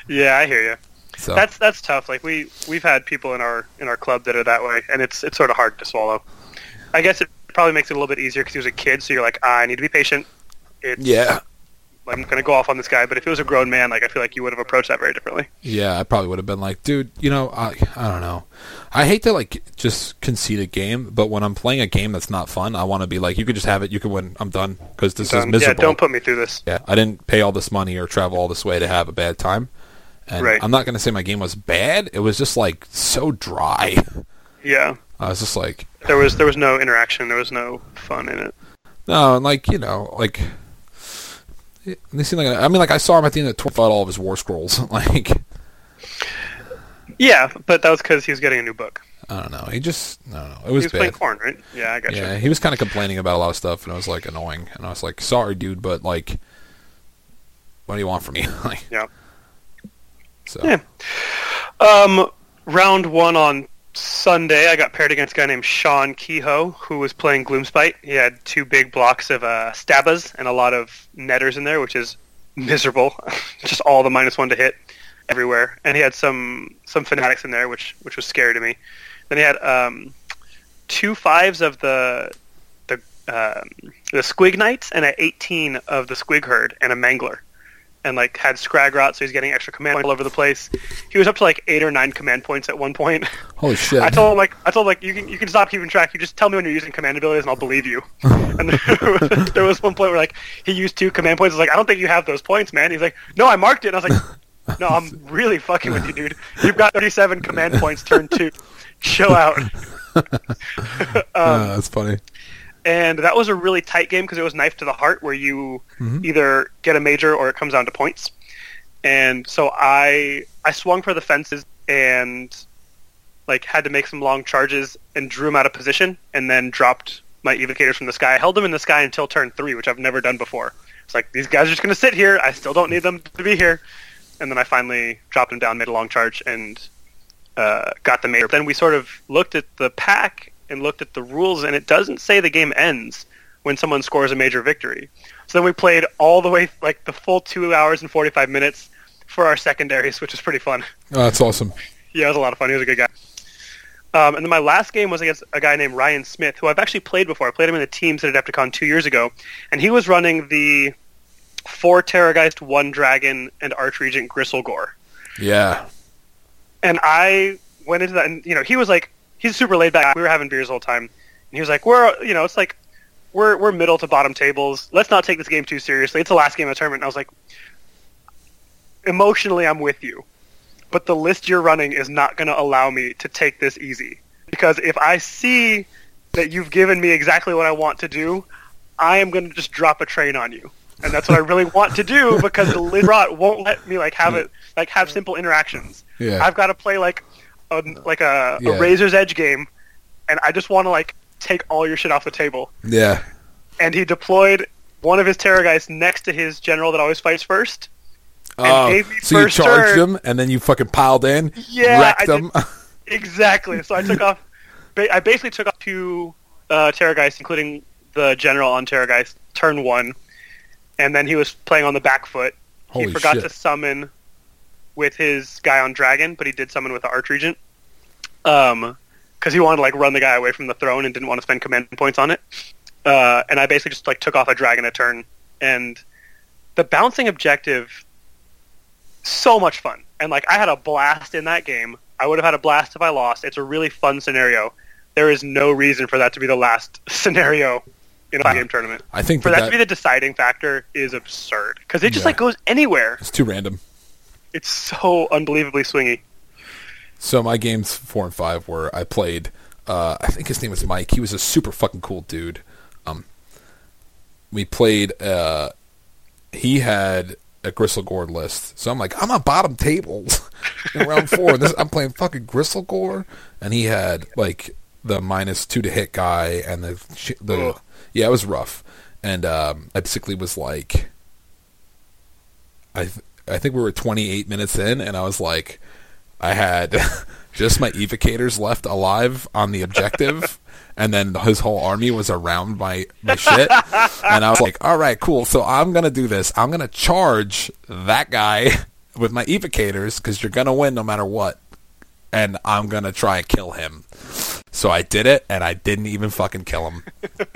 Yeah, I hear you.
So-
That's that's tough. Like we we've had people in our in our club that are that way, and it's it's sort of hard to swallow. I guess it probably makes it a little bit easier because he was a kid, so you're like, ah, I need to be patient. It's,
Yeah.
I'm gonna go off on this guy, but if he was a grown man, like I feel like you would have approached that very differently.
yeah, I probably would have been like, dude, you know, I I don't know. I hate to like just concede a game, but when I'm playing a game that's not fun, I want to be like, you could just have it. You can win. I'm done because this is
Done. yeah,
miserable.
don't put me through this.
Yeah, I didn't pay all this money or travel all this way to have a bad time. And
Right.
I'm not going to say my game was bad. It was just like so dry.
Yeah,
I was just like,
there was there was no interaction, there was no fun in it.
no, and like you know, like they seem like I mean, like I saw him at the end of Twitter, all of his war scrolls. *laughs* like
Yeah, but that was because he was getting a new book.
I don't know, he just I don't know. It
he
was,
was
bad.
playing corn, right? Yeah, I got
Yeah,
you.
he was kind of complaining about a lot of stuff, and I was like annoying, and I was like, sorry, dude, but like, what do you want from me? *laughs* like,
Yeah.
so
Yeah. Um, round one on Sunday, I got paired against a guy named Sean Kehoe, who was playing Gloomspite. He had two big blocks of uh, Stabas and a lot of netters in there, which is miserable. *laughs* Just all the minus one to hit everywhere. And he had some some fanatics in there, which which was scary to me. Then he had um, two fives of the the um, the Squig Knights and a 18 of the Squig Herd and a Mangler and like had Scrag Rot, so he's getting extra command points all over the place. He was up to like eight or nine command points at one point. *laughs*
holy shit.
I
*laughs*
told him like I told him, like you can you can stop keeping track. You just tell me when you're using command abilities, and I'll believe you. and *laughs* there was one point where like he used two command points. I was like, I don't think you have those points, man. He's like, No, I marked it. And I was like, No, I'm really fucking with you, dude. You've got 37 command points, turn two. Chill out. *laughs* Um,
Uh, that's funny.
and that was a really tight game because it was knife to the heart where you
Mhm.
either get a major or it comes down to points and so i i swung for the fences and like had to make some long charges and drew him out of position and then dropped my evocators from the sky i held them in the sky until turn three which i've never done before it's like these guys are just going to sit here i still don't need them to be here and then i finally dropped him down made a long charge and uh, got the major. Then we sort of looked at the pack and looked at the rules, and it doesn't say the game ends when someone scores a major victory. So then we played all the way, like the full two hours and 45 minutes for our secondaries, which was pretty fun. *laughs*
Oh, that's awesome.
Yeah, it was a lot of fun. He was a good guy. Um, and then my last game was against a guy named Ryan Smith, who I've actually played before. I played him in the teams at Adepticon two years ago, and he was running the four Terrorgeist, one Dragon, and Archregent Gristlegore
Yeah.
and I went into that, and you know, he was like, he's super laid back. We were having beers the whole time, and he was like, we're, you know, it's like, we're we're middle to bottom tables. Let's not take this game too seriously. It's the last game of the tournament. And I was like, emotionally, I'm with you, but the list you're running is not going to allow me to take this easy because if I see that you've given me exactly what I want to do, I am going to just drop a train on you. And that's what I really want to do
*laughs*
because the list rot won't let me like have it like have simple interactions.
Yeah.
I've got to play like a like a,
Yeah.
a razor's edge game, and I just want to like take all your shit off the table.
Yeah.
And he deployed one of his terror guys next to his general that always fights first. And
Oh,
gave me
so you
first
charged
turn.
them and then you fucking piled in,
Yeah,
wrecked
I
them.
Exactly. So
*laughs*
I took off. Ba- I basically took off two uh, Terrorgeist, including the general on Terrorgeist, turn one, and then he was playing on the back foot.
Holy
he forgot
shit.
to summon with his guy on Dragon, but he did summon with the Archregent, um, because he wanted to like run the guy away from the throne and didn't want to spend command points on it. Uh, and I basically just like took off a Dragon a turn, and the bouncing objective so much fun. And like I had a blast in that game. I would have had a blast if I lost. It's a really fun scenario. There is no reason for that to be the last *laughs* scenario in a game tournament.
*laughs* I think
for
that
that,
that-
to be the deciding factor is absurd because it just
Yeah.
like goes anywhere.
it's too random.
It's so unbelievably swingy.
So my games four and five were I played. Uh, I think his name was Mike. He was a super fucking cool dude. Um, we played. Uh, he had a Gristlegore list, so I'm like, I'm on bottom tables *laughs* in round four. This, I'm playing fucking Gristlegore, and he had like the minus two to hit guy, and the sh- the yeah, it was rough. And um, I basically was like, I th- I think we were 28 minutes in, and I was like, I had *laughs* just my evocators left alive on the objective, and then his whole army was around my my shit, and I was like, all right, cool. So I'm gonna do this. I'm gonna charge that guy *laughs* with my evocators because you're gonna win no matter what, and I'm gonna try and kill him. So I did it, and I didn't even fucking kill him.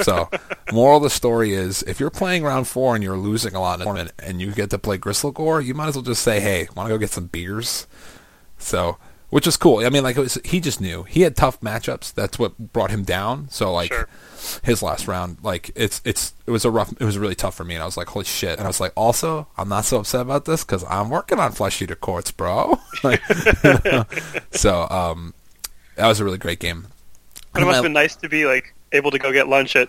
So, moral of the story is, if you're playing round four and you're losing a lot in the tournament, and you get to play Gristlegore, you might as well just say, "Hey, want to go get some beers?" So, which is cool. I mean, like it was, he just knew he had tough matchups. That's what brought him down. So, like his last round, like it's it's it was a rough, it was really tough for me, and I was like, "Holy shit!" And I was like, "Also, I'm not so upset about this because I'm working on flesh eater courts, bro." *laughs* Like, you know? So, um, that was a really great game.
But it must have been nice to be like able to go get lunch at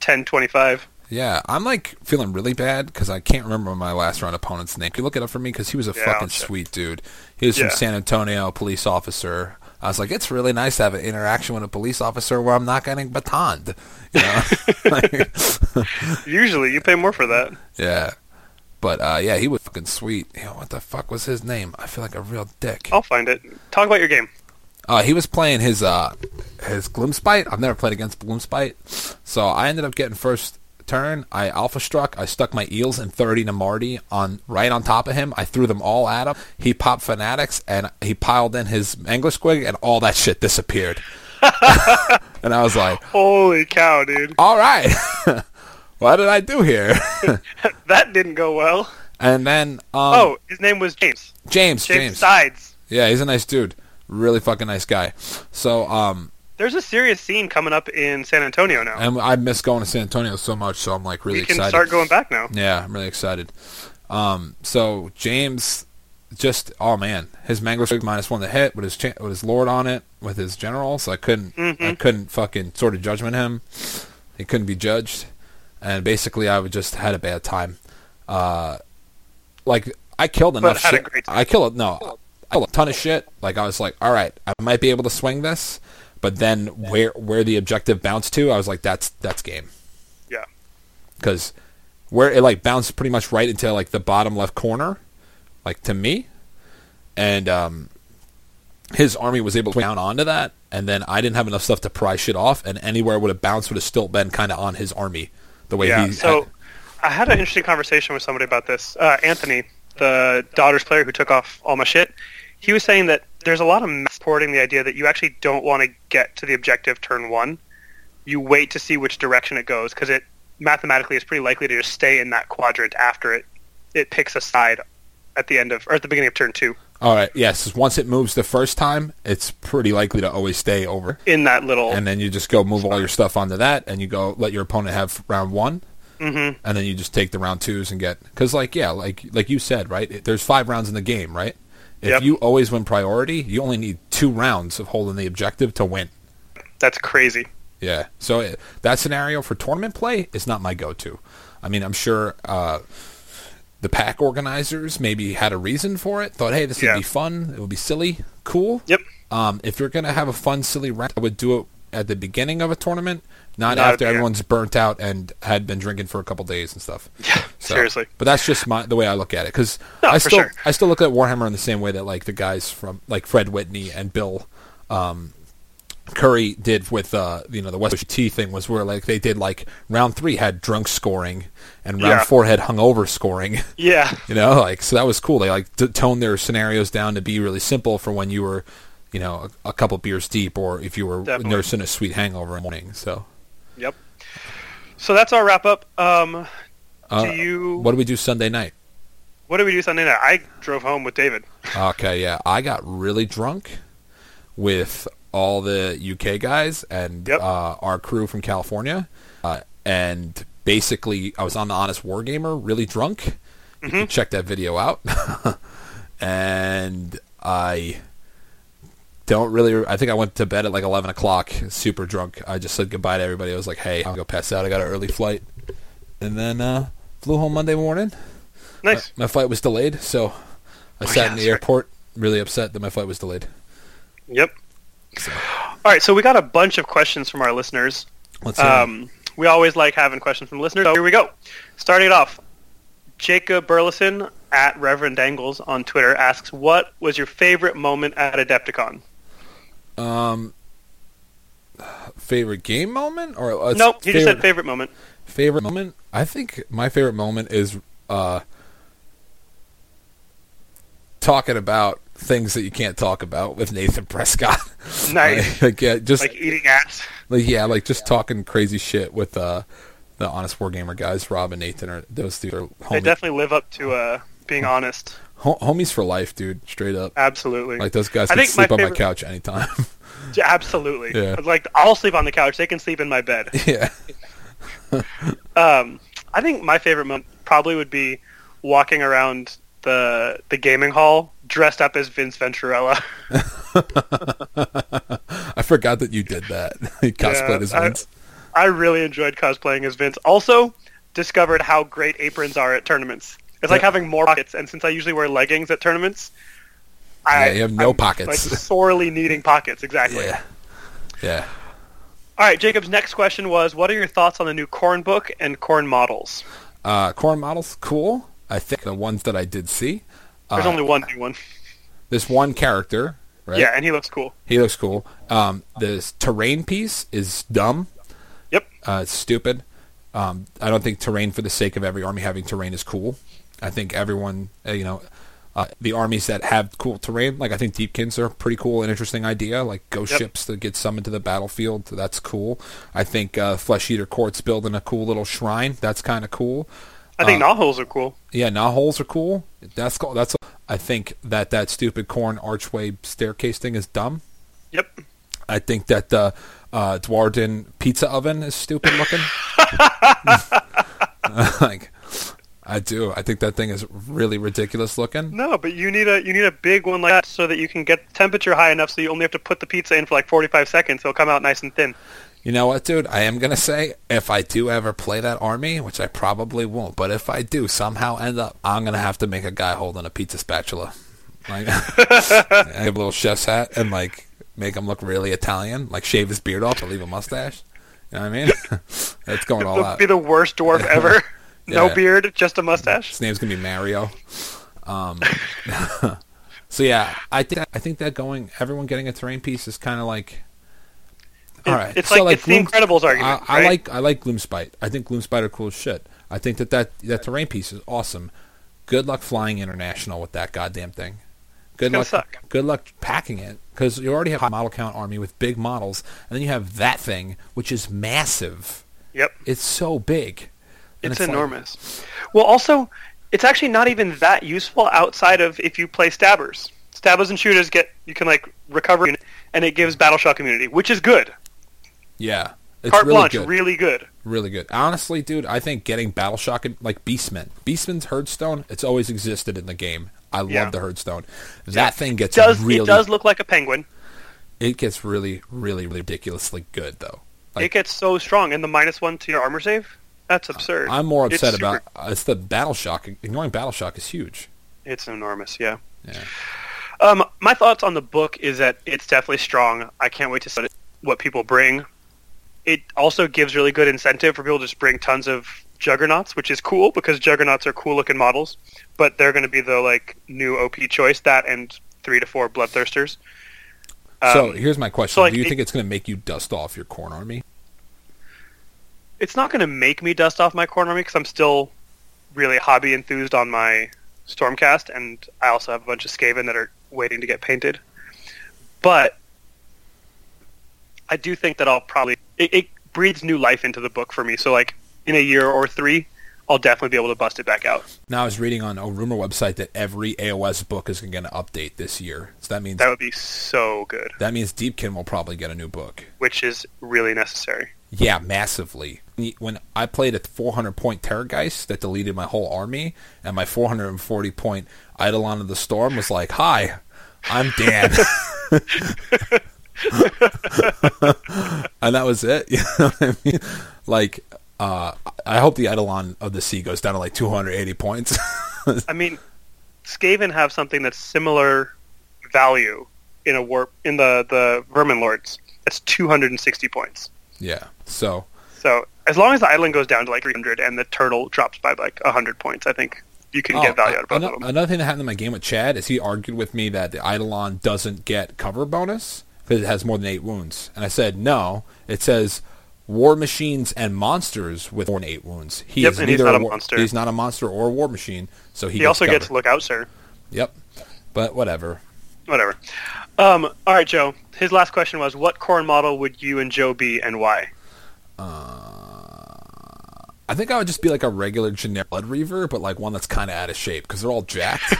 ten
*laughs*
twenty-five.
Yeah, I'm like feeling really bad because I can't remember my last round opponent's name. Can you look it up for me? Because he was a
Yeah, I'll
fucking
check.
sweet dude. He was
Yeah.
from San Antonio, police officer. I was like, it's really nice to have an interaction with a police officer where I'm not getting batoned. You know? *laughs*
Usually, you pay more for that.
yeah. But uh, yeah, he was fucking sweet. Yeah, what the fuck was his name? I feel like a real dick.
I'll find it. Talk about your game.
Uh, he was playing his uh, his Gloomspite. I've never played against Gloomspite, so I ended up getting first turn. I alpha struck. I stuck my eels in thirty to Marty on right on top of him. I threw them all at him. He popped fanatics and he piled in his angler squig, and all that shit disappeared. *laughs* and I was like,
Holy cow, dude!
"All right, *laughs* what did I do here?" *laughs*
that didn't go well.
and then um,
oh, his name was James.
James,
James
James,
Sides.
yeah, he's a nice dude, really fucking nice guy. So um,
There's a serious scene coming up in San Antonio now.
And I miss going to San Antonio so much, so I'm like really
we can
excited.
start going back now.
Yeah, I'm really excited. Um, so James just oh man, his mango strike minus one to hit with his cha- with his lord on it with his general, so I couldn't I couldn't fucking sort of judgment him. He couldn't be judged, and basically I would just had a bad time. Uh, like I killed
But
enough
had a
shit.
great
I killed no, I killed a ton of shit. Like I was like, all right, I might be able to swing this, but then where where the objective bounced to, I was like, that's that's game
Yeah.
because where it like bounced pretty much right into like the bottom left corner, like to me, and um, his army was able to swing down onto that, and then I didn't have enough stuff to pry shit off, and anywhere it would have bounced would have still been kind of on his army, the way
yeah.
he.
so I, had an interesting conversation with somebody about this. Uh, Anthony, the Dodgers player who took off all my shit, he was saying that there's a lot of massporting the idea that you actually don't want to get to the objective turn one. You wait to see which direction it goes because it mathematically is pretty likely to just stay in that quadrant after it it picks a side at the end of or at the beginning of turn two
all right, yes, once it moves the first time, it's pretty likely to always stay over.
in that little.
And then you just go move all your stuff onto that, and you go let your opponent have round one,
Mhm.
and then you just take the round twos and get because like yeah like like you said right It- there's five rounds in the game right if
Yep.
you always win priority you only need two rounds of holding the objective to win
That's crazy.
yeah so it, that scenario for tournament play is not my go-to i mean i'm sure uh the pack organizers maybe had a reason for it thought hey this would be fun it would be silly cool
yep
um if you're gonna have a fun silly round i would do it at the beginning of a tournament not,
Not at
after
the end.
everyone's burnt out and had been drinking for a couple days and stuff so-
Seriously.
but that's just my the way I look at it because
No,
I
for
still
sure.
I still look at Warhammer in the same way that like the guys from like Fred Whitney and Bill um, Curry did with uh, you know the West T thing was where like they did like round three had drunk scoring and round
Yeah.
four had hungover scoring. *laughs*
Yeah.
you know like so that was cool. They like t- toned their scenarios down to be really simple for when you were you know a, a couple beers deep or if you were
Definitely.
nursing a sweet hangover in the morning. So
Yep. So that's our wrap up. Um,
uh,
do you?
what do we do Sunday night?
What did we do Sunday night? I drove home with David.
Okay, yeah. I got really drunk with all the UK guys and uh, our crew from California. Uh, and basically, I was on the Honest Wargamer, really drunk. You can check that video out. *laughs* and I don't really. I think I went to bed at like 11 o'clock, super drunk. I just said goodbye to everybody. I was like, hey, I'll go pass out. I got an early flight. And then uh, flew home Monday morning.
Nice. Oh,
My, my flight was delayed, so I sat in the airport, really upset that my flight was delayed.
Yep. All right, so we got a bunch of questions from our listeners.
Let's hear 'em.
um, we always like having questions from listeners. So here we go. Starting it off, Jacob Burleson at Reverend Dangles on Twitter asks, "What was your favorite moment at Adepticon?"
Um, favorite game moment or uh,
nope, he just said favorite moment.
favorite moment. I think my favorite moment is uh talking about things that you can't talk about with Nathan Prescott. *laughs*
Nice.
like, yeah, just
like eating ass.
Like yeah, like just talking crazy shit with uh, the honest wargamer guys, Rob and Nathan. Are those dudes are
They
homies,
definitely live up to uh, being honest.
ho- homies for life, dude. Straight up,
Absolutely.
Like those guys
I
can
think my
sleep on my
favorite-
couch anytime. *laughs*
Yeah, Absolutely.
Yeah.
Like I'll sleep on the couch. They can sleep in my bed.
yeah.
Um, I think my favorite moment probably would be walking around the the gaming hall dressed up as Vince Venturella.
I forgot that you did that. *laughs* you *laughs* cosplayed as
I-
Vince.
I really enjoyed cosplaying as Vince. Also, discovered how great aprons are at tournaments. It's like
Yeah.
having more pockets, and since I usually wear leggings at tournaments, I
yeah, you have no
like
pockets. *laughs*
sorely needing pockets. Exactly.
Yeah. yeah.
All right, Jacob's next question was, "What are your thoughts on the new corn book and corn models?"
Uh, corn models, cool. I think the ones that I did see.
There's
uh,
only one new one.
This one character, right?
Yeah, and he looks cool.
He looks cool. Um, this terrain piece is dumb.
Yep.
Uh, it's stupid. Um, I don't think terrain for the sake of every army having terrain is cool. I think everyone, uh, you know, uh, the armies that have cool terrain, like I think Deepkins are a pretty cool and interesting idea. Like ghost
Yep.
ships that get summoned to the battlefield, that's cool. I think uh, Flesh Eater Court's building a cool little shrine. That's kind of cool.
I think
Um,
Nahul's are cool.
yeah, knot holes are cool. That's cool. That's. I think that that stupid corn archway staircase thing is dumb.
Yep.
I think that the uh, Dwarden pizza oven is stupid looking. *laughs* like, I do. I think that thing is really ridiculous looking.
No, but you need a you need a big one like that so that you can get the temperature high enough so you only have to put the pizza in for like 45 seconds. It'll come out nice and thin.
You know what, dude? I am gonna say if I do ever play that army, which I probably won't, but if I do somehow end up, I'm gonna have to make a guy holding a pizza spatula, like *laughs* I have a little chef's hat, and like make him look really Italian, like shave his beard off and leave a mustache. You know what I mean? *laughs* That's going all
It'll
out.
be the worst dwarf
*laughs*
ever. No
Yeah.
beard, just a mustache.
His name's gonna be Mario. Um, *laughs* so yeah, I think I think that going everyone getting a terrain piece is kind of like. All right,
it's
so
like- it's the Incredibles argument,
I, I
right?
like I like Gloomspite. I think Gloomspite are cool as shit. I think that, that that terrain piece is awesome. Good luck flying international with that goddamn thing. Good
gonna
luck.
suck.
Good luck packing it because you already have a model count army with big models, and then you have that thing which is massive.
Yep.
It's so big. and
It's,
like-
enormous. Well, also, it's actually not even that useful outside of if you play stabbers. Stabbers and shooters get you can like recover, unit, and it gives battle shock immunity, which is good.
yeah. It's
Carte
really
blanche,
good.
really good.
Really good. Honestly, dude, I think getting Battleshock and like Beastmen. Beastman's Herdstone, it's always existed in the game. I love
Yeah.
the Herdstone. That
Yeah.
thing gets
does
really
it does look like a penguin.
it gets really, really, ridiculously good though. Like-
it gets so strong, and the minus one to your armor save. That's absurd.
I'm more
It's
upset
super-
about it's the Battleshock. Ignoring Battleshock is huge.
It's enormous, yeah.
Yeah.
Um, my thoughts on the book is that it's definitely strong. I can't wait to see what it- what people bring. It also gives really good incentive for people to just bring tons of juggernauts, which is cool because juggernauts are cool looking models, but they're going to be the like new OP choice. That and three to four bloodthirsters.
so
Um,
here's my question:
like,
Do you
it-
think it's going to make you dust off your corn army?
it's not going to make me dust off my corn army because I'm still really hobby enthused on my Stormcast, and I also have a bunch of Skaven that are waiting to get painted. But I do think that I'll probably it, it breathes new life into the book for me. So like in a year or three, I'll definitely be able to bust it back out.
Now I was reading on a rumor website that every AOS book is going to update this year. So that means
That would be so good,
that means Deepkin will probably get a new book.
which is really necessary.
Yeah, massively. When I played a 400 point Terrorgeist that deleted my whole army, and my 440 point Eidolon of the Storm was like, "Hi, I'm Dan," *laughs* and that was it. *laughs* You know what I mean? Like, uh, I hope the Eidolon of the Sea goes down to like 280 points. *laughs*
I mean, Skaven have something that's similar value in a warp in the the Vermin Lords. That's 260 points.
yeah. So
So as long as the island goes down to like 300 and the turtle drops by like 100 points, I think you can
Oh,
get value out of both
ano-
of them.
Another thing that happened in my game with Chad is he argued with me that the Eidolon doesn't get cover bonus because it has more than eight wounds, and I said no. It says war machines and monsters with more than eight wounds. He
Yep,
is
and he's
neither
not a
war-
monster.
He's not a monster or a war machine, so he,
He also
cover.
gets look out, sir.
Yep, but whatever.
Whatever. Um, all right, Joe. His last question was, what corn model would you and Joe be, and why?
Uh, I think I would just be like a regular generic blood reaver, but like one that's kind of out of shape because they're all jacked.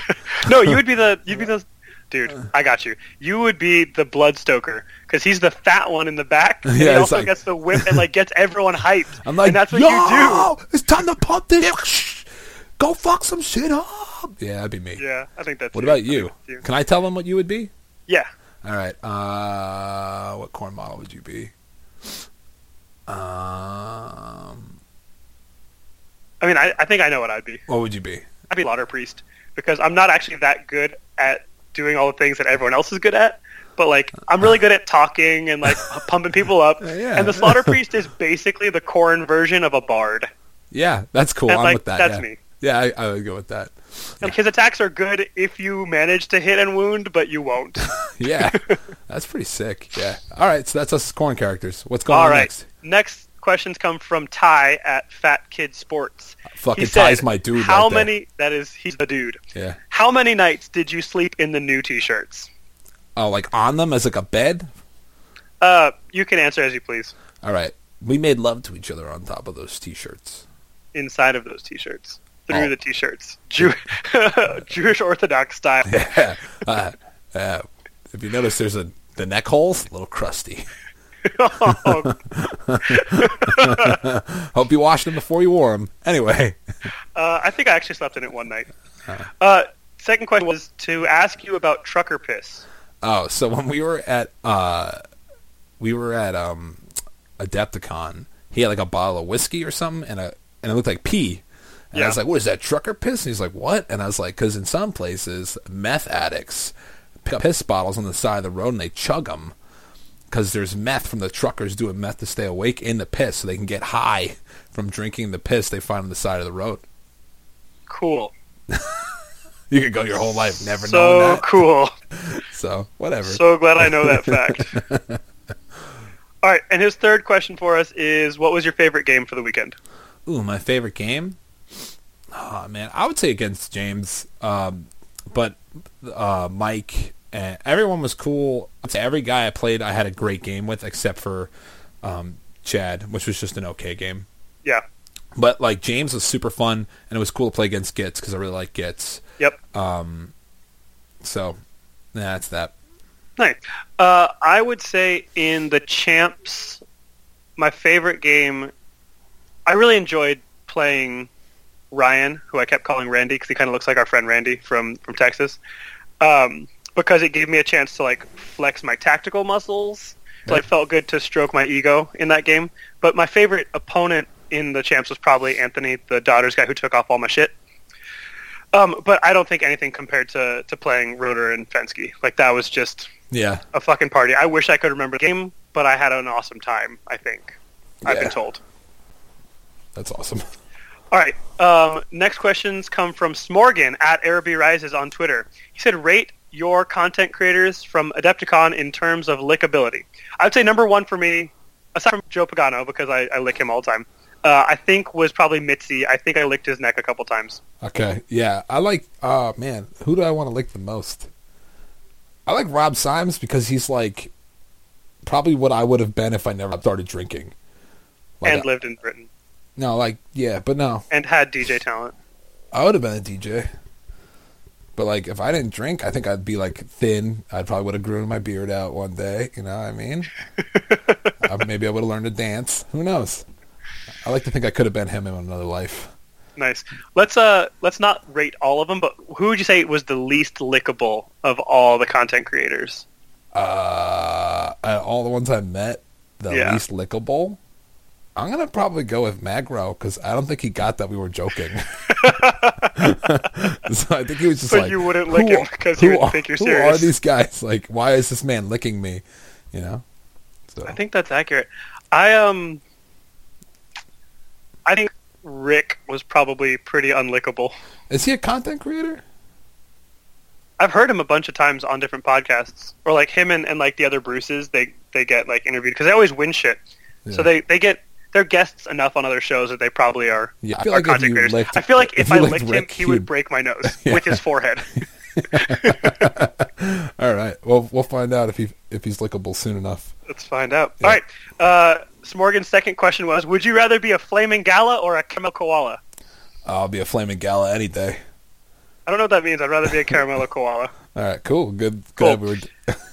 No, you would be the you'd be the dude.
Uh.
I got you. You would be the blood stoker because he's the fat one in
*laughs*
the back. And
Yeah,
he
it's
also
like-
gets the whip and like gets everyone hyped.
*laughs* I'm like,
and that's what
Yo, it's time to pump this. Go fuck some shit up. Yeah, that'd be me.
you do. Yeah, I think that's.
What
you.
about you?
that's you.
Can I tell them what you would be?
Yeah.
All right. Uh, what corn model would you be? Um,
I mean, I, I think I know what I'd be.
what would you be?
I'd be Lauder Priest because I'm not actually that good at doing all the things that everyone else is good at. But like, I'm really good at talking and like *laughs* pumping people up.
Yeah.
And the Slaughter Priest is basically the corn version of a bard.
Yeah, that's cool.
And,
I'm
like,
with that.
that's
yeah.
me.
Yeah, I, I would go with that.
Like his attacks are good if you manage to hit and wound, but
*laughs*
you won't. *laughs*
Yeah, that's pretty sick. Yeah. All right, so that's us corn characters. What's going
All
on
right.
next?
Next questions come from Ty at Fat Kid Sports.
Uh, Fucking
He said,
Ty's my dude
How
right there."
many? That is, he's the dude.
Yeah.
How many nights did you sleep in the new T-shirts?
Oh, like on them as like a bed.
Uh, you can answer as you please.
All right, we made love to each other on top of those t-shirts.
Inside of those T-shirts, through
Oh.
the T-shirts, Jew- *laughs* Jewish Orthodox style. *laughs*
uh, uh, if you notice, there's a the neck holes a little crusty. *laughs*
Oh,
Hope you washed them before you wore them. Anyway, *laughs*
Uh, I think I actually slept in it one night.
Oh.
Uh, second question was to ask you about trucker piss.
oh, so when we were at uh, we were at um, Adepticon, he had like a bottle of whiskey or something, and a and it looked like pee. And I was like, "What is that trucker piss?" And he's like, "What?" And I was like, "Cause in some places, meth addicts pick up piss bottles on the side of the road and they chug them." because there's meth from the truckers doing meth to stay awake in the piss so they can get high from drinking the piss they find on the side of the road.
Cool.
You could go your whole life never
So
knowing that.
cool.
*laughs* So, whatever.
So glad I know that fact.
*laughs*
All right, and his third question for us is, what was your favorite game for the weekend?
Ooh, my favorite game? Oh, man. I would say against James, um, but uh, Mike, and everyone was cool. I'd say every guy I played, I had a great game with, except for um, Chad, which was just an okay game.
Yeah.
But like James was super fun, and it was cool to play against Gitz because I really like Gitz.
Yep.
Um, so yeah, that's that.
Nice. Uh, I would say in the champs, my favorite game. I really enjoyed playing Ryan, who I kept calling Randy because he kind of looks like our friend Randy from from Texas, um, because it gave me a chance to like flex my tactical muscles. So it felt good to stroke my ego in that game. But my favorite opponent in the champs was probably Anthony, the Dodgers guy who took off all my shit. Um, but I don't think anything compared to, to playing Rotor and Fensky. Like that was just
Yeah,
a fucking party. I wish I could remember the game, but I had an awesome time. I think I've been
Yeah.
told.
that's awesome.
All right. Um, next questions come from Smorgan at Araby Rises on Twitter. He said, "Rate your content creators from Adepticon in terms of lickability." I would say number one for me, aside from Joe Pagano because I, I lick him all the time. Uh, I think was probably Mitzi. I think I licked his neck a couple times.
Okay, yeah, I like. Oh man, who do I want to lick the most? I like Rob Symes because he's like probably what I would have been if I never started drinking. Like,
and lived in Britain
No, like yeah, but no,
and had DJ talent.
I would have been a DJ. But like, if I didn't drink, I think I'd be like thin. I probably would have grown my beard out one day. You know what I mean? Uh, maybe I would have learned to dance. Who knows? I like to think I could have been him in another life.
Nice. Let's uh let's not rate all of them, but who would you say was the least lickable of all the content creators?
Uh, out of all the ones I met, the
Yeah.
least lickable. I'm gonna probably go with Magro because I don't think he got that we were joking. *laughs* so I think he was just
But
like,
you wouldn't lick
"Who
him
are-
'cause you
who
would
are-
think you're
who are
serious."
these guys? Like, why is this man licking me? You know.
I think that's accurate. I um I think Rick was probably pretty unlickable.
Is he a content creator?
I've heard him a bunch of times on different podcasts, or like him and, and like the other Bruces. They they get like interviewed because they always win shit. So they they get they're guests enough on other shows that they probably are.
Yeah, I
are
feel like if
content
you
creators.
licked-
I feel like
if
if,
you
I
licked
licked,
Rick,
him, he
he
would
would-
break my nose
*laughs* Yeah.
with his forehead.
*laughs* All right. Well, we'll find out if he if he's lickable soon enough.
Let's find out. All right. Uh, Smorgan's second question was: Would you rather be a flaming gala or a caramel koala?
I'll be a flaming gala any day.
I don't know what that means. I'd rather be a caramel koala.
All right. Cool. Good.
Cool.
Good. We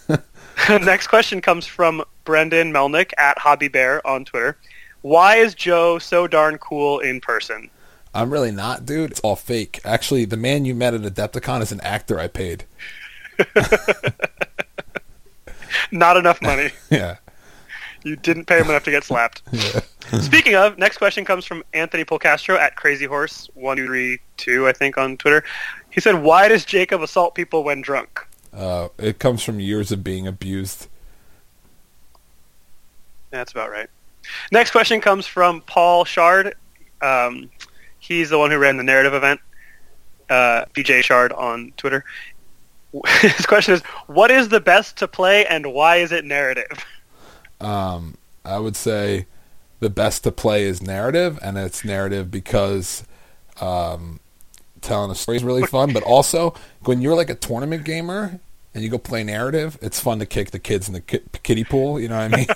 were-
Next question comes from Brendan Melnick at Hobby Bear on Twitter. Why is Joe so darn cool in person?
I'm really not, dude. It's all fake. Actually, the man you met at Adepticon is an actor I paid. *laughs*
Not enough money.
Yeah.
You didn't pay him enough to get slapped. Speaking of, next question comes from Anthony Polcastro at Crazy Horse one two three two I think on Twitter. He said, "Why does Jacob assault people when drunk?"
Uh, it comes from years of being abused.
That's about right. Next question comes from Paul Shard. Um, he's the one who ran the narrative event. Uh, BJ Shard on Twitter. *laughs* His question is, "What is the best to play, and why is it narrative?" *laughs*
Um, I would say the best to play is narrative, and it's narrative because um, telling a story is really fun. But also, when you're like a tournament gamer and you go play narrative, it's fun to kick the kids in the ki- kiddie pool. You know what I mean?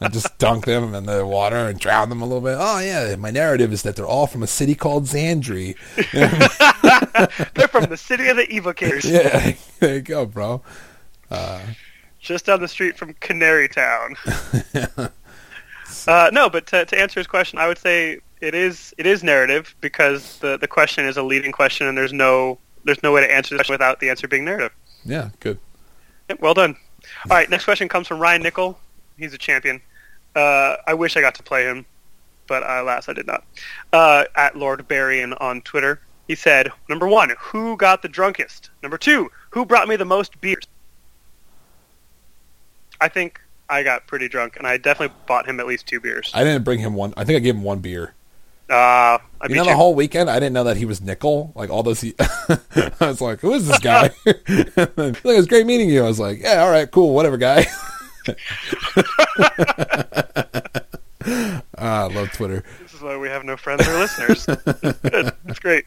and just dunk them in the water and drown them a little bit. Oh yeah, my narrative is that they're all from a city called Xandri. *laughs*
They're from the city of the evocators.
Yeah, there you go, bro. Uh,
just down the street from Canary Town. Uh, no, but to, to answer his question, I would say it is it is narrative because the, the question is a leading question, and there's no there's no way to answer this without the answer being narrative.
*laughs* Yeah, good.
Yep, well done. All right, next question comes from Ryan Nickel. He's a champion. Uh, I wish I got to play him, but alas, I did not. Uh, at Lord Barian on Twitter, he said, "Number one, who got the drunkest? Number two, who brought me the most beers? I think I got pretty drunk, and I definitely bought him at least two beers.
I didn't bring him one. I think I gave him one beer.
Uh, I
you know,
beat
the
you.
whole weekend, I didn't know that he was Nickel. Like all those, *laughs* he, I was like, "Who is this
*laughs*
guy?" *laughs* He's like, it was great meeting you. I was like, "Yeah, all right, cool, whatever, guy." *laughs* ah, I love Twitter.
This is why we have no friends or listeners. It's good. It's great.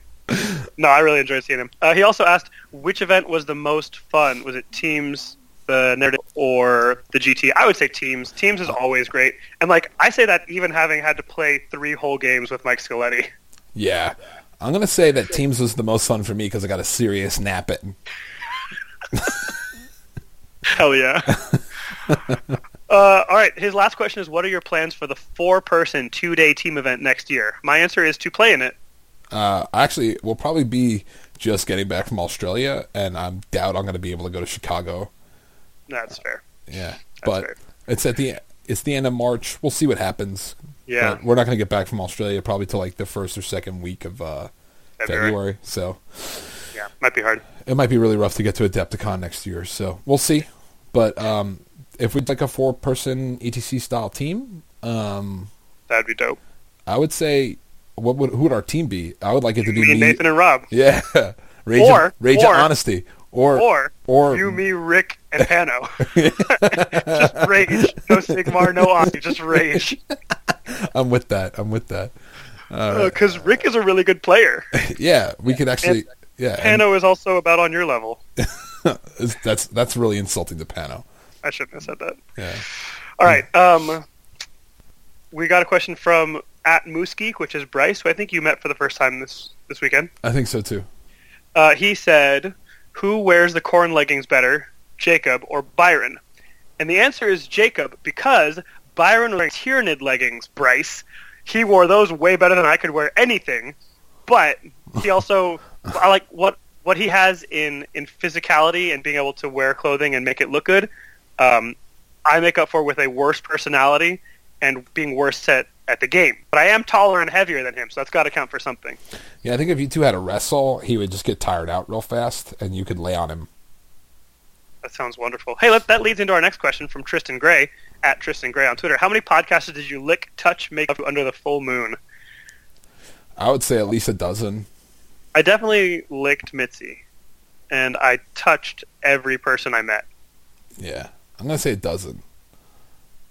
No, I really enjoyed seeing him. Uh, he also asked which event was the most fun. Was it teams, the narrative, or the GT? I would say teams. Teams is always great, and like I say that even having had to play three whole games with Mike Scoletti.
Yeah, I'm gonna say that Teams was the most fun for me because I got a serious nap in.
*laughs* Hell yeah. Uh, all right, his last question is: What are your plans for the four-person two-day team event next year? My answer is to play in it.
Uh, actually, we'll probably be just getting back from Australia, and I am doubt I'm going to be able to go to Chicago.
That's fair.
Yeah, but it's at the it's the end of March. We'll see what happens.
Yeah.
But we're not going to get back from Australia probably till like the first or second week of uh, February.
February.
So
Yeah, might be hard.
it might be really rough to get to Adepticon next year. So we'll see. But um, if we'd like a four person ETC style team, um,
That'd be dope.
I would say what would who would our team be? I would like it to be
Me,
me-
Nathan, and Rob.
*laughs* Yeah. Rage
Or-
of, Rage
or-
of Honesty. Or
or,
or
you, me, Rick, and Hanno. *laughs* just rage. No Sigmar, no Ani, just rage.
I'm with that. I'm with that. *laughs* All right.
Because Uh, Rick is a really good player.
yeah, we could actually
And
yeah. and
Hanno is also about on your level.
it's- that's that's really insulting to Pano.
I shouldn't have said that.
Yeah.
All right. Um, we got a question from at Moose Geek, which is Bryce, who I think you met for the first time this this weekend.
I think so too.
Uh, he said, "Who wears the corn leggings better, Jacob or Byron?" And the answer is Jacob because Byron was wearing Tyranid leggings. Bryce, he wore those way better than I could wear anything. But he also, I like what what he has in in physicality and being able to wear clothing and make it look good. Um, I make up for with a worse personality and being worse at at the game. But I am taller and heavier than him, so that's got to count for something.
Yeah, I think if you two had a wrestle, he would just get tired out real fast and you could lay on him.
That sounds wonderful. Hey, let, that leads into our next question from Tristan Gray at Tristan Gray on Twitter. How many podcasters did you lick, touch, make up to under the full moon?
I would say at least a dozen.
I definitely licked Mitzi, and I touched every person I met.
Yeah. I'm going to say a dozen.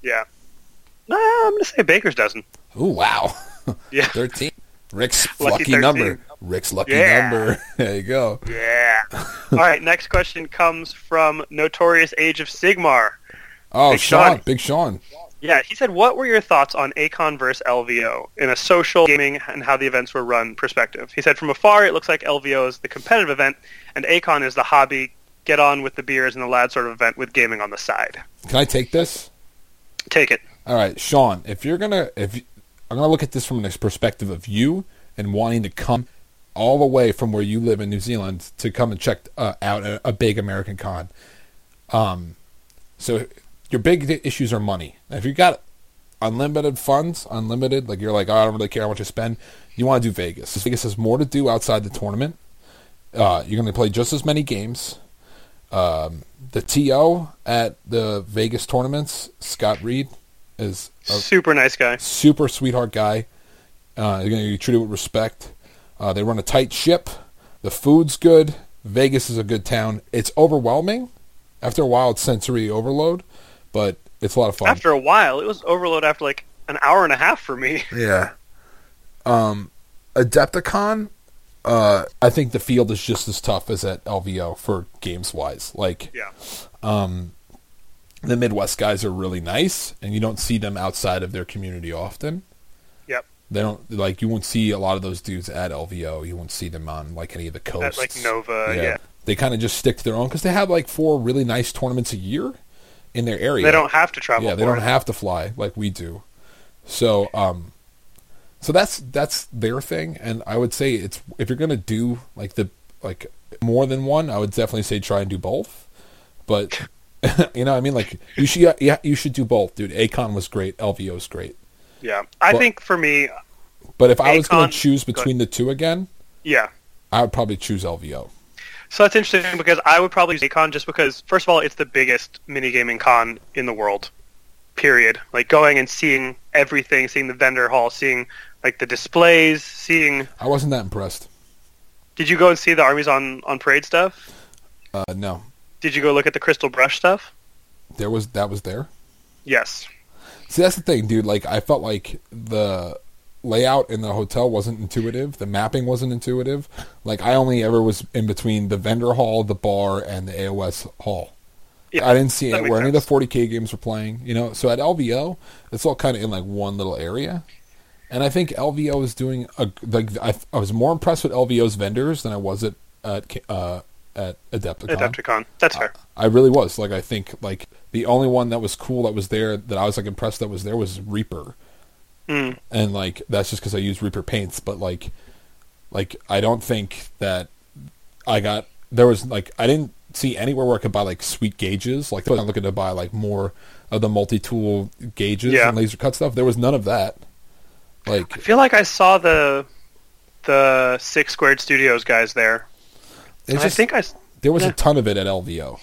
Yeah. No, I'm gonna say Baker's dozen.
Ooh, wow. *laughs*
Yeah.
13. Rick's
*laughs* Lucky
lucky,
13.
number. Rick's lucky
Yeah.
number. *laughs* There you go.
Yeah. *laughs* All right. Next question comes from Notorious Age of Sigmar.
Oh,
Big
Sean.
Sean.
Big Sean.
Yeah, he said, "What were your thoughts on Acon versus LVO in a social gaming and how the events were run perspective?" He said, "From afar, it looks like LVO is the competitive event, and Acon is the hobby, get on with the beers and the lad sort of event with gaming on the side."
Can I take this?
Take it.
All right, Sean, if you're gonna if you- I'm gonna look at this from the perspective of you and wanting to come all the way from where you live in New Zealand to come and check uh, out a, a big American con. Um, so your big issues are money. Now, if you got unlimited funds, unlimited, like you're like, oh, I don't really care how much I spend. You want to do Vegas. Vegas has more to do outside the tournament. Uh, you're going to play just as many games. Um, the TO at the Vegas tournaments, Scott Reed, is a
Super nice guy.
super sweetheart guy. Uh, you're going to be treated with respect. Uh, they run a tight ship. The food's good. Vegas is a good town. It's overwhelming. After a while, it's sensory overload, but it's a lot of fun.
After a while, it was overload after like an hour and a half for me. *laughs*
Yeah. Um, Adepticon, uh, I think the field is just as tough as at LVO for games wise. Like,
Yeah.
um, the Midwest guys are really nice, and you don't see them outside of their community often.
Yep.
They don't like you won't see a lot of those dudes at LVO. You won't see them on like any of the coasts,
like, Nova, yeah.
They kind of just stick to their own because they have like four really nice tournaments a year, in their area.
They don't have to travel
Yeah, they
for
don't
it.
have to fly like we do. So, um, so that's that's their thing, and I would say it's if you're gonna do like the like more than one, I would definitely say try and do both. But *laughs* you know, what I mean, like you should yeah, you should do both, dude. Acon was great, LVO is great.
Yeah, I
But-
think for me,
But if I was gonna
Akon-
choose
go ahead.
between the two again,
yeah.
I would probably choose LVO.
So that's interesting because I would probably use Acon just because, first of all, it's the biggest minigaming con in the world. Period. Like going and seeing everything, seeing the vendor hall, seeing like the displays, seeing.
I wasn't that impressed.
Did you go and see the armies on on parade stuff?
Uh, no,
Did you go look at the crystal brush stuff?
there was that was there.
Yes.
See, that's the thing, dude. Like, I felt like the layout in the hotel wasn't intuitive. The mapping wasn't intuitive. Like, I only ever was in between the vendor hall, the bar, and the AOS hall.
Yeah,
I didn't see
that
it
makes
where any of the 40k games were playing. You know, so at LVO, it's all kind of in like one little area. And I think LVO is doing a like. I, I was more impressed with LVO's vendors than I was at at K- uh, at Adepticon.
Adepticon. That's fair.
I really was. Like I think like the only one that was cool that was there that I was like impressed that was there was Reaper. Ah.
Mm.
And like that's just cuz I use Reaper paints, but like like I don't think that I got there was like I didn't see anywhere where I could buy like sweet gauges. Like I'm looking to buy like more of the multi-tool gauges
Yeah.
and laser cut stuff. There was none of that. Like
I feel like I saw the the Six Squared Studios guys there.
It's
And I
just-
think I s-
there was
Yeah.
a ton of it at LVO.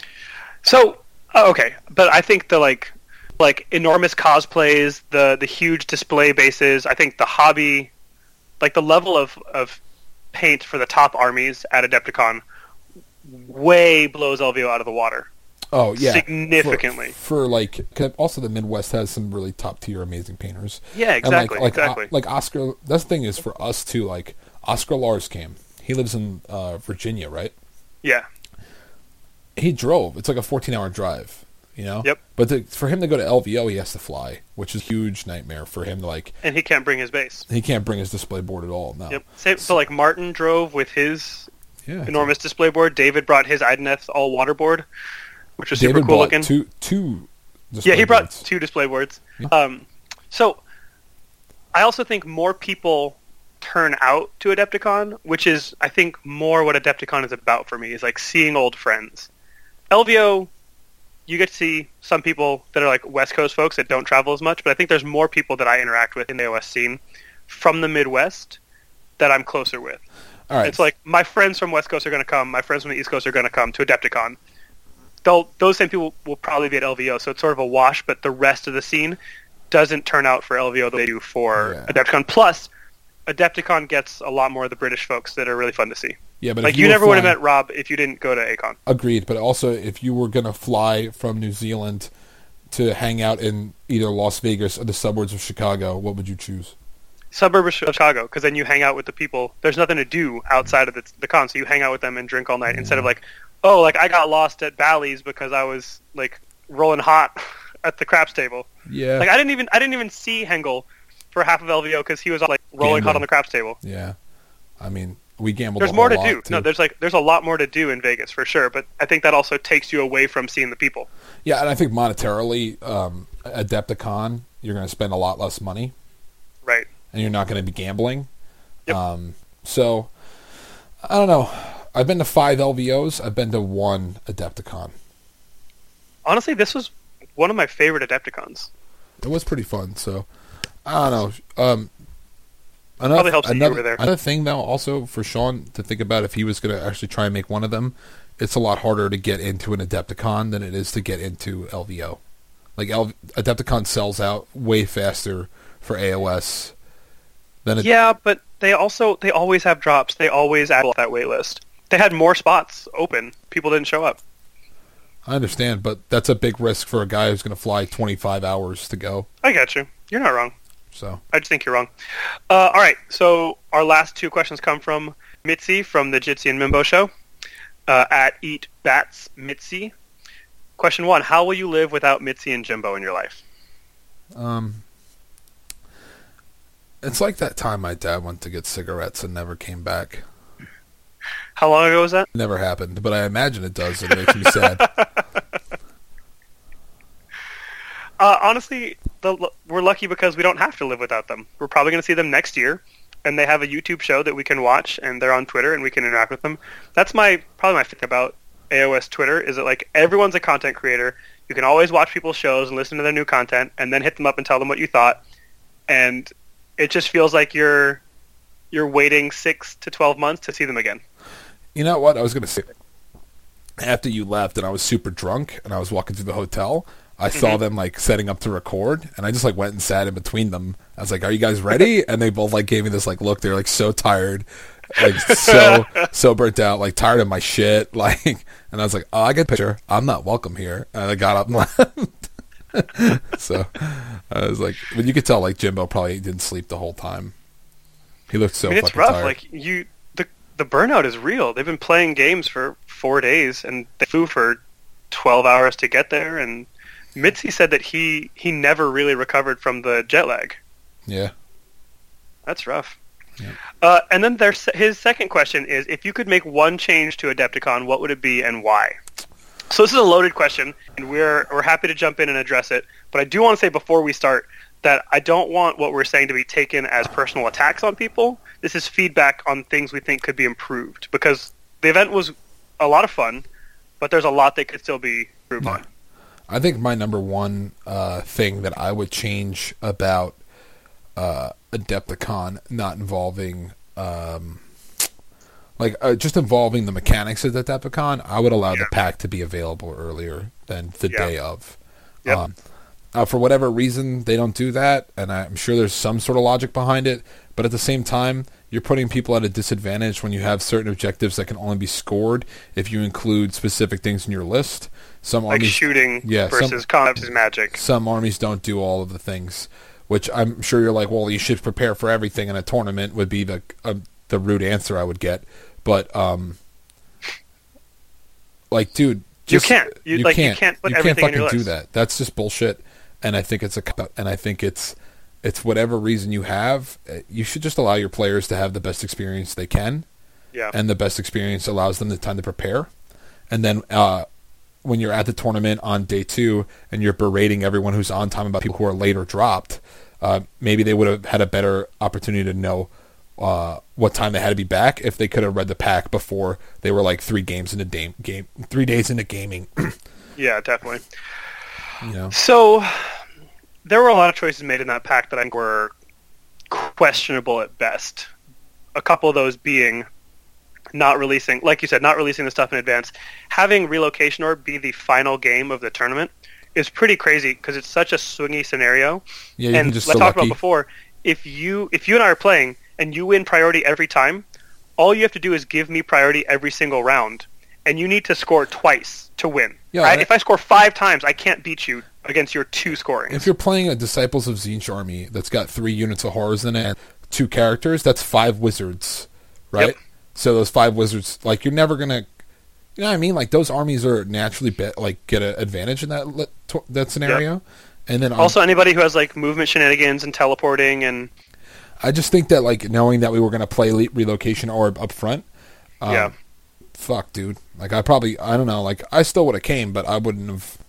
So oh, okay, but I think the like like enormous cosplays, the the huge display bases. I think the hobby, like the level of of paint for the top armies at Adepticon, way blows LVO out of the water.
Oh yeah,
Significantly.
for, for like 'cause also the Midwest has some really top tier amazing painters.
Yeah,
And,
exactly,
like, like,
exactly.
O- like Oscar, that's the thing is for us too. Like Oscar Lars came. He lives in uh, Virginia, right?
Yeah,
He drove. It's like a fourteen hour drive. You know.
Yep.
But to, for him to go to LVO, he has to fly, which is a huge nightmare for him. To like,
and he can't bring his base.
he can't bring his display board at all. No.
Yep. Same, so like Martin drove with his
Yeah.
enormous display board. David brought his Ideneth all water board, which was super
David
cool
bought
looking.
two two.
yeah, he
display
brought
boards.
two display boards.
Yeah.
Um, so I also think more people turn out to Adepticon, which is I think more what Adepticon is about for me is like seeing old friends. LVO, you get to see some people that are like West Coast folks that don't travel as much, but I think there's more people that I interact with in the OS scene from the Midwest that I'm closer with.
All right.
It's like my friends from West Coast are going to come, my friends from the East Coast are going to come to Adepticon. They'll, those same people will probably be at LVO, so it's sort of a wash. But the rest of the scene doesn't turn out for LVO the way they do for Adepticon. Plus, Adepticon gets a lot more of the British folks that are really fun to see.
Yeah, but if
like
you
you,
were
never would have
flying-
met Rob if you didn't go to Acon.
Agreed, but also if you were gonna fly from New Zealand to hang out in either Las Vegas or the suburbs of Chicago, what would you choose?
Suburb of Chicago, because then you hang out with the people. There's nothing to do outside of the, the con, so you hang out with them and drink all night instead of like, oh, like I got lost at Bally's because I was like rolling hot *laughs* at the craps table.
Yeah.
Like I didn't even I didn't even see Hengel for half of LVO because he was like rolling hot
Gambling.
on the craps table.
Yeah, I mean we gambled.
There's
a
more to
whole
do.
lot,
No,
too.
there's like there's a lot more to do in Vegas for sure, but I think that also takes you away from seeing the people.
Yeah, and I think monetarily, um, Adepticon, you're gonna spend a lot less money,
Right.
and you're not gonna be gambling. Um, so I don't know. I've been to five LVOs. I've been to one Adepticon.
Honestly, this was one of my favorite Adepticons.
it was pretty fun. So I don't know. Um, another,
Probably helps that you
another,
were there.
Another thing though, also for Sean to think about if he was going to actually try and make one of them, it's a lot harder to get into an Adepticon than it is to get into LVO. Like L- Adepticon sells out way faster for AOS than it.
Yeah, but they also they always have drops. They always add that wait list. They had more spots open. People didn't show up.
I understand, but that's a big risk for a guy who's going to fly 25 hours to go.
I got you. You're not wrong.
So
I just think you're wrong. Uh, all right, so our last two questions come from Mitzi from the Jitsi and Mimbo show uh, at Eat Bats Mitzi. Question one: How will you live without Mitzi and Jimbo in your life?
Um, it's like that time my dad went to get cigarettes and never came back.
How long ago was that?
Never happened, but I imagine it does. It makes me sad.
uh, honestly, the, we're lucky because we don't have to live without them. We're probably going to see them next year, and they have a YouTube show that we can watch, and they're on Twitter, and we can interact with them. That's my probably my thing about AOS Twitter is that like everyone's a content creator. You can always watch people's shows and listen to their new content, and then hit them up and tell them what you thought. And it just feels like you're you're waiting six to twelve months to see them again.
You know what? I was going to say after you left and I was super drunk and I was walking through the hotel, I saw
Mhm.
them like setting up to record and I just like went and sat in between them. I was like, "Are you guys
*laughs*
ready?" And they both like gave me this like look. They're like so tired, like
*laughs*
so so burnt out, like tired of my shit, *laughs* like and I was like, "Oh, I get a picture. I'm not welcome here." And I got up and *laughs* left. so I was like, but you could tell like Jimbo probably didn't sleep the whole time. He looked so
I mean, it's
fucking
rough.
tired.
Like you, the the burnout is real. They've been playing games for four days, and they flew for twelve hours to get there. And Mitzi said that he he never really recovered from the jet lag.
yeah.
That's rough. Uh, and then there's his second question is if you could make one change to Adepticon, what would it be and why? So this is a loaded question, and we're we're happy to jump in and address it. But I do want to say before we start that I don't want what we're saying to be taken as personal attacks on people. This is feedback on things we think could be improved because the event was a lot of fun, but there's a lot that could still be improved on.
I think my number one uh, thing that I would change about uh, Adepticon not involving, um, like, uh, just involving the mechanics of Adepticon, I would allow the pack to be available earlier than the day of.
Yep.
Um, uh, for whatever reason, they don't do that, and I'm sure there's some sort of logic behind it. But at the same time, you're putting people at a disadvantage when you have certain objectives that can only be scored if you include specific things in your list. Some
Like
armies-
shooting
yeah, some-
versus combat versus magic.
some armies don't do all of the things, which I'm sure you're like, well, you should prepare for everything in a tournament would be the uh, the rude answer I would get, but um, like, dude,
You
just-
can't. You- like, you can't put everything in
fucking
your
do
list.
that. That's just bullshit, and I think it's a cop out, and I think it's it's whatever reason you have, uh, you should just allow your players to have the best experience they can.
Yeah.
And the best experience allows them the time to prepare. And then uh, when you're at the tournament on day two and you're berating everyone who's on time about people who are late or dropped, uh, maybe they would have had a better opportunity to know uh, what time they had to be back if they could have read the pack before they were like three games into game, game three days into gaming.
Yeah, definitely.
you know?
So there were a lot of choices made in that pack that I think were questionable at best. A couple of those being not releasing, like you said, not releasing the stuff in advance. Having relocation orb be the final game of the tournament is pretty crazy because it's such a swingy scenario.
Yeah, you
and
can just
let's
so
talk about
lucky.
before. If you if you and I are playing and you win priority every time, all you have to do is give me priority every single round, and you need to score twice to win.
Yeah,
right?
that-
If I score five times, I can't beat you against your two scoring.
If you're playing a Disciples of Zinch army that's got three units of horrors in it and two characters, that's five wizards, right?
Yep.
So those five wizards, like you're never gonna, you know what I mean? Like those armies are naturally bet like get an advantage in that li- to- that scenario, and then um, on-
Also, anybody who has like movement shenanigans and teleporting and
I just think that like knowing that we were gonna play le- relocation orb up front, um,
Yeah.
fuck, dude. Like I probably I don't know. Like I still would have came, but I wouldn't have.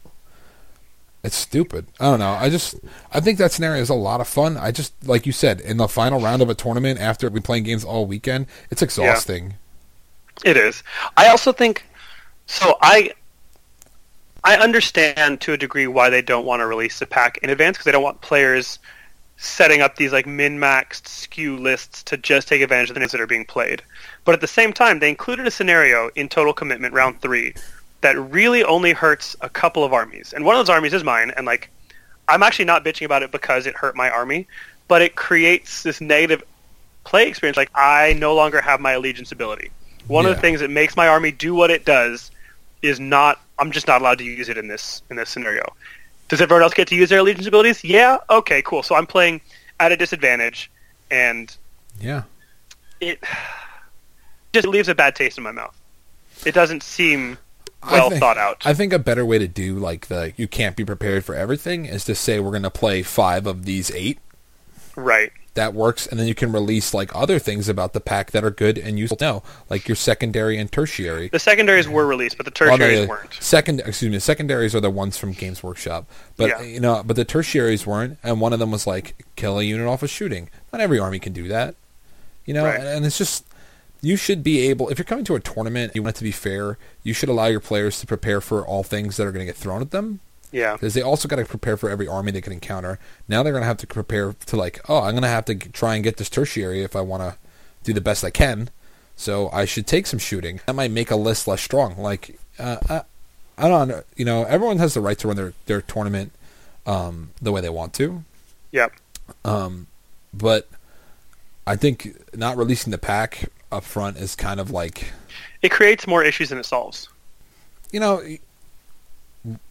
It's stupid. I don't know. I just I think that scenario is a lot of fun. I just like you said in the final round of a tournament after we playing games all weekend, it's exhausting.
It is. I also think so. I I understand to a degree why they don't want to release the pack in advance because they don't want players setting up these like min-maxed skew lists to just take advantage of the names that are being played. But at the same time, they included a scenario in Total Commitment Round Three that really only hurts a couple of armies, and one of those armies is mine. And like, I'm actually not bitching about it because it hurt my army, but it creates this negative play experience. Like, I no longer have my allegiance ability. One of
Yeah.
the things that makes my army do what it does is not. I'm just not allowed to use it in this in this scenario. Does everyone else get to use their allegiance abilities? Yeah. Okay. Cool. So I'm playing at a disadvantage, and
Yeah.
it *sighs* just leaves a bad taste in my mouth. It doesn't seem
I
well
think-
thought out.
I think a better way to do like the you can't be prepared for everything is to say we're gonna play five of these eight
Right.
that works, and then you can release like other things about the pack that are good and useful. No, like your secondary and tertiary.
The secondaries were released, but the
Oh, no,
tertiaries
yeah.
weren't.
Second, excuse me, secondaries are the ones from Games Workshop, but
Yeah.
you know, but the tertiaries weren't, and one of them was like kill a unit off a shooting. Not every army can do that, you know, and, and it's just you should be able if you're coming to a tournament, you want it to be fair. You should allow your players to prepare for all things that are going to get thrown at them.
Yeah.
because they also got to prepare for every army they can encounter. Now they're going to have to prepare to like, oh, I'm going to have to g- try and get this tertiary if I want to do the best I can. So I should take some shooting. That might make a list less strong. Like, uh, I, I don't know. You know, everyone has the right to run their their tournament um, the way they want to.
Yep.
Um, but I think not releasing the pack up front is kind of like
It creates more issues than it solves.
you know,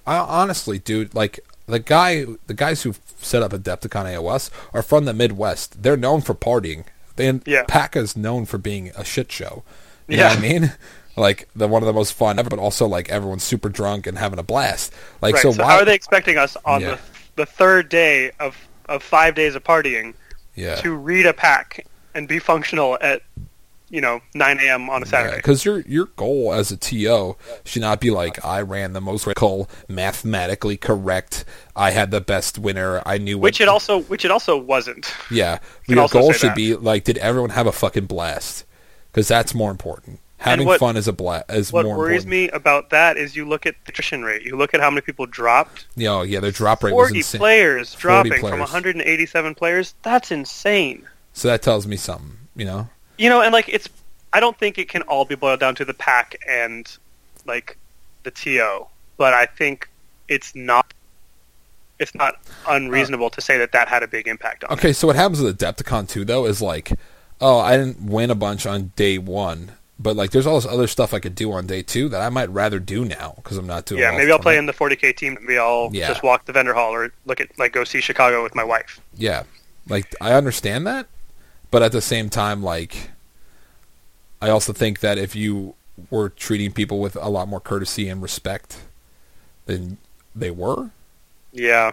I honestly, dude, like the guy, the guys who set up Adepticon AOS are from the Midwest. They're known for partying. And
Yeah.
PACA is known for being a shit show. You know
Yeah.
what I mean? *laughs* Like the one of the most fun ever, but also like everyone's super drunk and having a blast. Like
right.
so, why
how are they expecting us on
Yeah.
the, the third day of, of five days of partying
Yeah.
to read a pack and be functional at, you know, 9 a.m. on a Saturday?
Because your your goal as a TO should not be like I ran the most radical, mathematically correct. I had the best winner. I knew what
Which it also which it also wasn't.
Yeah,
Can
but your
also
goal
say
should
that.
be like, did everyone have a fucking blast? Because that's more important. Having
what-
fun is a blast is
What
more
worries
important.
me about that is you look at the attrition rate. You look at how many people dropped.
You know, yeah, their drop rate was
40
insane.
players
40
dropping from
players.
187 players. That's insane.
So that tells me something, you know.
You know, and like it's I don't think it can all be boiled down to the pack and like the TO, but I think it's not it's not unreasonable to say that that had a big impact on it.
Okay, so what happens with Adepticon too, though, is like, oh, I didn't win a bunch on day one, but like, there's all this other stuff I could do on day two that I might rather do now because I'm not doing.
Yeah,
well
maybe I'll
for
play
it.
in the 40k team. Maybe I'll
Yeah.
just walk the vendor hall or look at like go see Chicago with my wife.
Yeah. Like I understand that, but at the same time like I also think that if you were treating people with a lot more courtesy and respect than they were,
Yeah,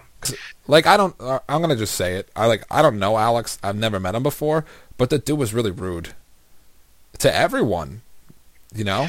like I don't I- I'm going to just say it. I like I don't know Alex. I've never met him before, but the dude was really rude to everyone, you know?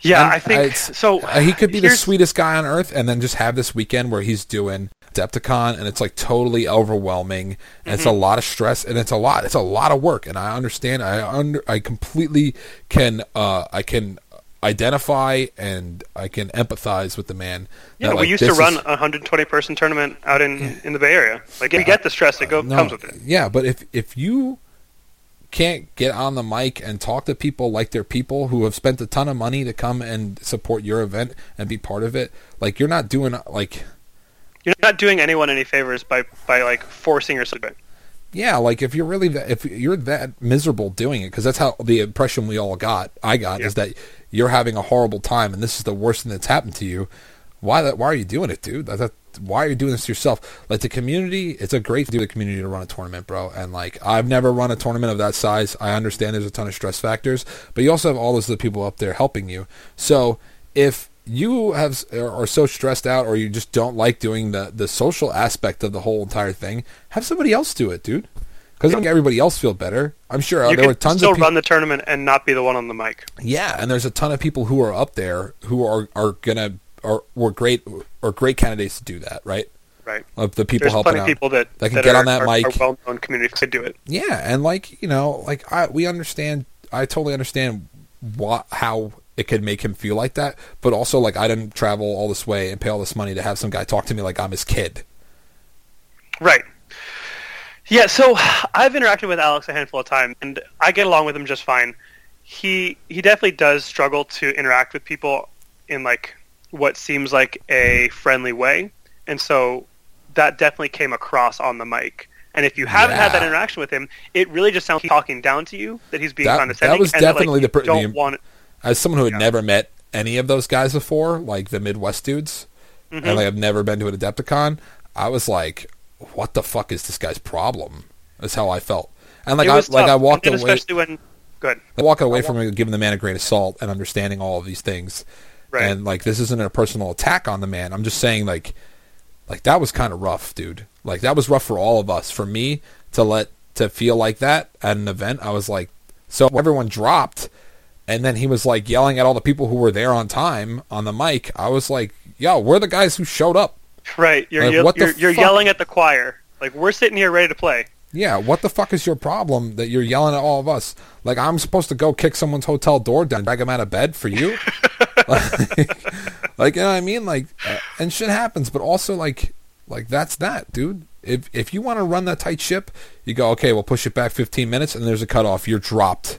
Yeah,
And
I think-
it's-
so,
uh, He could be the
here's-
sweetest guy on earth, and then just have this weekend where he's doing Adepticon, and it's like totally overwhelming, and it's a
Mm-hmm.
lot of stress, and it's a lot, it's a lot of work, and I understand, I under, I completely can, uh, I can identify and I can empathize with the man.
yeah.
that,
we
like,
used to
this is-
run a 120 person tournament out in in the Bay Area. Like we get the stress that go,
Uh, no,
comes with it.
Yeah, but if if you can't get on the mic and talk to people like they're people who have spent a ton of money to come and support your event and be part of it, like you're not doing like
You're not doing anyone any favors by by like forcing yourself. to do it.
yeah, like if you're really that, if you're that miserable doing it, because that's how the impression we all got, I got, is that you're having a horrible time and this is the worst thing that's happened to you. Why that? Why are you doing it, dude? That, that, why are you doing this to yourself? Like the community, it's a great to do the community to run a tournament, bro. And like I've never run a tournament of that size. I understand there's a ton of stress factors, but you also have all those other people up there helping you. So if you have are so stressed out or you just don't like doing the the social aspect of the whole entire thing have somebody else do it dude because it'll make everybody else feel better i'm sure uh,
you
there
can
were tons
still
of people
run the tournament and not be the one on the mic.
yeah and there's a ton of people who are up there who are are gonna are were great or great candidates to do that right
Right.
of the people
There's
helping
plenty
out
of people that,
that can get
are,
on that
are,
mic
Are well-known community to do it.
yeah, and like you know, like I we understand. I totally understand what how it could make him feel like that, but also like I didn't travel all this way and pay all this money to have some guy talk to me like I'm his kid.
Right. Yeah, so I've interacted with Alex a handful of times, and I get along with him just fine. He he definitely does struggle to interact with people in like what seems like a friendly way, and so that definitely came across on the mic. And if you haven't had that
Yeah.
interaction with him, it really just sounds like he's talking down to you that he's being
That- that
condescending.
was
and like,
definitely
you
the per- the
don't
im-
want
As someone who had never met any of those guys before, like the Midwest dudes,
Mhm.
and like I've never been to an Adepticon, I was like, "What the fuck is this guy's problem?" That's how I felt, and like
it
I
was
like
tough.
I walked
and
away.
especially when good.
I walk away from it giving the man a grain of salt and understanding all of these things.
Right.
And like this isn't a personal attack on the man. I'm just saying like like that was kind of rough, dude. Like that was rough for all of us. For me to let to feel like that at an event. I was like, so everyone dropped, and then he was like yelling at all the people who were there on time on the mic. I was like, yo, we're the guys who showed up.
Right. You're
Like,
yell-
what the
you're, you're
fuck?
yelling at the choir. Like we're sitting here ready to play.
Yeah, what the fuck is your problem that you're yelling at all of us? Like I'm supposed to go kick someone's hotel door down, drag them out of bed for
*laughs*
you? like, like, you know what I mean? Like, uh, and shit happens, but also like, like that's that, dude. If if you want to run that tight ship, you go okay, we'll push it back 15 minutes, and there's a cutoff. You're dropped.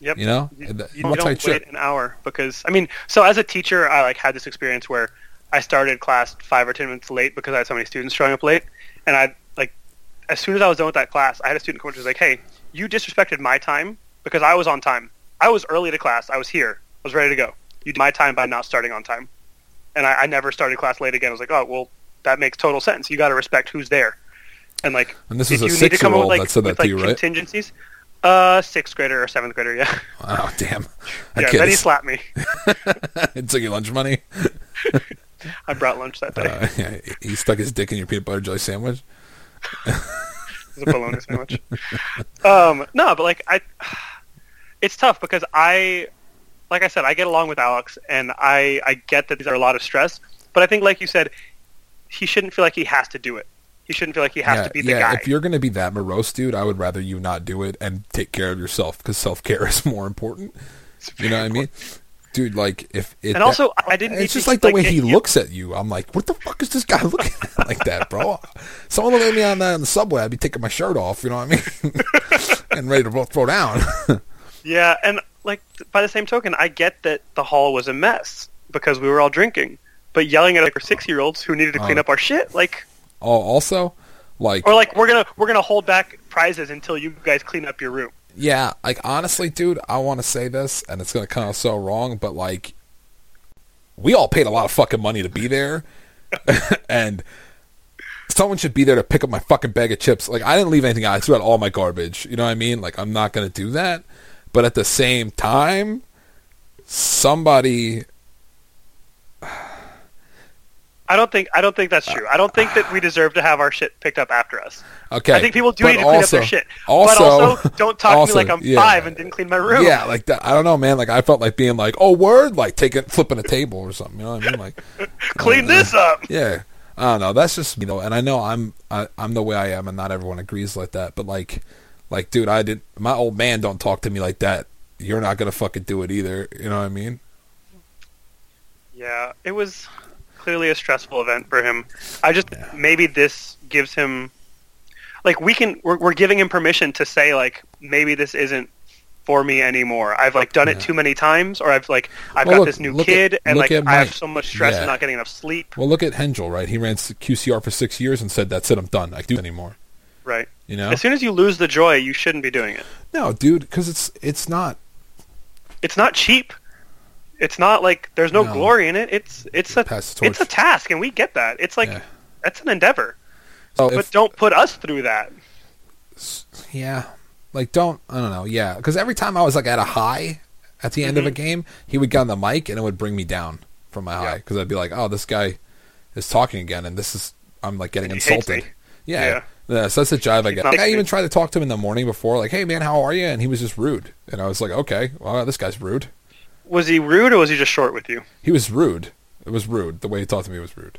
Yep.
You know,
you,
And that-
you
run
don't wait an hour because I mean, so as a teacher, I like had this experience where I started class five or ten minutes late because I had so many students showing up late, and I like as soon as I was done with that class, I had a student come up to me and was like, "Hey, you disrespected my time because I was on time. I was early to class. I was here. I was ready to go. You did my time by not starting on time, and I, I never started class late again. I was like, oh well, that makes total sense. You got to respect who's there, and like
And this is
if
a
you need to come up with,
six-year-old
like,
that said that
with,
to
like,
you, right?
Contingencies. Uh, sixth grader or seventh grader, yeah.
Oh damn! That
Yeah,
kid
Betty
is-
slapped me.
*laughs* it took your lunch money.
I brought lunch that day.
Uh, *laughs* yeah, he stuck his dick in your peanut butter jelly sandwich.
It was a bologna sandwich. Um, no, but like I, it's tough because I, like I said, I get along with Alex, and I I get that these are a lot of stress, but I think like you said, he shouldn't feel like he has to do it. He shouldn't feel like he has to be the
yeah,
guy.
If you're going to be that morose, dude, I would rather you not do it and take care of yourself because self care *laughs* is more important. You know what I mean, dude? Like if it
And also, I didn't need
It's
to-
just like the
like,
way
it-
he
it-
looks at you. I'm like, what the fuck is this guy *laughs* looking at like that, bro? Someone looked at me on the, on the subway, I'd be taking my shirt off. You know what I mean? *laughs* and ready to ro- throw down. *laughs*
Yeah, and like th- by the same token, I get that the hall was a mess because we were all drinking, but yelling at like our six year olds who needed to clean
Oh.
up our shit, like
oh, also, like
or like we're gonna we're gonna hold back prizes until you guys clean up your room.
Yeah, like honestly, dude, I want to say this, and it's gonna come out so wrong, but like, we all paid a lot of fucking money to be there, *laughs* and someone should be there to pick up my fucking bag of chips. Like, I didn't leave anything out; I threw out all my garbage. You know what I mean? Like, I'm not gonna do that, but at the same time, somebody
I don't think I don't think that's true. I don't think that we deserve to have our shit picked up after us.
Okay,
I think people do
but
need to clean up
also-
their shit.
also-
but also, don't talk
also,
to me like I'm
yeah.
five and didn't clean my room.
Yeah, like that. I don't know, man. Like I felt like being like, oh, word, like taking flipping a table or something. You know what I mean? Like,
*laughs* clean this up.
yeah, I don't know. That's just me though, and I know I'm I, I'm the way I am, and not everyone agrees like that. But like, like, dude, I did. My old man don't talk to me like that. You're not gonna fucking do it either. You know what I mean?
Yeah, it was clearly a stressful event for him. I just maybe this gives him like we can we're, we're giving him permission to say like maybe this isn't for me anymore. I've like done it too many times, or I've like I've
Well,
got
look-
this new
look at-
kid, and
look
like
at
I have
Mike.
so much stress
Yeah.
and not getting enough sleep.
Well, look at Hengel, right? He ran s- QCR for six years and said, "That's it, I'm done. I can't do it anymore."
Right.
You know?
as soon as you lose the joy, you shouldn't be doing it.
No, dude, because it's it's not
It's not cheap. It's not like there's no,
No.
glory in it. It's it's a it's a task, and we get that. It's like that's an endeavor.
So
but
if-
don't put us through that.
Yeah. Like, don't, I don't know. Yeah. Because every time I was, like, at a high at the end of a
Mm-hmm.
game, he would get on the mic and it would bring me down from my high. Because I'd be like, oh, this guy is talking again and this is, I'm, like, getting
He hates
insulted.
me.
Yeah. Yeah, So that's the jive I get.
not
Like, I
listening.
even tried to talk to him in the morning before, like, hey, man, how are you? And he was just rude. And I was like, okay, well, this guy's rude.
Was he rude or was he just short with you?
He was rude. It was rude. The way he talked to me was rude.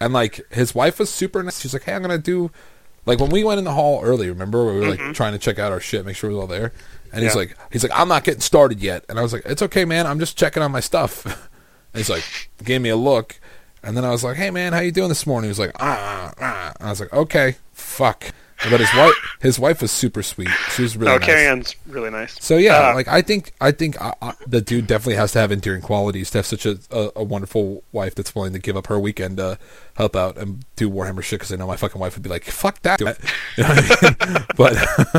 And like his wife was super nice. She's like, "Hey, I'm gonna do." Like when we went in the hall early, remember we were like trying to check out our shit, make sure it was all there. And he's
Yeah.
like, he's like, "I'm not getting started yet." And I was like, "It's okay, man. I'm just checking on my stuff." *laughs* and he's like, gave me a look, and then I was like, "Hey, man, how you doing this morning?" He was like, "Ah, ah." And I was like, "Okay, fuck." But his wife, his wife was super sweet. She was really
no,
nice.
Oh, Carrie Ann's really nice.
So yeah,
Uh,
like I think I think I, I, the dude definitely has to have endearing qualities to have such a, a, a wonderful wife that's willing to give up her weekend to help out and do Warhammer shit. Because I know my fucking wife would be like, "Fuck that," *laughs* you know what I mean?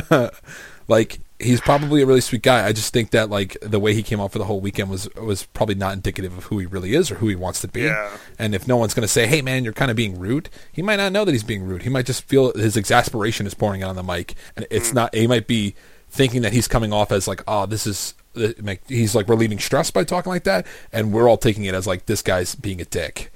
*laughs* but *laughs* like he's probably a really sweet guy. I just think that like the way he came off for the whole weekend was was probably not indicative of who he really is or who he wants to be.
Yeah.
And if no one's gonna say, "Hey man, you're kind of being rude," he might not know that he's being rude. He might just feel his exasperation is pouring out on the mic, and
Mm.
it's not. He might be thinking that he's coming off as like, "Oh, this is." the- like, He's like relieving stress by talking like that, and we're all taking it as like this guy's being a dick.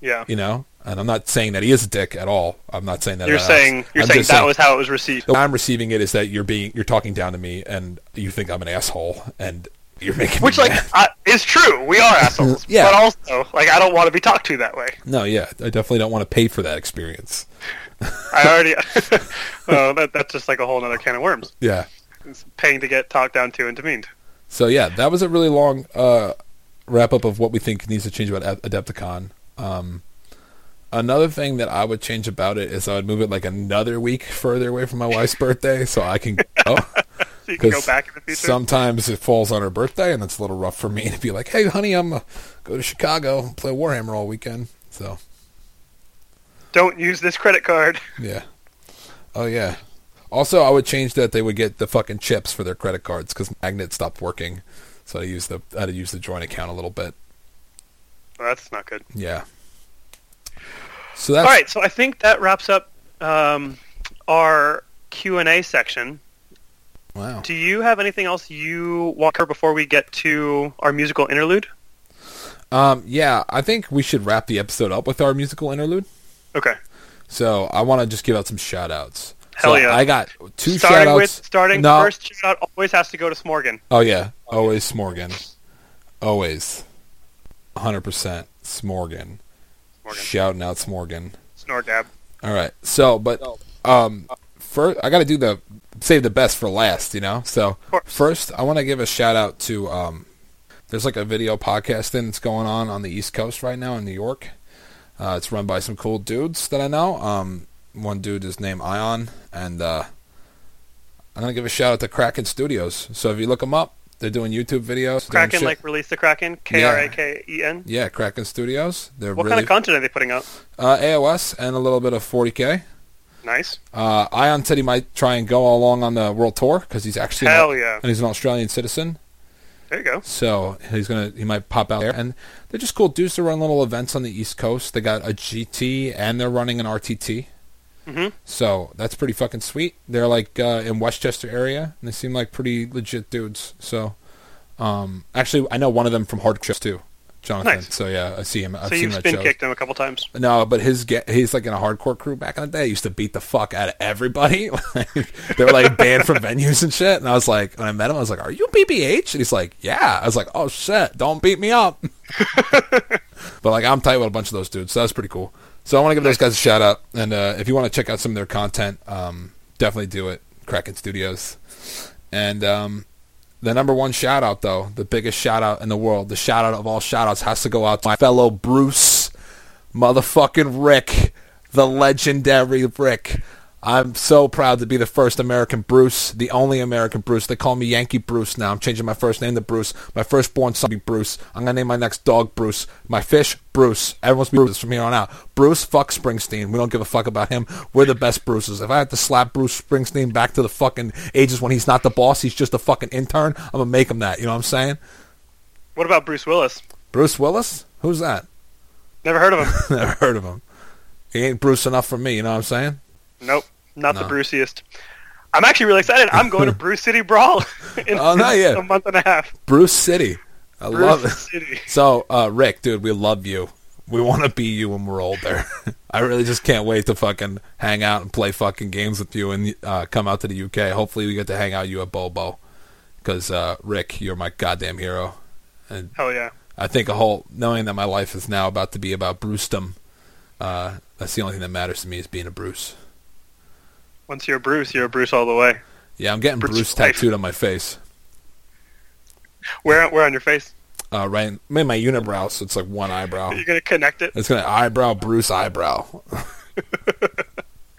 yeah.
You know, And I'm not saying that he is a dick at all. I'm not saying that.
You're
at all.
saying-
uh,
you're
I'm
saying
just
that was how it was received.
The way I'm receiving it is that you're being you're talking down to me and you think I'm an asshole and *laughs* you're making
Which, like, I, is true. We are assholes.
*laughs* Yeah.
But also, like, I don't want to be talked to that way.
no, yeah, I definitely don't want to pay for that experience.
I already. *laughs* well, that, that's just like a whole other can of worms.
Yeah.
It's paying to get talked down to and demeaned.
So yeah, that was a really long uh, wrap up of what we think needs to change about Ad- Adepticon. Um, another thing that I would change about it is I would move it like another week further away from my
*laughs*
wife's birthday, so I can go.
So you can go
'Cause
back in the future?
Sometimes it falls on her birthday, and it's a little rough for me to be like, "Hey, honey, I'm uh, go to Chicago and play Warhammer all weekend." So
Don't use this credit card. *laughs*
yeah, oh yeah. Also, I would change that they would get the fucking chips for their credit cards because Magnet stopped working, so I used the I had to use the joint account a little bit.
Well, that's not good.
Yeah. So that's
All right, so I think that wraps up um, our Q and A section.
Wow.
Do you have anything else you want to cover before we get to our musical interlude?
Um, yeah, I think we should wrap the episode up with our musical interlude.
Okay.
So I want to just give out some shout outs.
Hell
so
yeah.
I got two
starting
shout outs.
with starting
no.
first shout out always has to go to Smorgan.
Oh, yeah. Always Smorgan. Always. 100% Smorgan. Shouting out Smorgan.
Snorgab.
All right. So, but um, first I got to do the save the best for last, you know. So first, I want to give a shout out to um, there's like a video podcast thing that's going on on the East Coast right now in New York. Uh, it's run by some cool dudes that I know. Um, one dude is named Ion, and uh, I'm gonna give a shout out to Kraken Studios. So if you look them up, they're doing YouTube videos. doing
Kraken,
shit.
like release the Kraken. K R A K E N.
yeah, Kraken Studios. They're
What
really
kind of content are they putting out?
uh, AOS and a little bit of 40k.
Nice.
Uh, Ion said he might try and go along on the world tour because he's actually an-
Hell yeah.
and he's an Australian citizen.
There you go.
So he's gonna he might pop out there, and they're just cool dudes to run little events on the East Coast. They got a GT and they're running an RTT,
Mhm.
so that's pretty fucking sweet. They're like uh, in Westchester area, and they seem like pretty legit dudes. So um, actually, I know one of them from Hard Chips too, Jonathan.
Nice.
So yeah, I see him. I've
so
seen
you've
him at
spin
shows.
kicked him a couple times.
*laughs* No, but his get, he's like in a hardcore crew back in the day. Used to beat the fuck out of everybody. *laughs* Like, they were like banned from venues and shit. And I was like, when I met him, I was like, "Are you BBH?" And he's like, "Yeah." I was like, "Oh shit, don't beat me up." *laughs* but like, I'm tight with a bunch of those dudes, so that's pretty cool. So I want to give those guys a shout out, and uh, if you want to check out some of their content, um, definitely do it. Kraken Studios, and um, the number one shout out though, the biggest shout out in the world, the shout out of all shout outs has to go out to my fellow Bruce motherfucking Rick, the legendary Rick. I'm so proud to be the first American Bruce, the only American Bruce. They call me Yankee Bruce now. I'm changing my first name to Bruce. My firstborn son will be Bruce. I'm gonna name my next dog Bruce. My fish Bruce. Everyone's be Bruce from here on out. Bruce fuck Springsteen. We don't give a fuck about him. We're the best Bruces. If I had to slap Bruce Springsteen back to the fucking ages when he's not the boss, he's just a fucking intern. I'm gonna make him that. You know what I'm saying?
What about Bruce Willis?
Bruce Willis? Who's that?
Never
*laughs*
heard of him.
Never heard of him. He ain't Bruce enough for me, you know what I'm saying?
nope. Not the
No.
Bruceiest. I'm actually really excited.
*laughs*
I'm going to Bruce City Brawl in
Oh, not yet.
a month and a half.
Bruce City. I
Bruce
love it.
City.
So, uh, Rick, dude, we love you. We want to be you when we're older. *laughs* I really just can't wait to fucking hang out and play fucking games with you and uh, come out to the UK. Hopefully, we get to hang out with you at Bobo. Because, uh, Rick, you're my goddamn hero. And
Hell yeah.
I think a whole, knowing that my life is now about to be about Brewsdom, uh, that's the only thing that matters to me is being a Bruce.
Once you're a Bruce, you're a Bruce all the way.
Yeah, I'm getting Bruce tattooed on my face.
Where, where on your face?
Uh, right in, in my unibrow, so it's like one eyebrow.
You're gonna connect it.
It's gonna eyebrow Bruce eyebrow.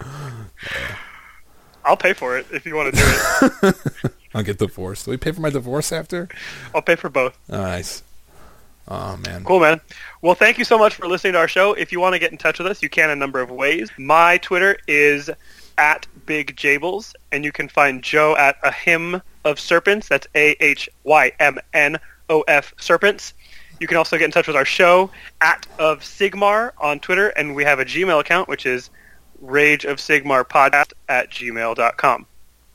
*laughs*
I'll pay for it if you want to do it.
I'll get divorced. Do we pay for my divorce after?
I'll pay for both.
Oh, nice. Oh man.
Cool, man. Well, thank you so much for listening to our show. If you want to get in touch with us, you can a number of ways. My Twitter is at Big Jables, and you can find Joe at A Hymn of Serpents. That's A H Y M N O F Serpents. You can also get in touch with our show at of Sigmar on Twitter, and we have a Gmail account which is Rage of Sigmar Podcast at gmail.com.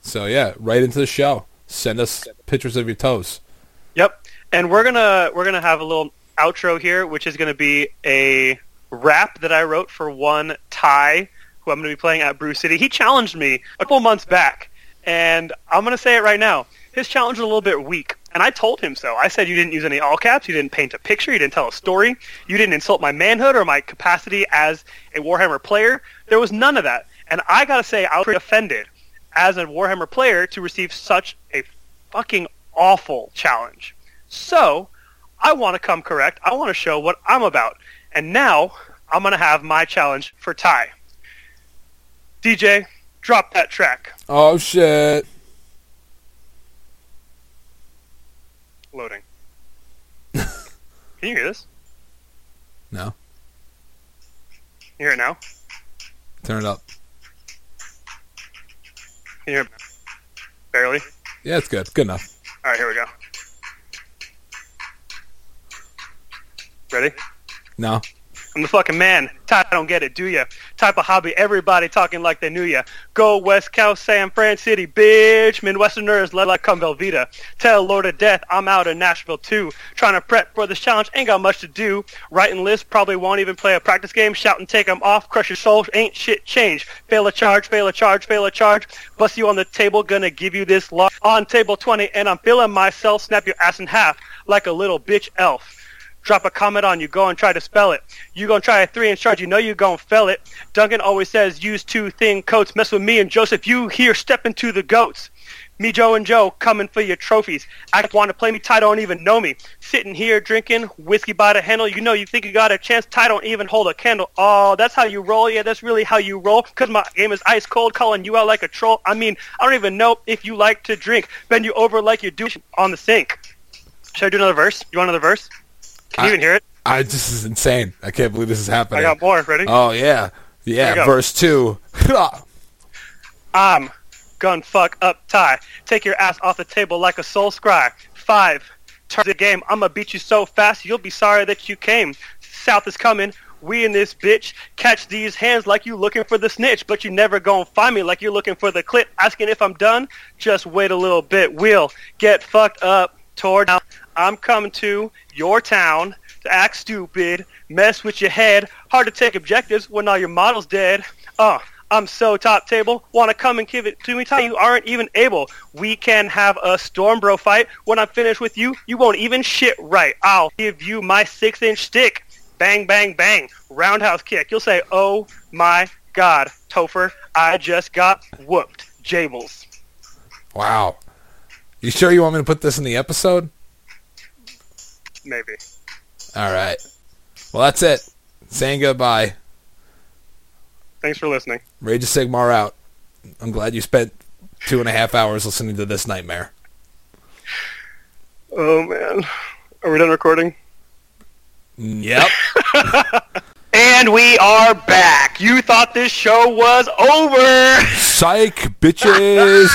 So yeah, right into the show. Send us pictures of your toes.
Yep. And we're gonna we're gonna have a little outro here, which is gonna be a rap that I wrote for one Ty, who I'm going to be playing at Brew City. He challenged me a couple months back, and I'm going to say it right now. His challenge was a little bit weak, and I told him so. I said you didn't use any all caps, you didn't paint a picture, you didn't tell a story, you didn't insult my manhood or my capacity as a Warhammer player. There was none of that, and I got to say I was pretty offended as a Warhammer player to receive such a fucking awful challenge. So, I want to come correct. I want to show what I'm about. And now, I'm going to have my challenge for Ty. DJ, drop that track.
Oh shit.
Loading. Can you hear this?
No.
You hear it now?
Turn it up.
Can you hear it? Barely.
Yeah, it's good. Good enough.
All right, here we go. Ready?
No.
I'm the fucking man. Ty, I don't get it, do ya? Type of hobby, everybody talking like they knew ya. Go West Coast, San Fran City, bitch. Midwesterners led like come Velveeta. Tell Lord of Death I'm out of Nashville too. Trying to prep for this challenge, ain't got much to do. Writing lists, probably won't even play a practice game. Shout and take 'em off, crush your soul, ain't shit changed. Fail a charge, fail a charge, fail a charge. Bust you on the table, gonna give you this lock. On table 20, and I'm feeling myself, snap your ass in half like a little bitch elf drop a comment on you, go and try to spell it. You gonna try a three in charge, you know you gonna fail it. Duncan always says use two thin coats, mess with me and Joseph, you here stepping to the goats. Me, Joe, and Joe coming for your trophies. I want to play me, Ty don't even know me. Sitting here drinking whiskey by the handle, you know you think you got a chance, Ty don't even hold a candle. Oh, that's how you roll, yeah, that's really how you roll. Cause my game is ice cold, calling you out like a troll. I mean, I don't even know if you like to drink. Bend you over like you do on the sink. Should I do another verse? You want another verse? Can you even hear it?
I this is insane. I can't believe this is happening.
I got more. Ready?
Oh yeah. Yeah,
Here we go.
verse 2.
I'm gun fuck up tie. Take your ass off the table like a soul scry. Five. Turn the game. I'ma beat you so fast you'll be sorry that you came. South is coming. We in this bitch. Catch these hands like you looking for the snitch, but you never gonna find me like you're looking for the clip. Asking if I'm done? Just wait a little bit. We'll get fucked up, tore down. I'm coming to your town to act stupid, mess with your head. Hard to take objectives when all your models dead. Uh, I'm so top table. Want to come and give it to me? Time you aren't even able. We can have a storm bro fight. When I'm finished with you, you won't even shit right. I'll give you my six inch stick. Bang, bang, bang. Roundhouse kick. You'll say, oh my god, Topher, I just got whooped. Jables.
*laughs* Wow. You sure you want me to put this in the episode?
Maybe.
All right. Well, that's it. Saying goodbye.
Thanks for listening.
Rage of Sigmar out. I'm glad you spent two and a half hours listening to this nightmare.
Oh, man. Are we done recording?
Yep.
And we are back. You thought this show was over. *laughs*
Psych, bitches.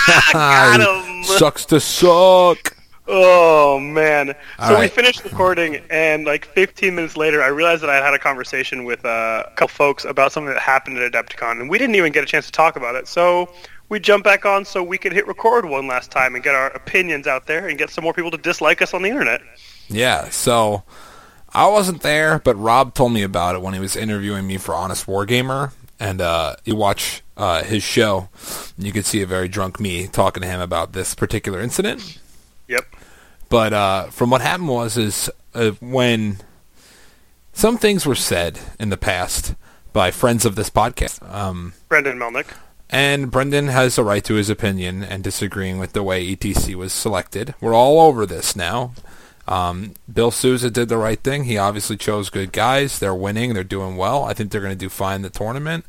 Sucks to suck.
Oh man!
All
so we
right.
finished recording, and like 15 minutes later, I realized that I had had a conversation with uh, a couple folks about something that happened at Adepticon, and we didn't even get a chance to talk about it. So we jumped back on so we could hit record one last time and get our opinions out there and get some more people to dislike us on the internet.
Yeah, so I wasn't there, but Rob told me about it when he was interviewing me for Honest Wargamer. And uh, you watch uh, his show, and you could see a very drunk me talking to him about this particular incident.
Yep.
But uh, from what happened was, is uh, when some things were said in the past by friends of this podcast. Um,
Brendan Melnick.
and Brendan has a right to his opinion and disagreeing with the way ETC was selected. We're all over this now. Um, Bill Souza did the right thing. He obviously chose good guys. They're winning. They're doing well. I think they're going to do fine in the tournament.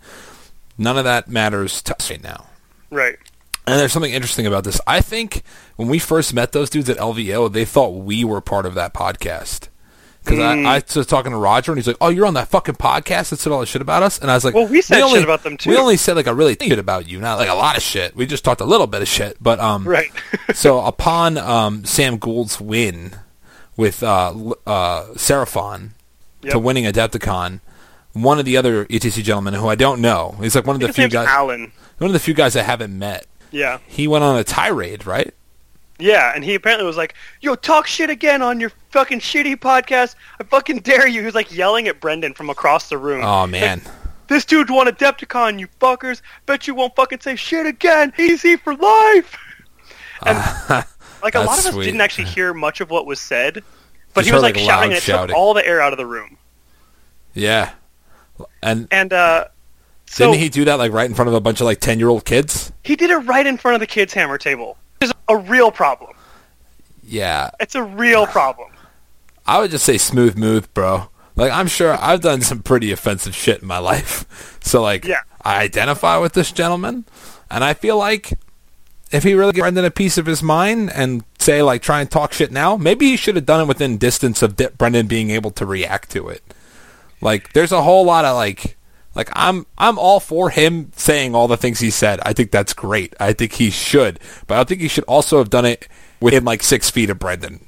None of that matters to us right now.
Right.
And there's something interesting about this. I think when we first met those dudes at LVO, they thought we were part of that podcast. Because
Mm.
I, I was talking to Roger, and he's like, "Oh, you're on that fucking podcast that said all that shit about us." And I was like,
Well, we said shit
only,
about them, too."
We only said like a really shit about you, not like a lot of shit. We just talked a little bit of shit, but um,
right.
*laughs*
*laughs*
so upon um, Sam Gould's win with uh, L- uh, Seraphon
Yep.
to winning Adepticon, one of the other ETC gentlemen who I don't know, he's like one of the
His
few
name's
guys,
Alan.
one of the few guys I haven't met
Yeah.
he went on a tirade, right?
Yeah, and he apparently was like, "Yo, talk shit again on your fucking shitty podcast. I fucking dare you." He was like yelling at Brendan from across the room. *laughs*
Oh man.
This dude won a Adepticon, you fuckers. Bet you won't fucking say shit again. Easy for life.
*laughs*
Like a
Ah, That's
lot of us
sweet.
didn't actually hear much of what was said, but
Just
he
heard,
was like,
like, loud
shouting, and it
shouting.
took all the air out of the room.
Yeah. And
And uh, so-
didn't he do that like right in front of a bunch of like 10-year-old kids?
he did it right in front of the kids' hammer table, which is a real problem.
Yeah.
It's
*sighs*
a real problem.
I would just say smooth move, bro. Like I'm sure I've done some pretty offensive shit in my *laughs* life. So like
Yeah.
I identify with this gentleman and I feel like if he really gave Brendan a piece of his mind and say like try and talk shit now, maybe he should have done it within distance of De- Brendan being able to react to it. Like there's a whole lot of like like I'm I'm all for him saying all the things he said. I think that's great. I think he should, but I don't think he should also have done it within like six feet of Brendan.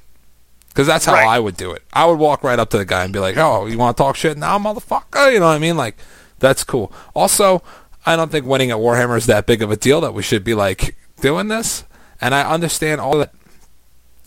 Because that's how I would do it. I would walk right up to the guy and be like, "Oh, you want to talk shit now, motherfucker?" You know what I mean? Like, that's cool. Also, I don't think winning at Warhammer is that big of a deal that we should be like doing this. And I understand all that.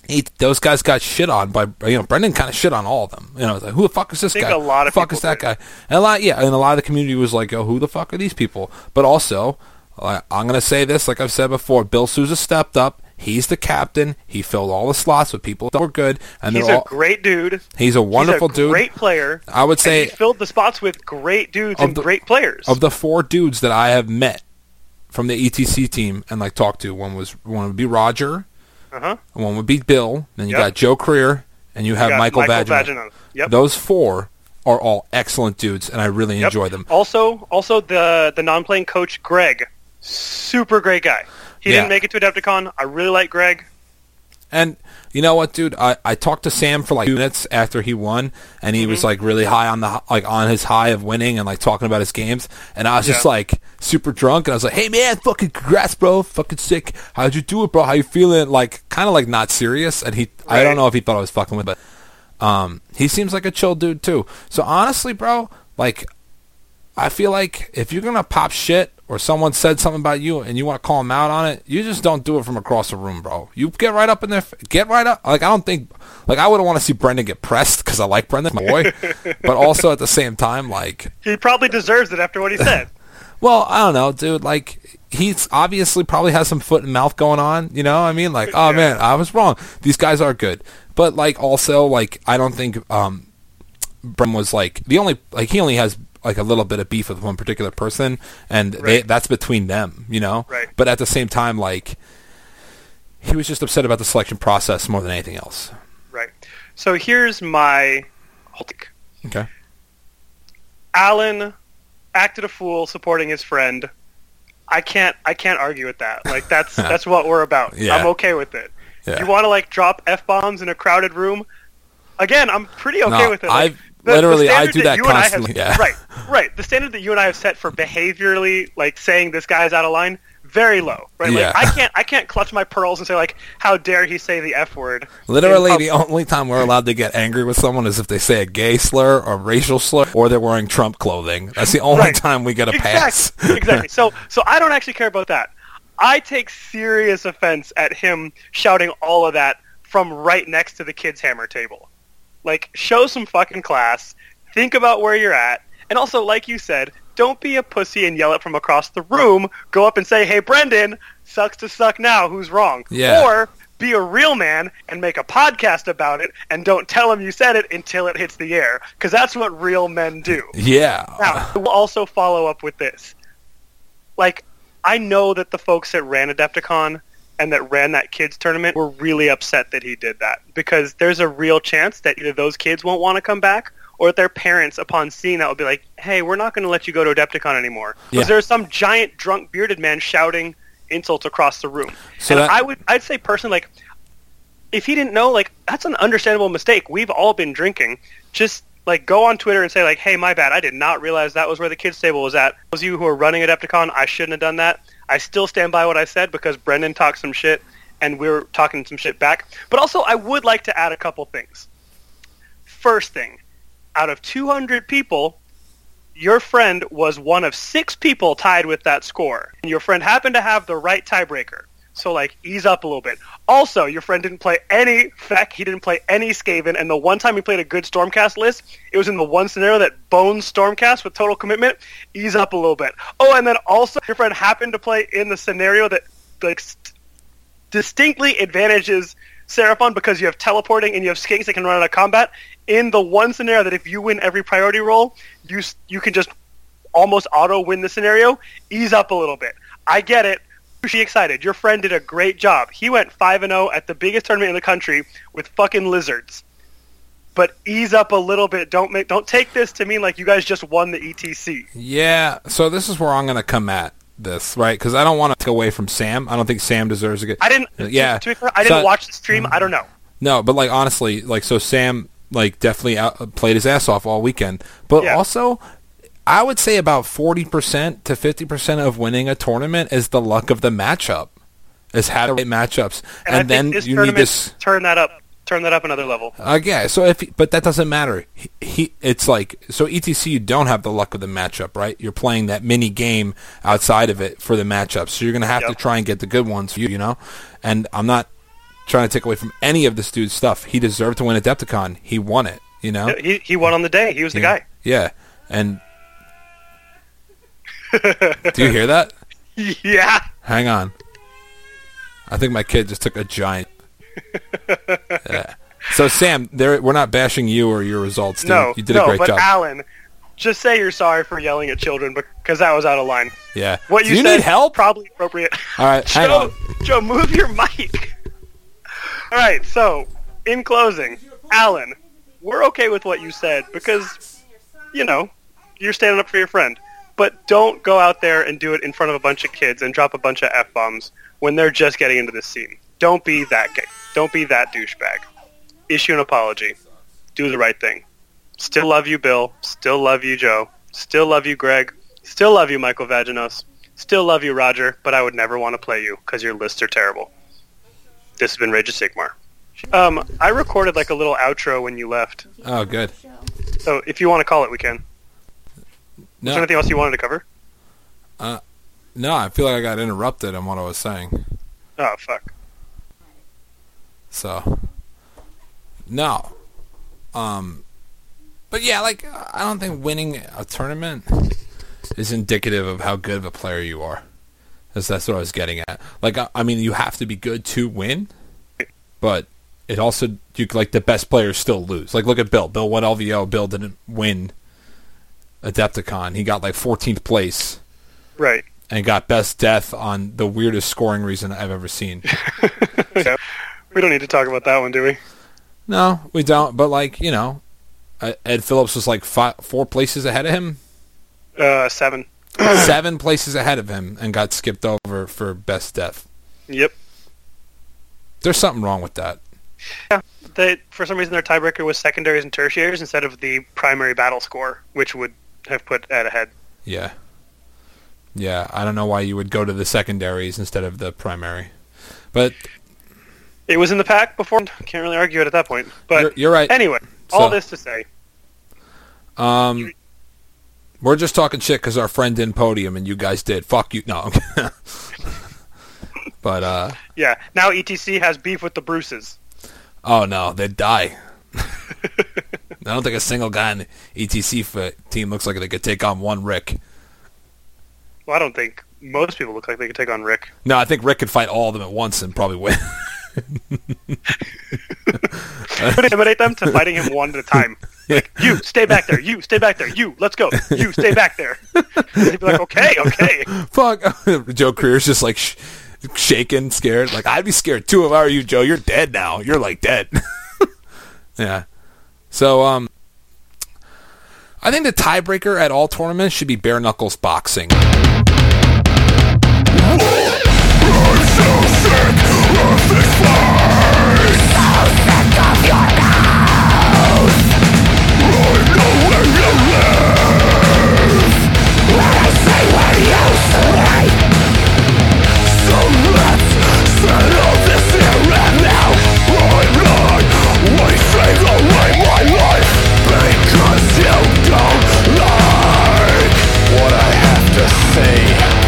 He, those guys got shit on by you know Brendan kind of shit on all of them. You know, it's like who the fuck is this
think
guy?
a lot of
who the fuck is that guy? And a lot, yeah, and a lot of the community was like, "Oh, who the fuck are these people?" But also, I- I'm gonna say this, like I've said before, Bill Sousa stepped up. He's the captain. He filled all the slots with people that were good, and
He's
they're
a
all.
great dude.
He's a wonderful
He's a
dude.
Great player.
I would
And
say-
he filled the spots with great dudes
Of
and
the-
great players.
Of the four dudes that I have met from the ETC team and like talked to, one was one would be Roger,
Uh-huh.
one would be Bill, then you
Yep.
got Joe Creer, and you have
got
Michael,
Michael
Vaginal.
Vaginal. Yep.
Those four are all excellent dudes, and I really
Yep.
enjoy them.
Also, also the the non-playing coach Greg, super great guy. He
Yeah.
didn't make it to Adepticon. I really like Greg.
And you know what, dude? I, I talked to Sam for like two minutes after he won, and he was
Mm-hmm.
like really high on the like on his high of winning and like talking about his games. And I was just
Yeah.
like super drunk, and I was like, "Hey man, fucking congrats, bro! Fucking sick! How'd you do it, bro? How you feeling?" Like kind of like not serious. And he, I don't know if he thought I was fucking with, but um, he seems like a chill dude too. So honestly, bro, like I feel like if you're gonna pop shit or someone said something about you and you want to call them out on it, you just don't do it from across the room, bro. You get right up in there, get right up. Like I don't think, like I wouldn't want to see Brendan get pressed because I like Brendan, my boy. but also at the same time, like,
He probably deserves it after what
*laughs*
he said.
well, I don't know, dude. Like he's obviously probably has some foot and mouth going on. You know, what I mean, like,
*laughs*
oh man, I was wrong. These guys are good, but like also like I don't think um Brum was like the only like he only has like a little bit of beef with one particular person, and they, that's between them, you know.
Right.
But at the same time, like he was just upset about the selection process more than anything else.
right. So here's my take.
Okay.
Alan acted a fool supporting his friend. I can't I can't argue with that.
*laughs*
Like that's that's what we're about.
Yeah.
I'm okay with it.
Yeah.
You want to like drop f bombs in a crowded room? Again, I'm pretty okay
No,
with it. Like,
I've- literally, I
standard
do that
you and I have-
constantly, yeah.
*laughs* Right, right. The standard that you and I have set for behaviorally, like saying this guy's out of line, very low. Right.
Yeah.
Like I can't I can't clutch my pearls and say like, how dare he say the f word?
Literally, the only time we're allowed to get angry with someone is if they say a gay slur or racial slur, or they're wearing Trump clothing. That's the only time we get a pass. *laughs*
Exactly. exactly. So so I don't actually care about that. I take serious offense at him shouting all of that from right next to the kids' hammer table. Like, show some fucking class. Think about where you're at, and also, like you said, don't be a pussy and yell it from across the room. Go up and say, "Hey, Brendan, sucks to suck now. Who's wrong?"
Yeah.
Or be a real man and make a podcast about it, and don't tell him you said it until it hits the air, because that's what real men do.
Yeah.
Now, we'll also follow up with this. Like, I know that the folks that ran Adepticon and that ran that kids tournament were really upset that he did that because there's a real chance that either those kids won't want to come back or that their parents, upon seeing that, will be like, "Hey, we're not going to let you go to Adepticon anymore."
Yeah.
Because there's some giant drunk bearded man shouting insults across the room.
So
and
that-
I would, I'd say personally, like, if he didn't know, like that's an understandable mistake. We've all been drinking. Just like go on Twitter and say like, "Hey, my bad. I did not realize that was where the kids table was at." Those of you who are running Adepticon, I shouldn't have done that. I still stand by what I said because Brendan talked some shit and we were talking some shit back. But also, I would like to add a couple things. First thing, out of 200 people, your friend was one of six people tied with that score, and your friend happened to have the right tiebreaker. So like, ease up a little bit. Also, your friend didn't play any Feck. He didn't play any Skaven, and the one time he played a good Stormcast list, it was in the one scenario that bones Stormcast with total commitment. Ease up a little bit. Oh, and then also, your friend happened to play in the scenario that like st- distinctly advantages Seraphon because you have teleporting and you have skinks that can run out of combat. In the one scenario that if you win every priority roll, you s- you can just almost auto win the scenario. Ease up a little bit. I get it. She excited. Your friend did a great job. He went five and zero at the biggest tournament in the country with fucking lizards. But ease up a little bit. Don't make. Don't take this to mean like you guys just won the E ETC.
Yeah, so this is where I'm going to come at this, right? Because I don't want to take away from Sam. I don't think Sam deserves a good.
I didn't.
Uh, Yeah,
To be fair, I didn't
So-
watch the stream. I don't know.
No, but like honestly, like so Sam like definitely out, played his ass off all weekend, but also I would say about forty percent to fifty percent of winning a tournament is the luck of the matchup, is how to right matchups, and,
I
then
think this
you need
tournament
this.
turn that up. Turn that up another level.
Uh, yeah, so if but that doesn't matter. He, he it's like so etc. You don't have the luck of the matchup, right? You're playing that mini game outside of it for the matchup, so you're gonna have to try and get the good ones. for You you know, and I'm not trying to take away from any of this dude's stuff. He deserved to win Adepticon. He won it. You know.
He, he won on the day. He was the guy.
Oh. Yeah,
*laughs*
and do you hear that?
*laughs* Yeah.
Hang on. I think my kid just took a
*laughs*
giant. yeah. So Sam, there we're not bashing you or your results. Dude.
no.
you did
no,
a great
but
job.
Alan, just say you're sorry for yelling at children because that was out of line.
yeah.
What
Do
you,
you
said
need help?
Probably appropriate.
All right, hang
Joe,
on.
Joe, move your mic. All right, so in closing, Alan, we're okay with what you said because, you know, you're standing up for your friend. But don't go out there and do it in front of a bunch of kids and drop a bunch of f bombs when they're just getting into this scene. Don't be that gay. Don't be that douchebag. Issue an apology. Do the right thing. Still love you, Bill. Still love you, Joe. Still love you, Greg. Still love you, Michael Vaginos. Still love you, Roger, but I would never want to play you because your lists are terrible. This has been Rage of Sigmar. Um, I recorded like a little outro when you left,
Oh, good.
so if you want to call it, we can.
No.
Was there anything else you wanted to cover?
Uh, no, I feel like I got interrupted on what I was saying.
Oh fuck.
So, no. Um, but yeah, like I don't think winning a tournament is indicative of how good of a player you are. That's that's what I was getting at. Like I, I mean, you have to be good to win, but it also you like the best players still lose. Like look at Bill. Bill won LVO. Bill didn't win Adepticon. He got like 14th place
Right.
and got best death on the weirdest scoring reason I've ever seen.
Yeah. We don't need to talk about that one, do we?
No, we don't. But like you know, uh, Ed Phillips was like five, four places ahead of him,
Uh, seven.
seven places ahead of him, and got skipped over for best death.
Yep.
There's something wrong with that.
Yeah. They, for some reason, their tiebreaker was secondaries and tertiaries instead of the primary battle score, which would have put Ed ahead.
Yeah, yeah. I don't know why you would go to the secondaries instead of the primary, but
It was in the pack before. Can't really argue it at that point. But
you're, you're right.
anyway,
So-
all this to say,
Um, we're just talking shit because our friend didn't podium and you guys did. Fuck you. No. *laughs* but uh,
yeah. Now ETC has beef with the Bruces. *laughs*
oh no, they'd die. I don't think a single guy in the E ETC fi- uh, team looks like they could take on one Rick.
Well, I don't think most people look like they could take on Rick.
No, I think Rick could fight all of them at once and probably win. *laughs*
Would intimidate them to fighting him one at a time. Like, you stay back there. You stay back there. You let's go. You stay back there. They'd be like, okay, okay.
Fuck. *laughs* Joe Creer's just like sh- shaking, scared. Like I'd be scared too if I were you, Joe. You're dead now. You're like dead. *laughs* yeah. So um, I think the tiebreaker at all tournaments should be bare knuckles boxing.
What I have to say.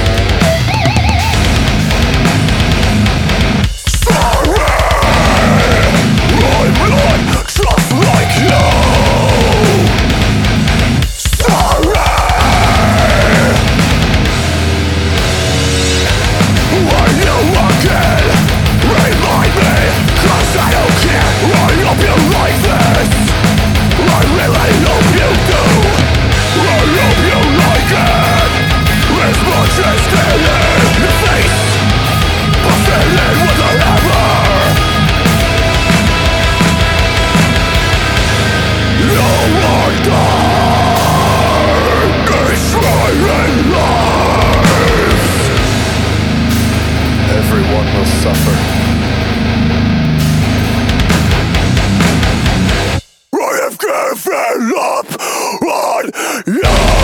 develop on you.